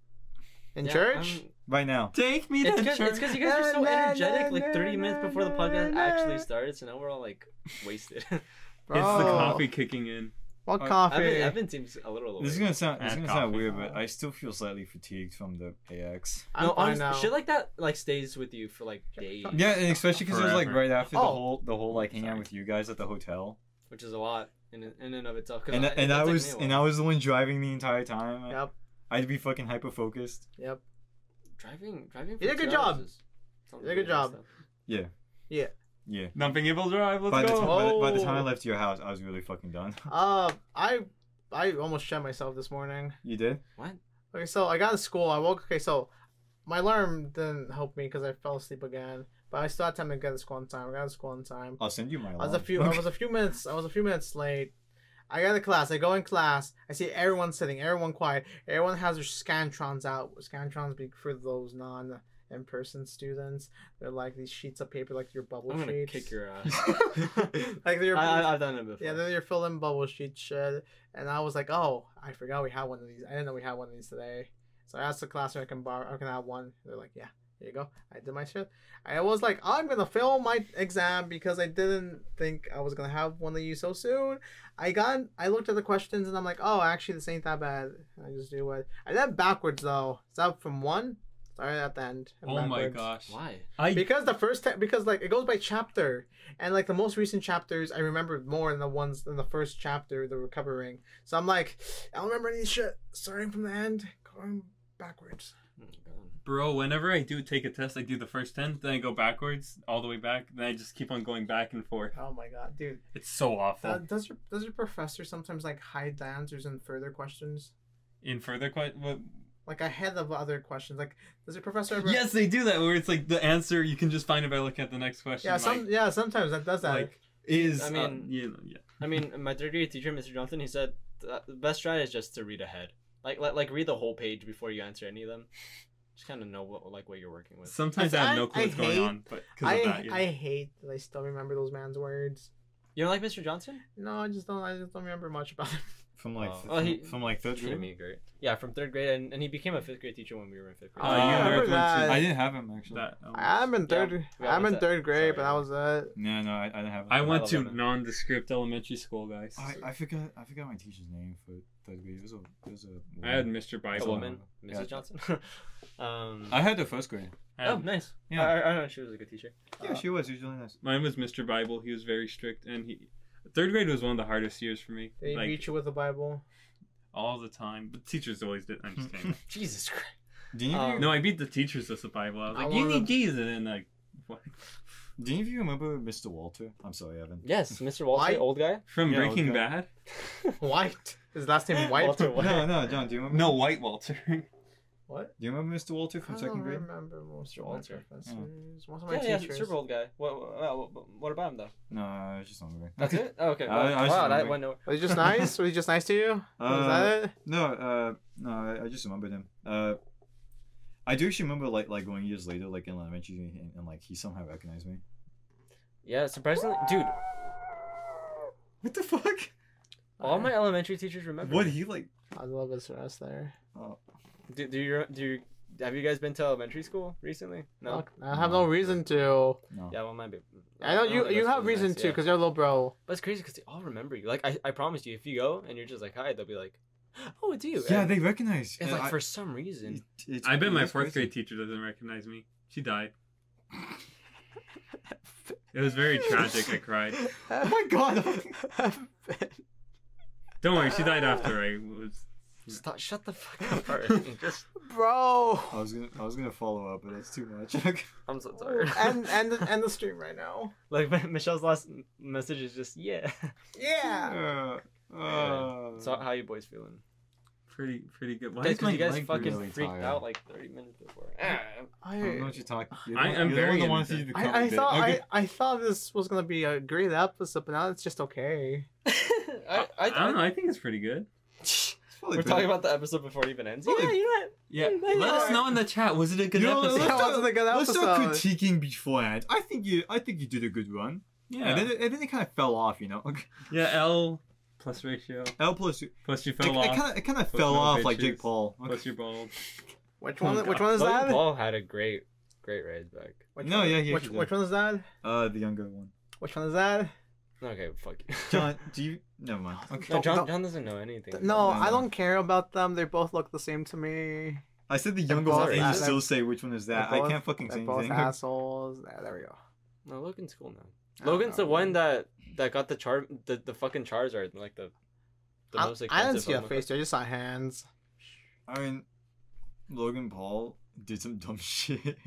In Yeah, church? I'm- right now. Take me It's to because church. it's 'cause you guys are so Na, na, energetic. na, Like 30 na, minutes before the na, podcast na, na. actually started, so now we're all like wasted. It's the coffee kicking in. What Uh, Oh, coffee? Evan, Evan seems a little aware. This is gonna sound this is And gonna sound coffee. weird, but I still feel slightly fatigued from the AX. I'm no, fine honestly, now. shit like that like stays with you for like days, Yeah, and especially because it was like Forever. right after the Oh. whole the whole like hanging out with you guys at the hotel, which is a lot in in and of itself. 'cause and I, and that I took was me a and I while. was the one driving the entire time. Yep. I'd be fucking hyper focused. Yep. driving driving. You did a good job. You did a good job. Yeah. Not being able to drive. Let's By the, go. time, by, the, by the time I Oh. left your house, I was really fucking done. Uh, I I almost shut myself this morning. You did? Okay, so I got to school. I woke. Okay, so my alarm didn't help me because I fell asleep again. But I still had time to get to school on time. I got to school on time. I'll send you my. I was a alarm. few. I was a few minutes. I was a few minutes late. I got to class. I go in class. I see everyone sitting. Everyone quiet. Everyone has their scantrons out. Scantrons be for those non in person students. They're like these sheets of paper, like your bubble I'm gonna sheets. kick your ass. like they're I, I, I've done it before. yeah, they're your fill in bubble sheet shit. And I was like, oh, I forgot we had one of these. I didn't know we had one of these today. So I asked the class if I can borrow, I can I have one. They're like, yeah, here you go. I did my shit. I was like, I'm gonna fail my exam because I didn't think I was gonna have one of these so soon. I got, I looked at the questions and I'm like, oh, actually, this ain't that bad. I just do it. I did it backwards though. It's up from one. Sorry at the end. and oh my backwards gosh. Why? I because the first time because like it goes by chapter and like the most recent chapters i remember more than the ones in the first chapter they were covering so i'm like i don't remember any shit starting from the end going backwards Oh my God. Bro, whenever I do take a test, I do the first 10, then I go backwards, all the way back, then I just keep on going back and forth. oh my god dude It's so awful. Th- does your does your professor sometimes like hide the answers in further questions In further questions. like ahead of other questions like does your professor ever Yes, they do that, where it's like the answer, you can just find it by looking at the next question. yeah some like, yeah sometimes that does that like, is. I I mean, mean- you know, yeah. I mean, my third year teacher, Mr. Johnson, he said that the best strategy is just to read ahead, like like, like read the whole page before you answer any of them. Just kind of know what like what you're working with. Sometimes I have no I- clue I what's going hate- on, but because i of that, yeah. i hate that i still remember those man's words You don't like Mr. Johnson? no i just don't i just don't remember much about him from like Oh. th- Oh, he- from, from like third Treated grade. me great. Yeah, from third grade, and, and he became a fifth grade teacher when we were in fifth Uh, grade. Oh, I you remember remember that. I didn't have him actually. that, um, i'm in Yeah, third yeah, i'm what's in that? third grade Sorry. but that was it No, no, I, I didn't have him. I went to eleven. nondescript elementary school, guys. I, I forgot I forgot my teacher's name for third grade. It was a it was a. I had Mr. a Bible. woman, Mrs. Yeah. Johnson. um, I had the first grade. I had- oh, nice. Yeah. Yeah, I, I, I know she was a good teacher. Yeah, she was. She was really nice. Mine was Mr. Bible. He was very strict, and he. Third grade was one of the hardest years for me. They like, beat you with a Bible. all the time. But teachers always did. I'm just kidding. Jesus Christ. Didn't you? Um, No, I beat the teachers with the Bible. I was I like, you wanna- need Jesus. And like, what? Do any of you remember Mr. Walter? I'm sorry, Evan. Yes, Mr. Walter, Why- old guy. From Yeah, Breaking okay. Bad? White. His last name White. Walter White. No, no, John. Do you remember? No, White Walter. What? Do you remember Mr. Walter from I second don't grade? remember most of my Walter. professors. Most of my Hmm. Yeah, yeah, teachers. super old guy. What, what, what- what about him though? No, I was just not remembering. That's it. Oh, okay. I- Wow, I was wow, just that wondering. went nowhere. Was he just nice? Was he just nice to you? Was Uh, that it? No, uh, no, I, I just remembered him. Uh, I do actually remember like like going years later, like in elementary, and, and like he somehow recognized me. Yeah, surprisingly, dude. What the fuck? All my elementary teachers remember. What he like? I was a little bit stressed there. Do, do you do you have you guys been to elementary school recently? No. Fuck, I have no No. reason to. No. Yeah, well, might be. I know don't you. think You that's have really reason nice, to, yeah. because you're a little bro. But it's crazy because they all remember you. Like I, I promise you, if you go and you're just like hi, they'll be like, oh, it's you. Yeah, And they recognized. It's yeah, like I- for some reason. it- it's- I bet it my is fourth crazy. grade teacher doesn't recognize me. She died. It was very tragic. I cried. Oh my god! Don't worry, she died after I was. Stop, shut the fuck up. Arden. just, bro. Oh, I was gonna I was gonna follow up, but that's too much. Okay. I'm so sorry. and and and the stream right now. like Michelle's last message is just yeah. Yeah. Uh, uh, So how you boys feeling? Pretty, pretty good. Why Guys, is my you guys leg fucking really freaked tired. out like 30 minutes before. Ah, I I don't know what you're talking. you're I the- am you're the one very that wants innocent. you to I, come I with it. thought Okay. I, I thought this was gonna be a great episode, but now it's just okay. I, I, I, don't know. I think it's pretty good. It's probably We're better. talking about the episode before it even ends. Yeah, Really? you know what? Yeah. Mm, Let maybe not. us know in the chat. Was it a good You know, episode? let's That wasn't a good Let's start episode. critiquing beforehand. I think you I think you did a good run. And Yeah. then it, and then it kind of fell off, you know. Okay. Yeah. L plus ratio L plus. It, plus you it fell off kind of it kind of Plus fell no off like bitches. Jake Paul. Okay. plus your bald. Which Oh one? my Which God. one is Logan that? Paul had a great, great raise back. Which No, one- yeah, yeah, Which, she did. which one is that? Uh, the younger one. Which one is that? Okay, fuck you. John, do you Never mind. No, Don't- John, don't- John doesn't know anything. No, I know. I don't care about them. They both look the same to me. I said the younger both one, and you ass- still say which one is that. They're I both- can't fucking They're say both anything. assholes. Yeah, there we go. No, Logan's cool now. I don't Logan's the know. one that that got the char the, the fucking Charizard like the the I, most I expensive. didn't see a one. face. there, I just saw hands. I mean, Logan Paul did some dumb shit.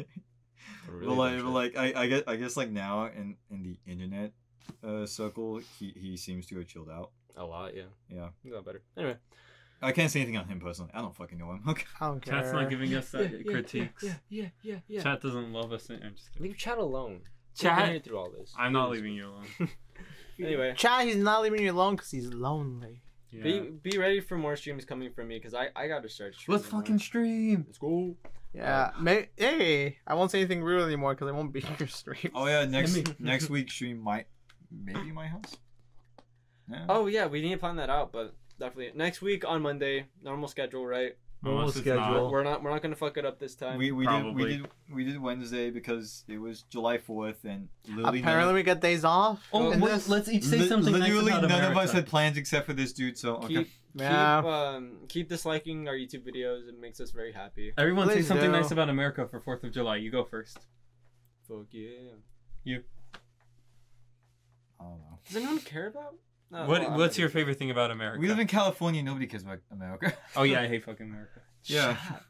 Really but like, dumb but like, I, I guess, I guess, like now in in the internet uh, circle, he he seems to have chilled out. A lot, yeah. Yeah. He got better. Anyway. I can't say anything on him personally. I don't fucking know him. Okay. I don't care. Chat's not giving us that critiques. Yeah, yeah, yeah, yeah. Chat doesn't love us. any- I'm just kidding. Leave chat alone. We've been here Chat, through all this. I'm not leaving you alone. Anyway, Chad, he's not leaving you alone because he's lonely. Yeah. be be ready for more streams coming from me because I I gotta start. Let's streaming more. fucking stream. Let's go. Yeah. May- hey, I won't say anything rude anymore because I won't be in your stream. Oh yeah, next Let me- next week stream might maybe my house. Yeah. Oh yeah, we need to plan that out, but definitely next week on Monday, normal schedule, right? Unless it's not. schedule. We're not we're not gonna fuck it up this time. we we did, we Probably. did we did Wednesday because it was July Fourth and literally none- Apparently, we get days off. Oh, in wait, this. let's each say li- something. nice literally about none of us America. had plans except for this dude. So okay. keep Yeah. keep um keep disliking our YouTube videos. It makes us very happy. Everyone say Please something do. nice about America for Fourth of July. You go first. Fuck yeah. I don't know. Does anyone care about? No, what well, I'm What's not your gonna- favorite thing about America? We live in California. Nobody cares about America. oh yeah, I hate fucking America. yeah. Shut up.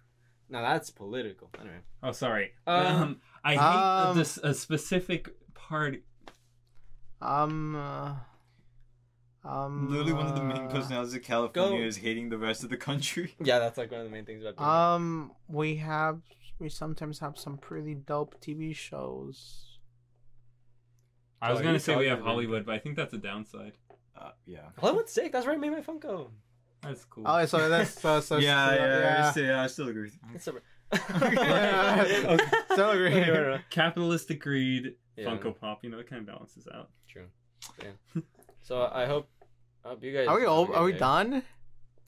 No, that's political. Anyway. Oh sorry. Um, Um, I hate um, this a specific part. Um. Uh, um. Literally, one of the uh, main personalities of California go- is hating the rest of the country. Yeah, that's like one of the main things about. being- Uh, Um, we have we sometimes have some pretty dope TV shows. I was Sorry, gonna you say thought we you have were- Hollywood, but I think that's a downside. Uh, yeah. Hollywood's sick. That's right. Made my Funko. That's cool. Oh, so that's so so yeah, so, yeah, I yeah. still, yeah, I still agree. With you. It's over. Okay. So agree. Okay, right, right. Capitalistic greed, Yeah. Funko Pop. You know, it kind of balances out. True. Yeah. So I hope, I hope you guys. Are we have a all good are we day. done?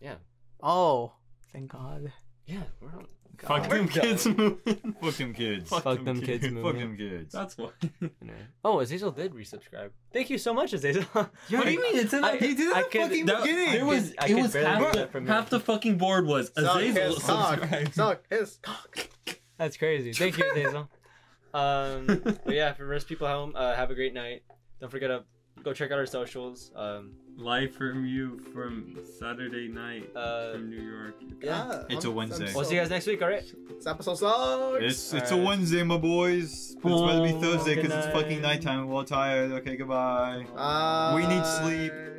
Yeah. Oh, thank God. Yeah, we're on. God. Fuck them We're kids moving. Fuck them kids. Fuck Fuck, them kids movie. them kids. That's why. Anyway. Oh, Azazel did resubscribe. Thank you so much, Azazel. what do you mean? It's in the I- He did it I at the could- fucking That- beginning. There was I it could was barely half get the, that from half the fucking board was Suck Azazel his cock. subscribed. Suck his cock. That's crazy. Thank you, Azazel. um, but yeah, for the rest of people at home, uh, have a great night. Don't forget to go check out our socials. Um, Live from you from Saturday night Uh, from New York. yeah. God, It's a I'm- Wednesday. I'm We'll so- see you guys next week. All right. This episode sucks. It's All it's a right. Wednesday, my boys. But it's about to be Oh, Thursday because good it's fucking night. nighttime. We're all tired. Okay, goodbye. Bye. We need sleep.